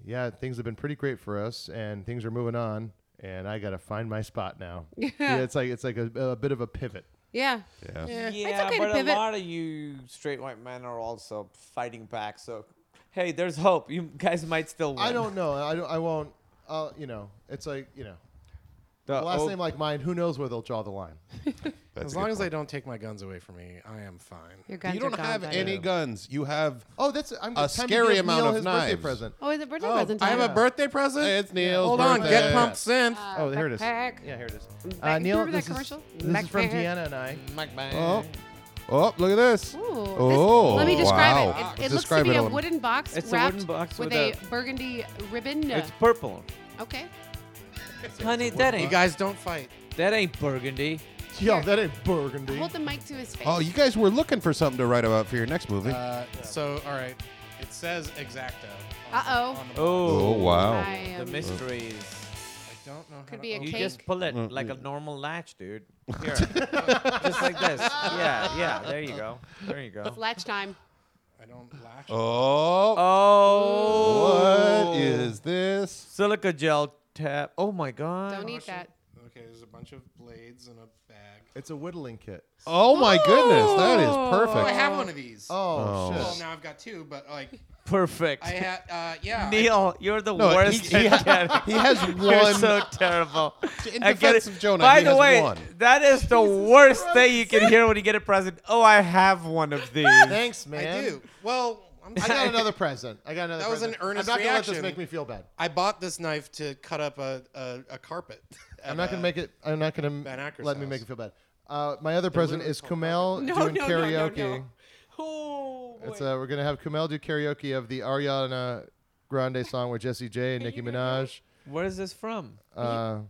Speaker 3: yeah, things have been pretty great for us and things are moving on and I got to find my spot now. Yeah. it's like, it's like a, a bit of a pivot.
Speaker 2: Yeah.
Speaker 7: Yeah.
Speaker 2: It's okay
Speaker 8: but
Speaker 2: to pivot.
Speaker 8: a lot of you straight white men are also fighting back. So, hey, there's hope. You guys might still win.
Speaker 3: I don't know. I don't, I won't, uh, you know, it's like, you know,
Speaker 8: The
Speaker 3: last
Speaker 8: O-
Speaker 3: name like mine, who knows where they'll draw the line.
Speaker 7: That's
Speaker 1: as
Speaker 7: a
Speaker 1: long
Speaker 7: good
Speaker 1: as
Speaker 7: point.
Speaker 1: they don't take my guns away from me, I am fine.
Speaker 2: Your guns
Speaker 7: you
Speaker 2: are
Speaker 7: don't
Speaker 2: gone
Speaker 7: have
Speaker 2: by
Speaker 7: any
Speaker 2: now.
Speaker 7: guns. You have
Speaker 3: Oh, that's I'm,
Speaker 7: A
Speaker 3: time to
Speaker 7: scary
Speaker 3: give
Speaker 7: amount
Speaker 3: Neil
Speaker 7: of
Speaker 3: his
Speaker 7: knives.
Speaker 3: birthday present.
Speaker 2: Oh, is it birthday
Speaker 1: Oh,
Speaker 2: present?
Speaker 1: I have a
Speaker 2: time?
Speaker 1: birthday present.
Speaker 7: Hey, it's Neil's
Speaker 1: Hold on,
Speaker 7: birthday.
Speaker 1: get pumped, synth.
Speaker 2: Uh,
Speaker 3: Oh, there it is.
Speaker 2: Backpack.
Speaker 3: Yeah, here it is. Uh,
Speaker 2: Back-
Speaker 3: Neil,
Speaker 2: remember that
Speaker 3: this is-
Speaker 2: commercial?
Speaker 3: This is from
Speaker 2: Backpack.
Speaker 3: Deanna and I.
Speaker 7: oh oh look at this.
Speaker 2: Ooh, this-
Speaker 7: Oh,
Speaker 2: let me describe
Speaker 7: wow.
Speaker 2: it. It, it looks
Speaker 7: Describe
Speaker 2: to be
Speaker 7: it
Speaker 2: a
Speaker 7: on-
Speaker 2: wooden box
Speaker 8: It's a
Speaker 2: wrapped
Speaker 8: wooden box
Speaker 2: with,
Speaker 8: with
Speaker 2: a,
Speaker 8: a-
Speaker 2: burgundy ribbon.
Speaker 8: It's purple.
Speaker 2: okay.
Speaker 8: Honey, that
Speaker 1: You
Speaker 8: ain't
Speaker 1: guys don't fight.
Speaker 8: that ain't burgundy.
Speaker 3: Yo, that ain't burgundy.
Speaker 2: Hold the mic to his face.
Speaker 7: Oh, you guys were looking for something to write about for your next movie.
Speaker 1: Uh, so, all right. It says exacto.
Speaker 2: Uh-oh.
Speaker 1: on the- on the-
Speaker 7: oh
Speaker 8: Oh,
Speaker 7: wow.
Speaker 2: I
Speaker 8: the
Speaker 2: am-
Speaker 8: mysteries.
Speaker 1: I don't know. How
Speaker 2: Could
Speaker 1: to
Speaker 2: be a
Speaker 1: open
Speaker 8: You
Speaker 2: cake.
Speaker 8: just pull it
Speaker 7: Mm.
Speaker 8: like a normal latch, dude. Here, just like this. Yeah, yeah. There you go. There you go.
Speaker 2: It's latch time.
Speaker 1: I don't latch.
Speaker 7: Oh,
Speaker 8: Oh,
Speaker 7: what is this?
Speaker 8: silica gel tap? Oh my god.
Speaker 2: Don't eat that.
Speaker 1: Okay, there's a bunch of blades in a bag.
Speaker 3: It's a whittling kit.
Speaker 7: Oh my goodness, that is
Speaker 1: Oh, I
Speaker 7: perfect.
Speaker 1: have one of these.
Speaker 3: Oh,
Speaker 7: Oh.
Speaker 1: Well,
Speaker 3: shit.
Speaker 1: now I've got two, but like
Speaker 8: Perfect.
Speaker 1: I had, uh, yeah. I-
Speaker 8: Neil, you're the
Speaker 7: No, he-
Speaker 8: worst.
Speaker 7: he ha-
Speaker 8: at
Speaker 7: he
Speaker 8: getting-
Speaker 7: has
Speaker 8: You're
Speaker 7: one-
Speaker 8: so terrible.
Speaker 7: In
Speaker 8: I get
Speaker 7: defense
Speaker 8: it.
Speaker 7: of Jonah,
Speaker 8: By
Speaker 7: he
Speaker 8: the
Speaker 7: has
Speaker 8: way,
Speaker 7: one.
Speaker 8: that is the worst thing you can hear when you get a present. Oh, I have one of these.
Speaker 3: Thanks, man.
Speaker 1: I do. Well, I'm
Speaker 3: I got another present. I got another.
Speaker 1: That was an
Speaker 3: present.
Speaker 1: earnest
Speaker 3: I'm not gonna let
Speaker 1: reaction.
Speaker 3: this make me feel bad.
Speaker 1: I bought this knife to cut up a, a, a carpet.
Speaker 3: I'm not gonna make it. I'm not gonna
Speaker 1: Van Acker's
Speaker 3: let me
Speaker 1: house.
Speaker 3: make it feel bad. Uh, my other present
Speaker 1: blue-
Speaker 3: is Kumail
Speaker 2: No,
Speaker 3: doing
Speaker 2: no, no, no, no.
Speaker 3: karaoke.
Speaker 2: Oh,
Speaker 3: It's uh, we're gonna have Kumail do karaoke of the Ariana Grande song with Jesse J and Nicki Minaj.
Speaker 8: Where is this from?
Speaker 3: Uh,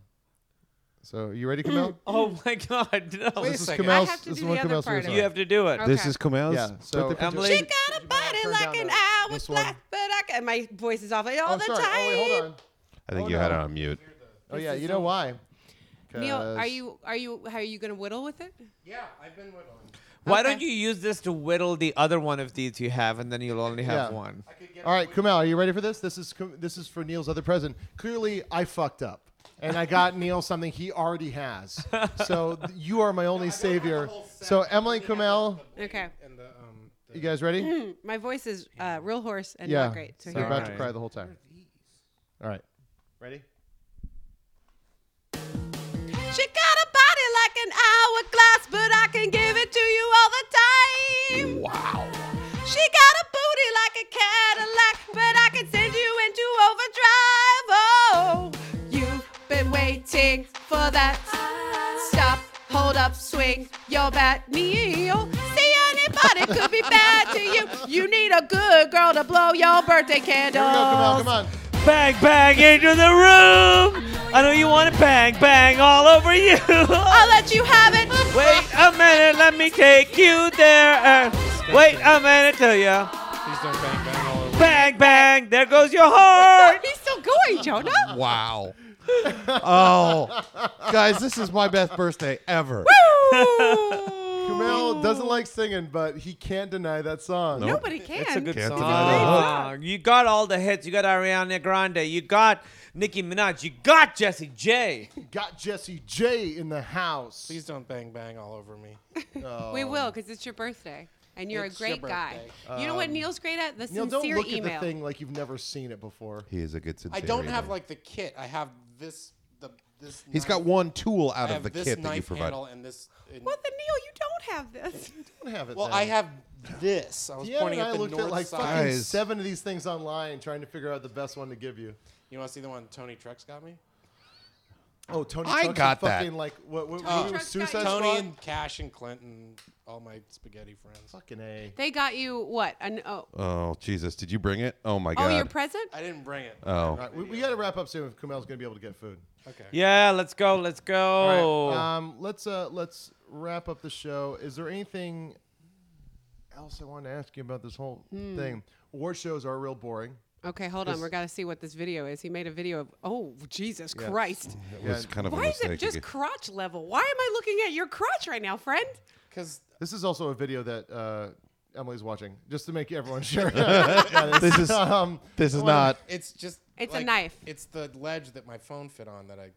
Speaker 3: so you ready, Kumail?
Speaker 8: Oh my god, no.
Speaker 2: Oh,
Speaker 1: Wait a
Speaker 3: this is
Speaker 1: second.
Speaker 3: Kumail's.
Speaker 1: I
Speaker 2: have to
Speaker 3: this
Speaker 2: do
Speaker 3: is
Speaker 2: the
Speaker 3: one
Speaker 2: other
Speaker 3: Kumail's
Speaker 2: part of
Speaker 3: suicide.
Speaker 8: You have to do it.
Speaker 2: Okay.
Speaker 7: This is Kumail's.
Speaker 3: Yeah, so-
Speaker 7: birthday picture.
Speaker 8: Emily,
Speaker 2: got a body
Speaker 3: turn
Speaker 2: like
Speaker 3: down
Speaker 2: an
Speaker 3: the-
Speaker 2: I
Speaker 3: this
Speaker 2: was
Speaker 3: one.
Speaker 2: black, but I can, my voice is off all
Speaker 3: Oh,
Speaker 2: the
Speaker 3: sorry.
Speaker 2: time.
Speaker 3: Oh, wait, hold on.
Speaker 7: I think
Speaker 3: Oh,
Speaker 7: you had it
Speaker 3: no.
Speaker 7: on mute.
Speaker 3: Oh yeah, you know why?
Speaker 2: Neil, are
Speaker 3: 'Cause-
Speaker 2: you are you how are you gonna whittle with it?
Speaker 1: Yeah, I've been whittling.
Speaker 8: why
Speaker 2: Okay.
Speaker 8: don't you use this to whittle the other one of these you have, and then you'll only have
Speaker 3: Yeah.
Speaker 8: one?
Speaker 3: All right, Kumail, are you ready for this? This is Kum- this is for Neil's other present. Clearly, I fucked up, and I got Neil something he already has. So th- you are my only savior. So Emily, Kumail,
Speaker 2: Okay.
Speaker 1: And the, um,
Speaker 3: you guys ready?
Speaker 2: My voice is uh, real hoarse and
Speaker 3: Yeah.
Speaker 2: Mm-hmm. not great. So
Speaker 3: You're
Speaker 2: here.
Speaker 8: Sorry.
Speaker 2: we
Speaker 3: about to
Speaker 8: Alright.
Speaker 3: cry the whole time. All right. Ready?
Speaker 2: go. She got a body like an hourglass, but I can give it to you all the time. Wow. She got a booty like a Cadillac, but I can send you into overdrive. Oh, you've been waiting for that. Stop. Hold up, swing your bat, kneel. See anybody could be bad to you. You need a good girl to blow your birthday candle.
Speaker 3: come on.
Speaker 5: Bang, bang into the room. I know you want to bang, bang all over you. I'll
Speaker 2: let you have it.
Speaker 5: Wait a minute, let me take you there. Uh, wait a minute till you.
Speaker 1: Please don't bang bang all over.
Speaker 5: Bang, bang, there goes your heart.
Speaker 2: He's still going, Jonah.
Speaker 7: Wow. oh, guys, this is my best birthday ever.
Speaker 3: Kumail doesn't like singing, but he can't deny that song.
Speaker 2: Nope. Nobody can. It's a good
Speaker 7: Can't
Speaker 8: song.
Speaker 7: deny
Speaker 8: Uh-huh. You got all the hits. You got Ariana Grande. You got Nicki Minaj. You got Jesse J.
Speaker 3: Got Jesse J in the house.
Speaker 1: Please don't bang bang all over me.
Speaker 2: We will, because it's your birthday. And you're
Speaker 1: It's
Speaker 2: a
Speaker 1: your
Speaker 2: great guy.
Speaker 1: birthday.
Speaker 2: you know what
Speaker 3: Um,
Speaker 2: Neil's great at? The
Speaker 3: Neil,
Speaker 2: sincere
Speaker 3: don't look
Speaker 2: email.
Speaker 3: at the thing like you've never seen it before.
Speaker 7: He is a good sincere.
Speaker 1: I don't
Speaker 7: man.
Speaker 1: have like the kit. I have this the this.
Speaker 7: He's
Speaker 1: knife-
Speaker 7: got one tool out
Speaker 1: I
Speaker 7: of
Speaker 1: have
Speaker 7: the
Speaker 1: this
Speaker 7: kit that you
Speaker 1: knife
Speaker 7: provided.
Speaker 1: handle and this. and-
Speaker 2: Well, then Neil, you don't have this.
Speaker 3: don't have it.
Speaker 1: well,
Speaker 3: then.
Speaker 1: I have this. I was
Speaker 3: Deanna
Speaker 1: pointing
Speaker 3: and I
Speaker 1: at the
Speaker 3: looked
Speaker 1: north
Speaker 3: at like
Speaker 1: side.
Speaker 3: fucking seven of these things online, trying to figure out the best one to give you.
Speaker 1: You want to see the one Tony Trex got me?
Speaker 3: Oh, Tony.
Speaker 7: I
Speaker 3: Trucks
Speaker 7: got
Speaker 3: and
Speaker 7: that.
Speaker 3: fucking Like what? What?
Speaker 1: Oh,
Speaker 3: what was Suicide
Speaker 1: Tony
Speaker 3: Squad?
Speaker 1: and Cash and Clinton, all my spaghetti friends.
Speaker 3: Fucking a.
Speaker 2: They got you what? An, oh,
Speaker 7: Oh Jesus! Did you bring it? Oh my
Speaker 2: oh,
Speaker 7: God!
Speaker 2: your present?
Speaker 1: I didn't bring it.
Speaker 3: All
Speaker 7: oh,
Speaker 3: right, we, we got to wrap up soon. If Kumail's gonna be able to get food.
Speaker 1: Okay.
Speaker 8: Yeah, let's go. Let's go.
Speaker 7: Oh.
Speaker 3: All right, um, let's uh, let's wrap up the show. Is there anything else I want to ask you about this whole
Speaker 2: Hmm.
Speaker 3: thing? Award shows are real boring.
Speaker 2: Okay, hold on.
Speaker 3: This-
Speaker 2: We're got to see what this video is. He made a video of, oh, Jesus
Speaker 3: Yeah.
Speaker 2: Christ.
Speaker 7: it
Speaker 3: Yeah,
Speaker 7: was kind of a
Speaker 2: Why is
Speaker 7: mistake.
Speaker 2: it just
Speaker 7: again.
Speaker 2: crotch level? Why am I looking at your crotch right now, friend?
Speaker 7: Oh.
Speaker 1: Because
Speaker 3: This is also a video that uh, Emily's watching, just to make everyone sure. um,
Speaker 7: This is- this is not-
Speaker 1: It's just.
Speaker 2: It's a
Speaker 1: like,
Speaker 2: knife.
Speaker 1: It's the ledge that my phone fit on that I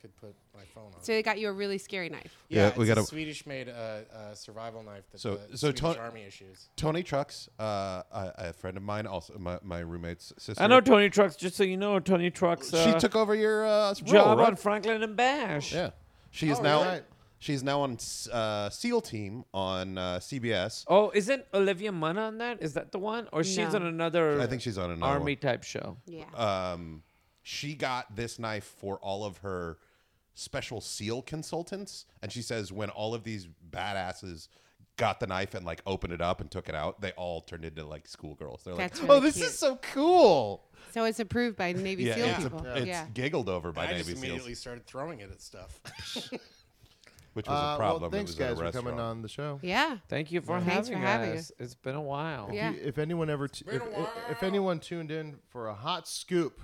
Speaker 1: could put my phone on.
Speaker 2: So they got you a really scary knife.
Speaker 7: Yeah, we
Speaker 1: it's
Speaker 7: gotta-
Speaker 1: a Swedish-made uh, uh, survival knife that
Speaker 7: So,
Speaker 1: the
Speaker 7: so
Speaker 1: Swedish
Speaker 7: Tony,
Speaker 1: Army issues.
Speaker 7: Tony Trucks, uh, a, a friend of mine, also my, my roommate's sister.
Speaker 8: I know Tony Trucks. Just so you know, Tony Trucks.
Speaker 7: She
Speaker 8: uh,
Speaker 7: took over your uh, role,
Speaker 8: job
Speaker 7: right?
Speaker 8: on Franklin and Bash.
Speaker 7: Yeah, she is
Speaker 1: Oh,
Speaker 7: now.
Speaker 1: really?
Speaker 7: She's now on s- uh, SEAL Team on uh, CBS.
Speaker 8: Oh, isn't Olivia Munn on that? Is that the one? Or she's
Speaker 2: No.
Speaker 8: on another?
Speaker 7: I think she's on another
Speaker 8: army type show.
Speaker 2: Yeah.
Speaker 7: um, she got this knife for all of her special seal consultants and she says when all of these badasses got the knife and like opened it up and took it out they all turned into like schoolgirls they're
Speaker 2: That's
Speaker 7: like
Speaker 2: really
Speaker 7: oh this
Speaker 2: cute."
Speaker 7: is so cool
Speaker 2: So it's approved by Navy
Speaker 7: yeah
Speaker 2: SEAL
Speaker 7: it's,
Speaker 2: people.
Speaker 7: a, it's
Speaker 2: yeah.
Speaker 7: giggled over by
Speaker 1: I
Speaker 7: navy
Speaker 1: just immediately
Speaker 7: seals
Speaker 1: started throwing it at stuff.
Speaker 7: which was
Speaker 3: Uh,
Speaker 7: a problem
Speaker 3: well,
Speaker 7: It
Speaker 3: thanks
Speaker 7: was at a
Speaker 3: guys for coming
Speaker 7: restaurant.
Speaker 3: on the show.
Speaker 2: Yeah.
Speaker 8: Thank you for
Speaker 2: Thanks for
Speaker 8: having
Speaker 2: having
Speaker 8: us. It's been a while.
Speaker 2: Yeah.
Speaker 3: If, you- if anyone ever, t- if,
Speaker 1: been a
Speaker 3: if anyone tuned in for a hot scoop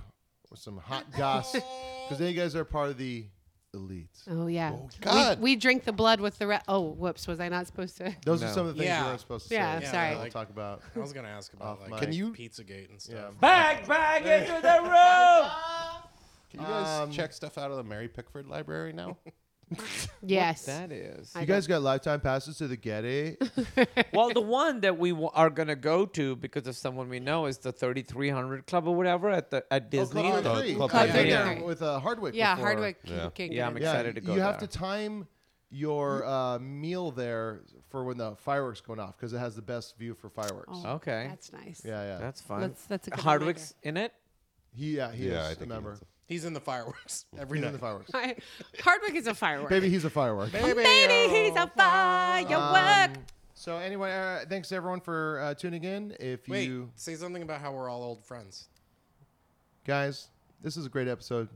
Speaker 3: with some hot goss, because you guys are part of the elite.
Speaker 2: Oh, yeah.
Speaker 7: God.
Speaker 2: We, we drink the blood with the. Re- oh, whoops. Was I not supposed to?
Speaker 3: Those are
Speaker 8: No.
Speaker 3: some of the things
Speaker 1: Yeah.
Speaker 3: you weren't supposed to
Speaker 2: Yeah,
Speaker 3: say.
Speaker 2: I'm sorry. Oh
Speaker 3: We'll
Speaker 1: Like-
Speaker 3: talk about.
Speaker 1: I was gonna ask about
Speaker 3: Off
Speaker 1: like
Speaker 3: mic. Can
Speaker 7: you-
Speaker 1: Pizzagate and
Speaker 3: Yeah.
Speaker 1: stuff.
Speaker 8: Bang, bang into the room.
Speaker 7: can you guys
Speaker 3: Um,
Speaker 7: check stuff out of the mary pickford library now
Speaker 2: Yes.
Speaker 8: That is.
Speaker 3: You guys got lifetime passes to the Getty.
Speaker 8: well, the one that we w- are gonna go to because of someone we know is the 3300 Club or whatever at the at Disney.
Speaker 3: Club
Speaker 7: Oh, Club
Speaker 3: Three.
Speaker 7: Club
Speaker 3: I've been
Speaker 8: Three.
Speaker 3: there with uh, Hardwick.
Speaker 2: Yeah,
Speaker 3: before.
Speaker 2: Hardwick
Speaker 7: Yeah.
Speaker 2: King.
Speaker 8: Yeah, I'm excited to
Speaker 3: y-
Speaker 8: go
Speaker 3: You have
Speaker 8: there.
Speaker 3: to time your uh, meal there for when the fireworks going off because it has the best view for fireworks.
Speaker 2: Oh.
Speaker 8: Okay.
Speaker 2: That's nice.
Speaker 3: Yeah, yeah.
Speaker 8: That's fine.
Speaker 2: That's, that's a good
Speaker 8: Hardwick's in it.
Speaker 3: he, yeah, he
Speaker 7: Yeah, I
Speaker 3: is
Speaker 7: think he
Speaker 3: a member.
Speaker 7: is.
Speaker 1: He's in the fireworks every
Speaker 3: He's in
Speaker 1: night.
Speaker 3: the fireworks.
Speaker 2: reminder. Hardwick is a firework.
Speaker 3: Baby, he's a firework.
Speaker 2: Baby, he's a firework.
Speaker 3: Um, so anyway, uh, thanks everyone for uh, tuning in. If
Speaker 1: Wait,
Speaker 3: you
Speaker 1: say something about how we're all old friends.
Speaker 3: guys, this is a great episode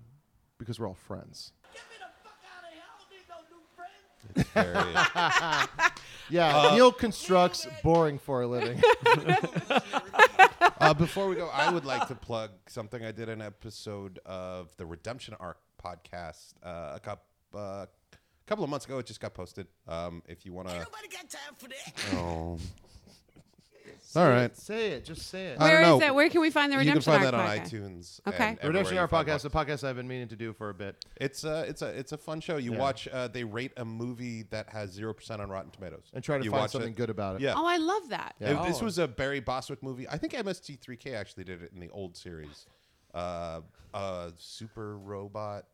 Speaker 3: because we're all friends.
Speaker 2: Uh,
Speaker 7: There it is.
Speaker 3: Yeah, Neil constructs boring for a living.
Speaker 7: uh, before we go, I would like to plug something I did an episode of the Redemption Arc podcast uh, a couple uh, couple of months ago. It just got posted. Um, if you want to, oh, all right.
Speaker 3: say it, just say it.
Speaker 7: I
Speaker 2: Where
Speaker 7: don't
Speaker 2: is
Speaker 7: know.
Speaker 2: that? Where can we find the
Speaker 7: you
Speaker 2: Redemption
Speaker 7: can find
Speaker 2: Arc
Speaker 7: that on
Speaker 2: podcast?
Speaker 7: iTunes.
Speaker 2: Okay.
Speaker 7: and everywhere
Speaker 3: Redemption
Speaker 7: you
Speaker 3: Hour
Speaker 7: find
Speaker 3: podcast, a
Speaker 7: podcasts.
Speaker 3: podcast I've been meaning to do for a bit.
Speaker 7: It's a it's a it's a fun show. You
Speaker 3: Yeah.
Speaker 7: watch. Uh, they rate a movie that has zero percent on Rotten Tomatoes
Speaker 3: And try to
Speaker 7: You
Speaker 3: find
Speaker 7: watch
Speaker 3: something good about it.
Speaker 7: Yeah.
Speaker 2: Oh, I love that.
Speaker 3: Yeah.
Speaker 7: It- This
Speaker 8: Oh.
Speaker 7: was a Barry Boswick movie. I think MST3K actually did it in the old series. Uh, uh, Super Robot.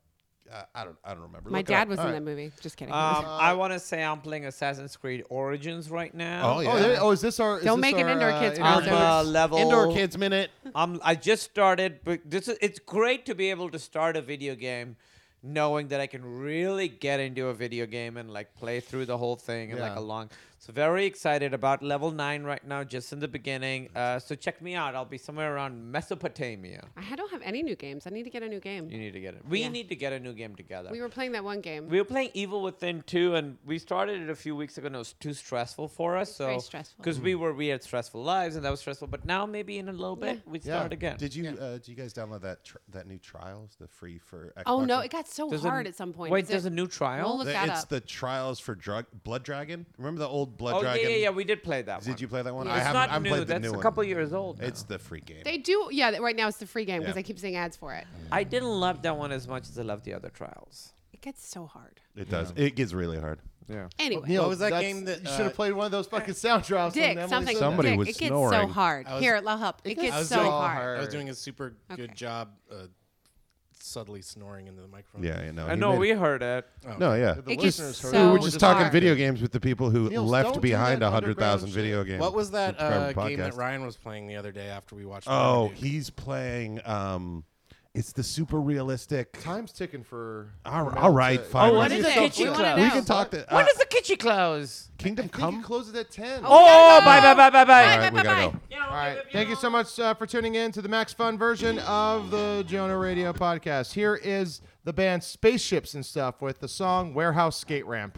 Speaker 7: Uh, I don't. I don't remember.
Speaker 2: My
Speaker 7: Look it
Speaker 2: dad
Speaker 7: up.
Speaker 2: was
Speaker 3: All
Speaker 2: in
Speaker 3: right.
Speaker 2: that movie. Just kidding.
Speaker 8: Um, I
Speaker 7: Uh-huh.
Speaker 8: want to say I'm playing Assassin's Creed Origins right now.
Speaker 7: Oh
Speaker 3: Oh,
Speaker 7: yeah.
Speaker 3: there, oh, is this our? Is
Speaker 2: Don't
Speaker 3: this
Speaker 2: make an
Speaker 3: our,
Speaker 2: indoor
Speaker 3: uh,
Speaker 2: kids
Speaker 3: indoor
Speaker 2: concert.
Speaker 8: I'm uh, level.
Speaker 7: Indoor Kids Minute.
Speaker 8: Um, I'm, I just started, but this is, it's great to be able to start a video game knowing that I can really get into a video game and like play through the whole thing and like
Speaker 18: Yeah.
Speaker 8: a long. So very excited about level nine right now, just in the beginning. Uh, so check me out. I'll be somewhere around Mesopotamia.
Speaker 2: I don't have any new games. I need to get a new game.
Speaker 8: You need to get it. We
Speaker 2: Yeah.
Speaker 8: need to get a new game together.
Speaker 2: We were playing that one game.
Speaker 8: We were playing Evil Within 2, and we started it a few weeks ago, and it was too stressful for us. So
Speaker 2: very stressful.
Speaker 8: Because we were we had stressful lives, and that was stressful. But now maybe in a little bit we start again.
Speaker 7: Did you uh, did you guys download that tr- that new Trials, the free for? Xbox
Speaker 2: Oh, no,
Speaker 7: One?
Speaker 2: it got so There's a hard n- at some point.
Speaker 8: wait,
Speaker 2: Is
Speaker 8: there's
Speaker 2: it-
Speaker 8: a new trial?
Speaker 2: We'll look
Speaker 7: The-
Speaker 2: that
Speaker 7: it's
Speaker 2: up.
Speaker 7: the Trials for Drug Blood Dragon. Remember the old Blood
Speaker 8: Oh, yeah,
Speaker 7: Dragon?
Speaker 8: yeah, yeah, we did play that
Speaker 7: Did
Speaker 8: one.
Speaker 7: you play that one?
Speaker 8: Yeah.
Speaker 7: I
Speaker 8: It's
Speaker 7: haven't.
Speaker 8: not
Speaker 7: I haven't
Speaker 8: new,
Speaker 7: played the
Speaker 8: that's
Speaker 7: new
Speaker 8: a
Speaker 7: one.
Speaker 8: couple years old
Speaker 7: It's the free game.
Speaker 2: They do. Yeah, th- right now it's the free game because
Speaker 8: Yeah.
Speaker 2: I keep seeing ads for it.
Speaker 8: I didn't love that one as much as I loved the other trials.
Speaker 2: It gets so hard.
Speaker 7: It does. It gets really hard.
Speaker 8: Yeah.
Speaker 2: Anyway,
Speaker 3: Neil, that's- you should have played one of those fucking sound drops? when
Speaker 2: Dick,
Speaker 3: Emily
Speaker 2: something.
Speaker 3: said
Speaker 7: Somebody
Speaker 2: Dick,
Speaker 7: was
Speaker 2: it gets so
Speaker 7: snoring.
Speaker 2: hard.
Speaker 1: I was-
Speaker 2: Here, la up. It
Speaker 1: I
Speaker 2: gets
Speaker 1: was
Speaker 2: so
Speaker 1: doing-
Speaker 2: hard.
Speaker 1: I was doing a super good job uh, subtly snoring into the microphone.
Speaker 7: Yeah, I know.
Speaker 8: I
Speaker 7: He
Speaker 8: know
Speaker 7: Oh, made-
Speaker 8: Uh,
Speaker 7: Oh,
Speaker 8: we heard it.
Speaker 7: No, yeah.
Speaker 1: The
Speaker 2: It gets
Speaker 1: listeners heard
Speaker 2: so
Speaker 7: we were just talking
Speaker 2: hard.
Speaker 7: video games with the people who
Speaker 1: Niels, don't
Speaker 7: left
Speaker 1: do
Speaker 7: behind
Speaker 1: that
Speaker 7: a hundred thousand
Speaker 1: underground
Speaker 7: video
Speaker 1: shit.
Speaker 7: games.
Speaker 1: What was that uh,
Speaker 7: subscriber
Speaker 1: game that
Speaker 7: podcast.
Speaker 1: Ryan was playing the other day after we watched?
Speaker 7: Oh,
Speaker 1: Marmaduke?
Speaker 7: he's playing. Um, it's the super realistic.
Speaker 3: Time's ticking for.
Speaker 7: All right,
Speaker 3: for
Speaker 7: all right
Speaker 3: Matt to-
Speaker 7: fine.
Speaker 8: Oh,
Speaker 7: we're-
Speaker 8: when is
Speaker 7: we
Speaker 8: the
Speaker 7: can-
Speaker 8: kitchen
Speaker 7: we
Speaker 8: close?
Speaker 7: can talk.
Speaker 8: When
Speaker 7: To,
Speaker 8: is
Speaker 7: uh,
Speaker 8: the kitchen close?
Speaker 7: Kingdom
Speaker 3: I think
Speaker 7: Come.
Speaker 3: it closes at 10.
Speaker 8: Oh, bye, bye, bye, bye,
Speaker 7: All
Speaker 8: bye.
Speaker 7: right, we gotta go.
Speaker 3: All right. Thank you so much uh, for tuning in to the Max Fun version of the Jonah Radio podcast. Here is the band Spaceships and Stuff with the song Warehouse Skate Ramp.